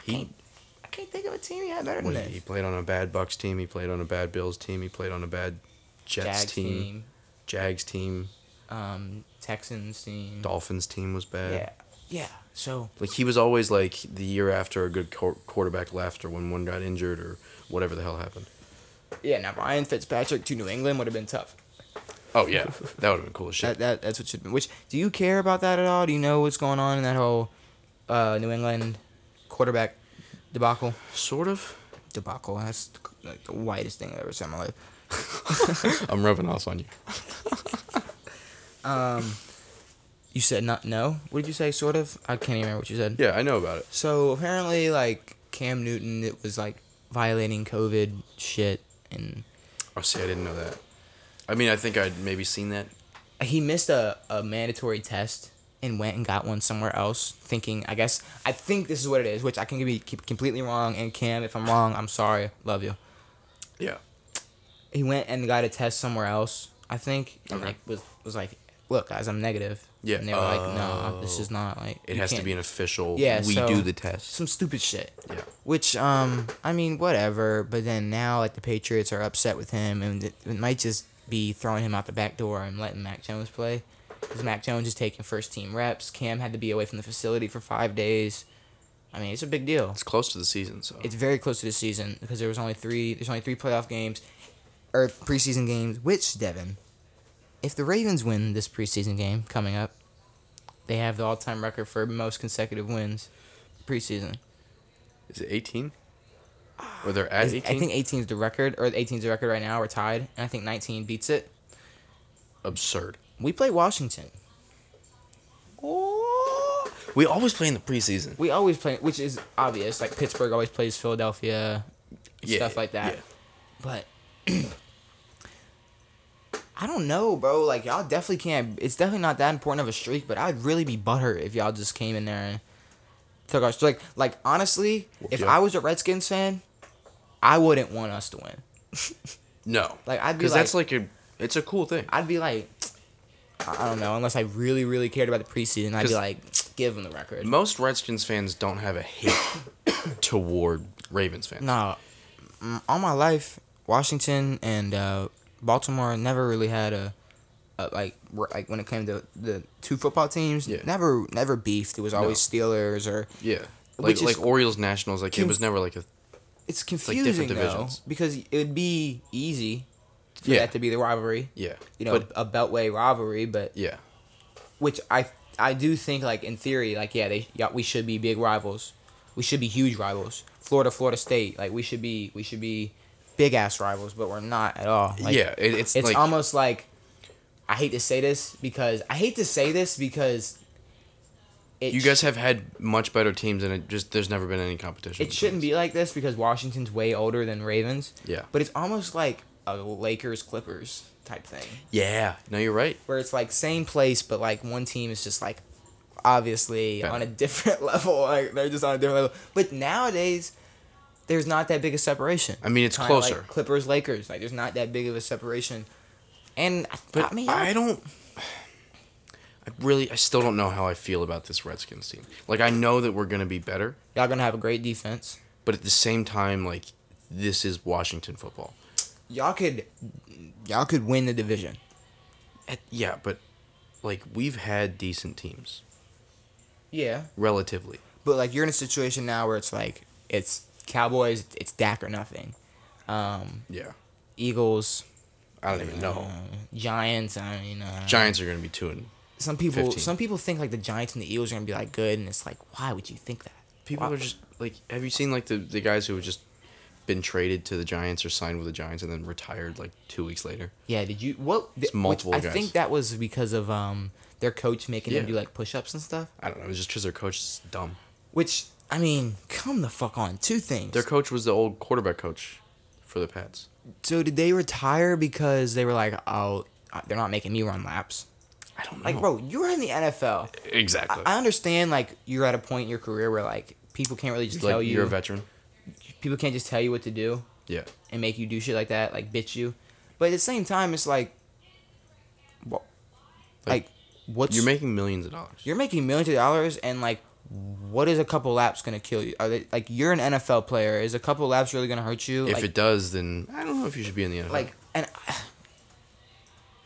Speaker 2: he,
Speaker 1: I can't think of a team he had better than
Speaker 2: what,
Speaker 1: this.
Speaker 2: he played on a bad Bucks team. He played on a bad Bills team. He played on a bad Jets
Speaker 1: Jags
Speaker 2: team,
Speaker 1: team,
Speaker 2: Jags team,
Speaker 1: um, Texans team.
Speaker 2: Dolphins team was bad.
Speaker 1: Yeah, yeah. So
Speaker 2: Like he was always like the year after a good quar- quarterback left, or when one got injured, or whatever the hell happened.
Speaker 1: yeah, now Ryan Fitzpatrick to New England would have been tough.
Speaker 2: Oh yeah, that would have been cool as shit.
Speaker 1: That, that that's what should be. Which do you care about that at all? Do you know what's going on in that whole uh, New England quarterback debacle?
Speaker 2: sort of.
Speaker 1: Debacle. That's like the whitest thing I've ever said in my life.
Speaker 2: I'm rubbing off on you.
Speaker 1: You said not no. What did you say? Sort of. I can't even remember what you said.
Speaker 2: Yeah, I know about it.
Speaker 1: So apparently, like Cam Newton, it was like violating COVID shit, and
Speaker 2: Oh, see, I didn't know that. I mean, I think I'd maybe seen that.
Speaker 1: he missed a, a mandatory test and went and got one somewhere else thinking i guess i think this is what it is which i can be keep completely wrong and cam if i'm wrong i'm sorry love you
Speaker 2: Yeah.
Speaker 1: he went and got a test somewhere else, I think, and
Speaker 2: Okay.
Speaker 1: like was was like, look, guys, I'm negative.
Speaker 2: Yeah.
Speaker 1: And they were like, no, this
Speaker 2: Oh.
Speaker 1: is not like
Speaker 2: It
Speaker 1: you
Speaker 2: has to
Speaker 1: can't-
Speaker 2: be an official.
Speaker 1: Yeah,
Speaker 2: we
Speaker 1: so-
Speaker 2: do the test.
Speaker 1: some stupid shit.
Speaker 2: Yeah.
Speaker 1: Which um, I mean, whatever. But then now, like the Patriots are upset with him, and it, it might just be throwing him out the back door and letting Mac Jones play, because Mac Jones is taking first team reps. Cam had to be away from the facility for five days. I mean, it's a big deal.
Speaker 2: It's close to the season, so
Speaker 1: it's very close to the season because there was only three. There's only three playoff games, or preseason games. Which Devin, if the Ravens win this preseason game coming up, they have the all-time record for most consecutive wins preseason.
Speaker 2: is it 18? Or they're at
Speaker 1: Is- I
Speaker 2: 18?
Speaker 1: think 18 is the record, or 18 is the record right now. We're tied, and I think 19 beats it.
Speaker 2: Absurd.
Speaker 1: We play Washington.
Speaker 2: We always play in the preseason.
Speaker 1: We always play, which is obvious. Like Pittsburgh always plays Philadelphia,
Speaker 2: Yeah,
Speaker 1: stuff like that.
Speaker 2: yeah.
Speaker 1: But I don't know, bro. Like y'all definitely can't. It's definitely not that important of a streak. But I'd really be butthurt if y'all just came in there and took our streak. Like honestly, if
Speaker 2: Yeah.
Speaker 1: I was a Redskins fan, I wouldn't want us to win.
Speaker 2: No.
Speaker 1: Like, I'd be
Speaker 2: Because that's like a, it's a cool thing.
Speaker 1: I'd be like, I I don't know. Unless I really, really cared about the preseason, I'd
Speaker 2: 'Cause-
Speaker 1: be like, give them the record.
Speaker 2: Most Redskins fans don't have a hate toward Ravens fans.
Speaker 1: No, mm, all my life, Washington and uh, Baltimore never really had a, a like r- like when it came to the two football teams,
Speaker 2: Yeah.
Speaker 1: never never beefed. It was always Steelers or
Speaker 2: Yeah. Like
Speaker 1: Which
Speaker 2: like
Speaker 1: is-
Speaker 2: Orioles Nationals, like it
Speaker 1: Conf-
Speaker 2: was never like a
Speaker 1: it's
Speaker 2: like different
Speaker 1: confusing though
Speaker 2: divisions.
Speaker 1: because it would be easy for
Speaker 2: Yeah.
Speaker 1: that to be the rivalry.
Speaker 2: yeah.
Speaker 1: You know,
Speaker 2: but
Speaker 1: a beltway rivalry, but
Speaker 2: yeah.
Speaker 1: which I I do think like in theory like yeah they yeah, we should be big rivals, we should be huge rivals. Florida, Florida State, like we should be we should be big ass rivals, but we're not at all. Like,
Speaker 2: yeah, it, it's,
Speaker 1: it's
Speaker 2: like
Speaker 1: almost like I hate to say this because I hate to say this because it
Speaker 2: you guys have had much better teams and it just there's never been any
Speaker 1: sh-
Speaker 2: competition.
Speaker 1: it shouldn't be like this because Washington's way older than Ravens.
Speaker 2: Yeah.
Speaker 1: But it's almost like a Lakers Clippers type thing.
Speaker 2: Yeah. No, you're right.
Speaker 1: where it's like same place, but like one team is just like obviously
Speaker 2: Better.
Speaker 1: on a different level. Like they're just on a different level. But nowadays, there's not that big a separation.
Speaker 2: I mean, it's
Speaker 1: Kinda like
Speaker 2: closer.
Speaker 1: Clippers Lakers, like there's not that big of a separation. And I-
Speaker 2: But
Speaker 1: I mean,
Speaker 2: I
Speaker 1: y'all-
Speaker 2: don't. I really, I still don't know how I feel about this Redskins team. Like, I know that we're gonna be better,
Speaker 1: y'all gonna have a great defense.
Speaker 2: but at the same time, like, this is Washington football.
Speaker 1: Y'all could, y'all could win the division.
Speaker 2: At, yeah, but like we've had decent teams
Speaker 1: Yeah,
Speaker 2: relatively.
Speaker 1: but like you're in a situation now where it's like it's Cowboys, it's Dak or nothing. Um,
Speaker 2: Yeah,
Speaker 1: Eagles, uh,
Speaker 2: I don't even know.
Speaker 1: Giants. I mean, uh,
Speaker 2: Giants are gonna be two and
Speaker 1: some people
Speaker 2: 15.
Speaker 1: some people think like the Giants and the Eagles are gonna be like good, and it's like why would you think that?
Speaker 2: people
Speaker 1: Why-
Speaker 2: are just like. Have you seen like the the guys who have just been traded to the Giants or signed with the Giants and then retired like two weeks later?
Speaker 1: yeah. Did you well? th- which
Speaker 2: multiple
Speaker 1: I
Speaker 2: guys.
Speaker 1: think that was because of um their coach making them
Speaker 2: Yeah.
Speaker 1: do like push ups and stuff.
Speaker 2: I don't know. It's just because their coach is dumb.
Speaker 1: Which I mean, come the fuck on. Two things.
Speaker 2: Their coach was the old quarterback coach for the Pats.
Speaker 1: so did they retire because they were like, oh, uh, they're not making me run laps?
Speaker 2: I don't know.
Speaker 1: Like, bro, you were in the NFL.
Speaker 2: Exactly.
Speaker 1: I understand like you're at a point in your career where like people can't really just
Speaker 2: like
Speaker 1: tell
Speaker 2: you're a
Speaker 1: you
Speaker 2: veteran.
Speaker 1: people can't just tell you what to do.
Speaker 2: Yeah.
Speaker 1: and make you do shit like that, like bitch you. But at the same time, it's like, wha- like,
Speaker 2: Like,
Speaker 1: what's
Speaker 2: You're making millions of dollars.
Speaker 1: you're making millions of dollars, and like, what is a couple laps gonna kill you? Are they like you're an NFL player? Is a couple laps really gonna hurt you?
Speaker 2: if
Speaker 1: like,
Speaker 2: it does, then I don't know if you should be in the NFL.
Speaker 1: like, and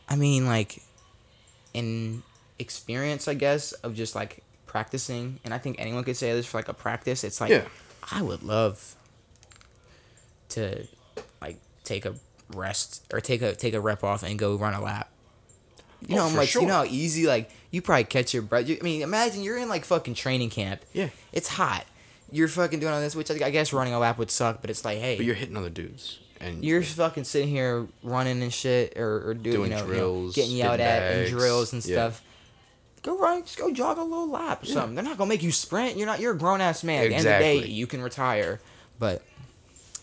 Speaker 1: I mean, like, in experience, I guess, of just like practicing, and I think anyone could say this for like a practice. It's like,
Speaker 2: Yeah.
Speaker 1: I would love to like take a rest or take a take a rep off and go run a lap. You
Speaker 2: Oh,
Speaker 1: know, I'm
Speaker 2: for
Speaker 1: like,
Speaker 2: sure.
Speaker 1: you know how easy like you probably catch your breath. You, I mean, imagine you're in like fucking training camp.
Speaker 2: Yeah.
Speaker 1: it's hot. You're fucking doing all this, which I I guess running a lap would suck, but it's like, hey,
Speaker 2: but you're hitting other dudes, and
Speaker 1: you're fucking sitting here running and shit or, or do,
Speaker 2: Doing
Speaker 1: you know, you know,
Speaker 2: drills,
Speaker 1: getting yelled
Speaker 2: getting
Speaker 1: at
Speaker 2: bags,
Speaker 1: and drills and
Speaker 2: yeah.
Speaker 1: stuff. Go run, just go jog a little lap or something. They're not gonna make you sprint. You're not. You're a grown ass man. At the end of the
Speaker 2: Exactly.
Speaker 1: day, you can retire. But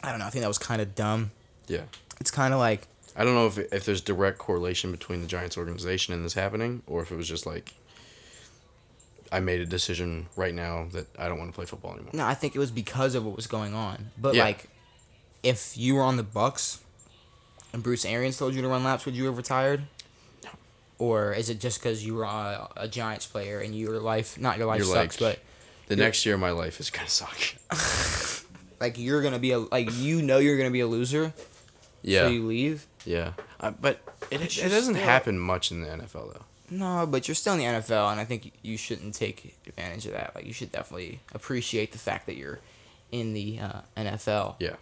Speaker 1: I don't know. I think that was kind of dumb.
Speaker 2: yeah.
Speaker 1: It's kind of like
Speaker 2: I don't know if if there's direct correlation between the Giants organization and this happening, or if it was just like I made a decision right now that I don't want to play football anymore.
Speaker 1: no. I think it was because of what was going on. But
Speaker 2: Yeah.
Speaker 1: like, if you were on the Bucks and Bruce Arians told you to run laps, would you have retired? Or is it just because you were a, a Giants player and your life, not your life
Speaker 2: You're
Speaker 1: sucks,
Speaker 2: like-
Speaker 1: but
Speaker 2: The next year, of my life is gonna suck.
Speaker 1: like you're gonna be a like you know you're gonna be a loser,
Speaker 2: yeah,
Speaker 1: so you leave.
Speaker 2: yeah. Uh, but it, it,
Speaker 1: just
Speaker 2: doesn't
Speaker 1: still-
Speaker 2: happen much in the NFL though.
Speaker 1: No, but you're still in the NFL, and I think you shouldn't take advantage of that. Like you should definitely appreciate the fact that you're in the uh, NFL.
Speaker 2: Yeah.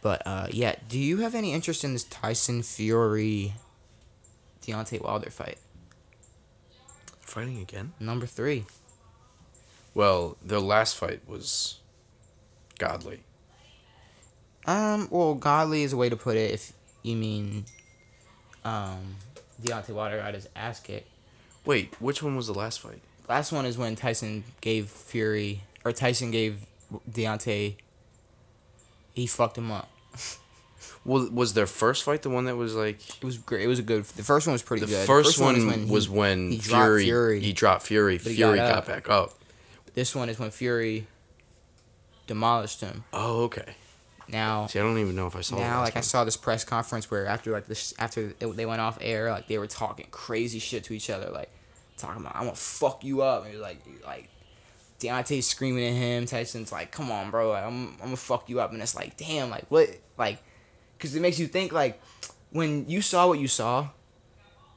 Speaker 1: But uh, yeah, do you have any interest in this Tyson Fury, Deontay Wilder fight?
Speaker 2: Fighting again?
Speaker 1: Number three.
Speaker 2: Well, their last fight was godly.
Speaker 1: Um, well, godly is a way to put it if you mean um Deontay Wilder got his ass kicked.
Speaker 2: Wait, which one was the last fight?
Speaker 1: Last one is when Tyson gave Fury or Tyson gave Deontay he fucked him up.
Speaker 2: Well, was their first fight the one that was like
Speaker 1: It was great. It was a good. The first one was pretty
Speaker 2: the
Speaker 1: good.
Speaker 2: first, one,
Speaker 1: is he-
Speaker 2: was when
Speaker 1: he dropped
Speaker 2: Fury,
Speaker 1: Fury.
Speaker 2: he dropped Fury.
Speaker 1: he
Speaker 2: Fury
Speaker 1: got
Speaker 2: got,
Speaker 1: up.
Speaker 2: back up.
Speaker 1: This one is when Fury demolished him.
Speaker 2: Oh, okay.
Speaker 1: Now,
Speaker 2: See, I don't even know if I saw.
Speaker 1: now,
Speaker 2: that
Speaker 1: like I saw this press conference where after like this after it, they went off air, like they were talking crazy shit to each other, like talking about I'm gonna fuck you up, and it was like like Deontay's screaming at him. Tyson's like, come on, bro, like, I'm I'm gonna fuck you up, and it's like, damn, like what, like, because it makes you think like when you saw what you saw,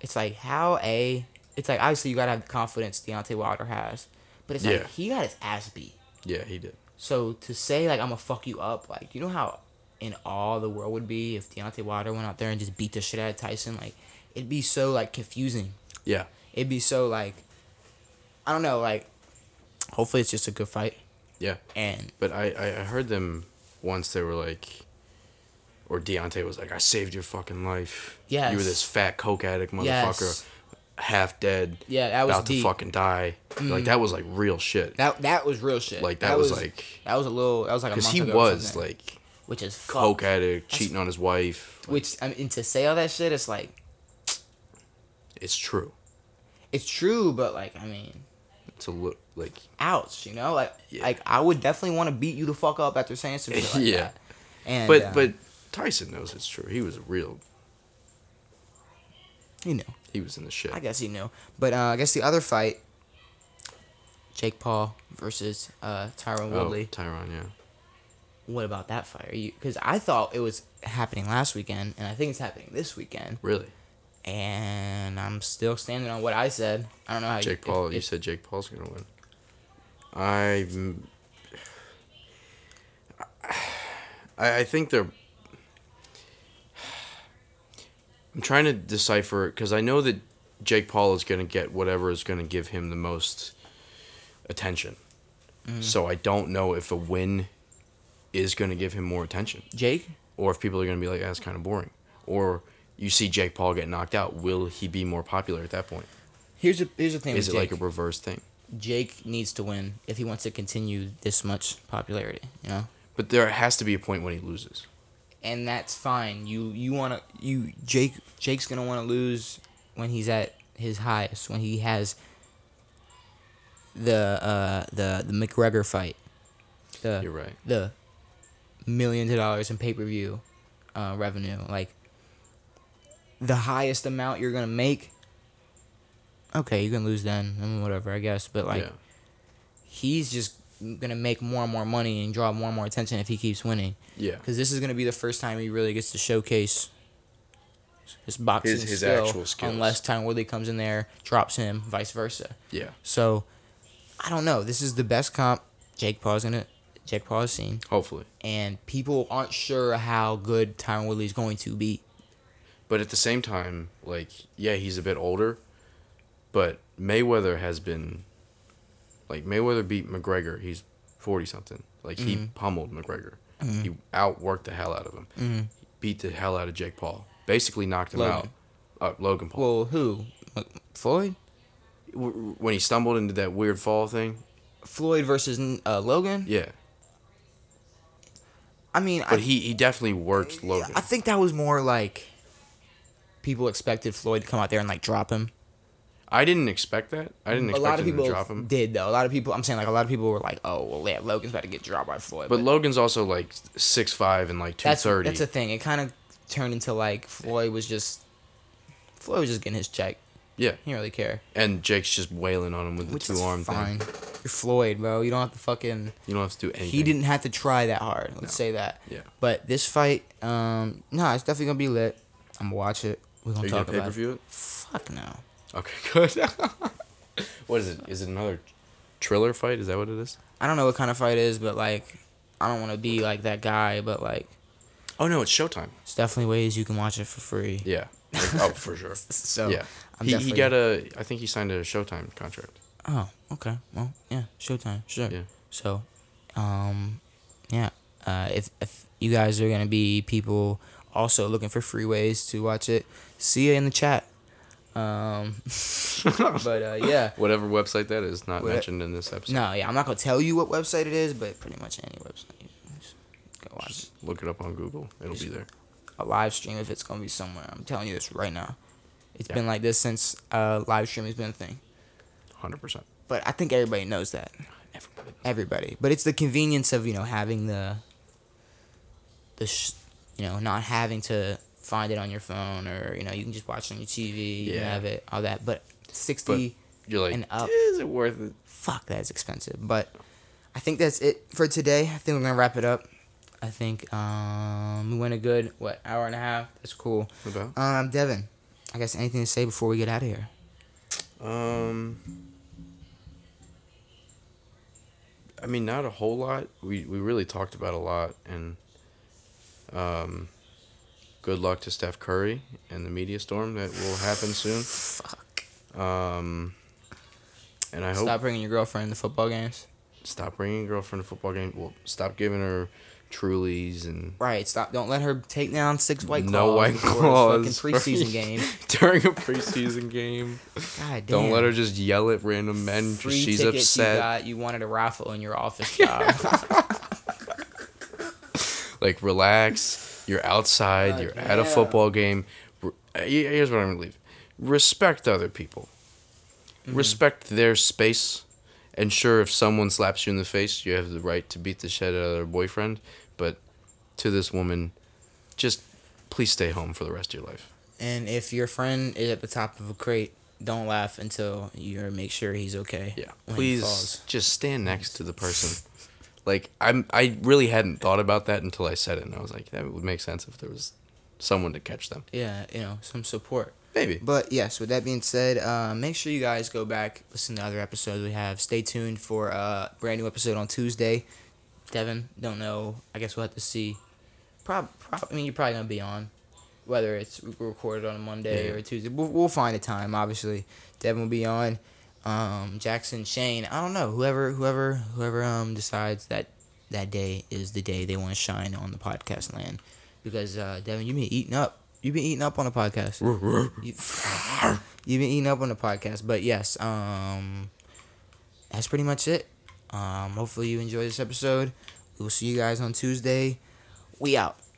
Speaker 1: it's like how a it's like obviously you gotta have the confidence Deontay Wilder has, but it's
Speaker 2: Yeah.
Speaker 1: like he got his ass beat.
Speaker 2: Yeah, he did.
Speaker 1: So to say like I'm gonna fuck you up, like you know how in all the world would be if Deontay Wilder went out there and just beat the shit out of Tyson, like it'd be so like confusing.
Speaker 2: Yeah,
Speaker 1: It'd be so like I don't know, like hopefully it's just a good fight.
Speaker 2: yeah.
Speaker 1: And
Speaker 2: But I, I, I heard them once. They were like, or Deontay was like, "I saved your fucking life. you were
Speaker 1: Yes.
Speaker 2: this fat coke addict motherfucker,
Speaker 1: Yes.
Speaker 2: half dead.
Speaker 1: Yeah, that was
Speaker 2: about
Speaker 1: deep.
Speaker 2: to fucking die. Like that was like real shit.
Speaker 1: that that was real shit.
Speaker 2: like that, was, like
Speaker 1: that was a little that was like a
Speaker 2: because
Speaker 1: month
Speaker 2: he
Speaker 1: ago or
Speaker 2: was
Speaker 1: something.
Speaker 2: like
Speaker 1: which is fucked.
Speaker 2: coke addict, cheating on his wife. Like,
Speaker 1: Which I mean to say all that shit, it's like
Speaker 2: it's true.
Speaker 1: it's true, but like I mean,
Speaker 2: It's a look like
Speaker 1: ouch, you know, like
Speaker 2: Yeah.
Speaker 1: like I would definitely want to beat you the fuck up after saying some shit like
Speaker 2: Yeah.
Speaker 1: that. And
Speaker 2: But
Speaker 1: um,
Speaker 2: but Tyson knows it's true. He was a real.
Speaker 1: you know.
Speaker 2: He was in the shit.
Speaker 1: I guess he knew. But uh, I guess the other fight, Jake Paul versus uh, Tyron
Speaker 2: oh,
Speaker 1: Woodley.
Speaker 2: Tyron, yeah.
Speaker 1: What about that fight? Because I thought it was happening last weekend, and I think it's happening this weekend.
Speaker 2: Really,
Speaker 1: And I'm still standing on what I said. I don't know how
Speaker 2: Jake
Speaker 1: if-
Speaker 2: Paul. you
Speaker 1: if-
Speaker 2: said Jake Paul's gonna win. I. I I think they're. I'm trying to decipher because I know that Jake Paul is gonna get whatever is gonna give him the most attention.
Speaker 1: Mm-hmm.
Speaker 2: So I don't know if a win is gonna give him more attention.
Speaker 1: Jake.
Speaker 2: or if people are going to be like, that's kind of boring. Or you see Jake Paul get knocked out, will he be more popular at that point?
Speaker 1: Here's a here's the thing.
Speaker 2: Is it
Speaker 1: with Jake.
Speaker 2: like a reverse thing?
Speaker 1: Jake needs to win if he wants to continue this much popularity? You know.
Speaker 2: But there has to be a point when he loses.
Speaker 1: and that's fine. You you wanna you Jake Jake's gonna wanna lose when he's at his highest, when he has the uh the the McGregor fight. The
Speaker 2: You're right.
Speaker 1: the millions of dollars in pay per view uh, revenue. Like the highest amount you're gonna make Okay, you can lose then and whatever, I guess. But like
Speaker 2: yeah.
Speaker 1: he's just gonna make more and more money and draw more and more attention if he keeps winning
Speaker 2: Yeah.
Speaker 1: because this is going to be the first time he really gets to showcase his boxing
Speaker 2: His- his
Speaker 1: skill,
Speaker 2: actual skills.
Speaker 1: unless Tyron Woodley comes in there, drops him, vice versa.
Speaker 2: Yeah.
Speaker 1: So, I don't know. This is the best comp Jake Paul's gonna Jake Paul has seen,
Speaker 2: Hopefully.
Speaker 1: and people aren't sure how good Tyron Woodley's going to be.
Speaker 2: But at the same time, like, yeah, he's a bit older, but Mayweather has been. Like, Mayweather beat McGregor. He's 40 something. Like, he
Speaker 1: Mm-hmm.
Speaker 2: pummeled McGregor. He outworked the hell out of him. He beat the hell out of Jake Paul. Basically knocked him
Speaker 1: Mm-hmm. Logan.
Speaker 2: out. Uh, Logan Paul.
Speaker 1: Well, who? Mc- Floyd?
Speaker 2: w- when he stumbled into that weird fall thing.
Speaker 1: Floyd versus uh, Logan?
Speaker 2: Yeah,
Speaker 1: I mean, I,
Speaker 2: but he he definitely worked Logan.
Speaker 1: I think that was more like people expected Floyd to come out there and like drop him.
Speaker 2: I didn't expect that. I didn't
Speaker 1: a
Speaker 2: expect
Speaker 1: lot of
Speaker 2: him
Speaker 1: people
Speaker 2: to drop him.
Speaker 1: did though. A lot of people, I'm saying like a lot of people were like, "Oh, well, yeah, Logan's about to get dropped by Floyd."
Speaker 2: But Logan's also like six five and like two
Speaker 1: that's
Speaker 2: thirty.
Speaker 1: that's a thing. It kind of turned into like Floyd was just Floyd was just getting his check.
Speaker 2: yeah,
Speaker 1: He didn't really care.
Speaker 2: and Jake's just wailing on him with the
Speaker 1: Which
Speaker 2: two
Speaker 1: is
Speaker 2: arm
Speaker 1: fine.
Speaker 2: thing.
Speaker 1: You're Floyd, bro. You don't have to fucking.
Speaker 2: You don't have to do anything.
Speaker 1: He didn't have to try that hard. Let's say that.
Speaker 2: Yeah.
Speaker 1: But this fight, um, nah, it's definitely gonna be lit. I'm gonna watch it. We're gonna
Speaker 2: Are you gonna
Speaker 1: talk
Speaker 2: pay
Speaker 1: about
Speaker 2: per
Speaker 1: it.
Speaker 2: view it?
Speaker 1: Fuck no.
Speaker 2: Okay, good. what is it? Is it another Triller fight? Is that what it is?
Speaker 1: I don't know what kind of fight it is, but like, I don't want to be like that guy. But like,
Speaker 2: Oh no, it's Showtime.
Speaker 1: it's definitely ways you can watch it for free.
Speaker 2: Yeah. Like, oh, for sure.
Speaker 1: So
Speaker 2: yeah.
Speaker 1: I'm
Speaker 2: He, he
Speaker 1: definitely-
Speaker 2: got a. I think he signed a Showtime contract.
Speaker 1: Oh, okay. Well, yeah, Showtime, sure.
Speaker 2: Yeah.
Speaker 1: So, um, yeah. Uh, if if You guys are gonna be people also looking for free ways to watch it. See you in the chat. Um, but uh, yeah,
Speaker 2: Whatever website that is, not
Speaker 1: What-
Speaker 2: mentioned in this episode.
Speaker 1: no, yeah, I'm not gonna tell you what website it is, but pretty much any website. you can Just go watch it.
Speaker 2: Just look it up on Google. It'll be there.
Speaker 1: a live stream if it's gonna be somewhere. I'm telling you this right now. It's
Speaker 2: Yeah.
Speaker 1: been like this since uh, live streaming's been a thing.
Speaker 2: 100%.
Speaker 1: But I think everybody knows that.
Speaker 2: Everybody knows.
Speaker 1: Everybody. But it's the convenience of you know having the, the, sh- you know not having to find it on your phone or you know you can just watch it on your TV. You can
Speaker 2: Yeah.
Speaker 1: have it all that. But
Speaker 2: But
Speaker 1: sixty.
Speaker 2: you're like,
Speaker 1: and up.
Speaker 2: is it worth it?
Speaker 1: fuck that's expensive but i think that's it for today i think we're gonna wrap it up i think um we went a good what hour and a half that's cool
Speaker 2: About?
Speaker 1: um devin i guess anything to say before we get out of here
Speaker 2: Um, I mean, not a whole lot. We we really talked about a lot, and um, good luck to Steph Curry and the media storm that will happen soon.
Speaker 1: fuck
Speaker 2: Um, and I hope
Speaker 1: stop
Speaker 2: stop,
Speaker 1: bringing your girlfriend to football games
Speaker 2: bringing your girlfriend to football game. Well, stop giving her Trulies and
Speaker 1: right stop don't let her take down six white claws
Speaker 2: no white
Speaker 1: before a
Speaker 2: claws
Speaker 1: fucking preseason
Speaker 2: right?
Speaker 1: game
Speaker 2: during a preseason game.
Speaker 1: god damn
Speaker 2: Don't let her just yell at random men. 'cause
Speaker 1: Free
Speaker 2: she's
Speaker 1: tickets you
Speaker 2: upset.
Speaker 1: got you wanted a raffle in your office job
Speaker 2: Like, relax. You're outside.
Speaker 1: God
Speaker 2: you're at a
Speaker 1: damn.
Speaker 2: football game. Re- here- Here's what I'm gonna leave. Respect other people.
Speaker 1: Mm-hmm.
Speaker 2: Respect their space. And sure, if someone slaps you in the face, you have the right to beat the shit out of their boyfriend. But to this woman, just please stay home for the rest of your life.
Speaker 1: and if your friend is at the top of a crate don't laugh until you make sure he's okay
Speaker 2: Yeah.
Speaker 1: when he falls.
Speaker 2: Please just stand next to the person. Like I'm I really hadn't thought about that until I said it and I was like, that would make sense if there was someone to catch them.
Speaker 1: yeah, you know, some support.
Speaker 2: Maybe.
Speaker 1: But yes, with that being said, uh, make sure you guys go back, listen to other episodes we have. Stay tuned for a brand new episode on Tuesday. Devin, don't know. I guess we'll have to see. Prob, prob I mean, you're probably gonna be on, whether it's recorded on a Monday
Speaker 2: Yeah.
Speaker 1: or a Tuesday. We'll, we'll find a time. Obviously, Devin will be on. Um, Jackson, Shane, I don't know. Whoever, whoever, whoever um decides that that day is the day they want to shine on the podcast land, because uh, Devin, you've been eating up. You've been eating up on the podcast. You, have been eating up on the podcast, but yes, um, that's pretty much it. Um, hopefully you enjoy this episode. We will see you guys on Tuesday. We out.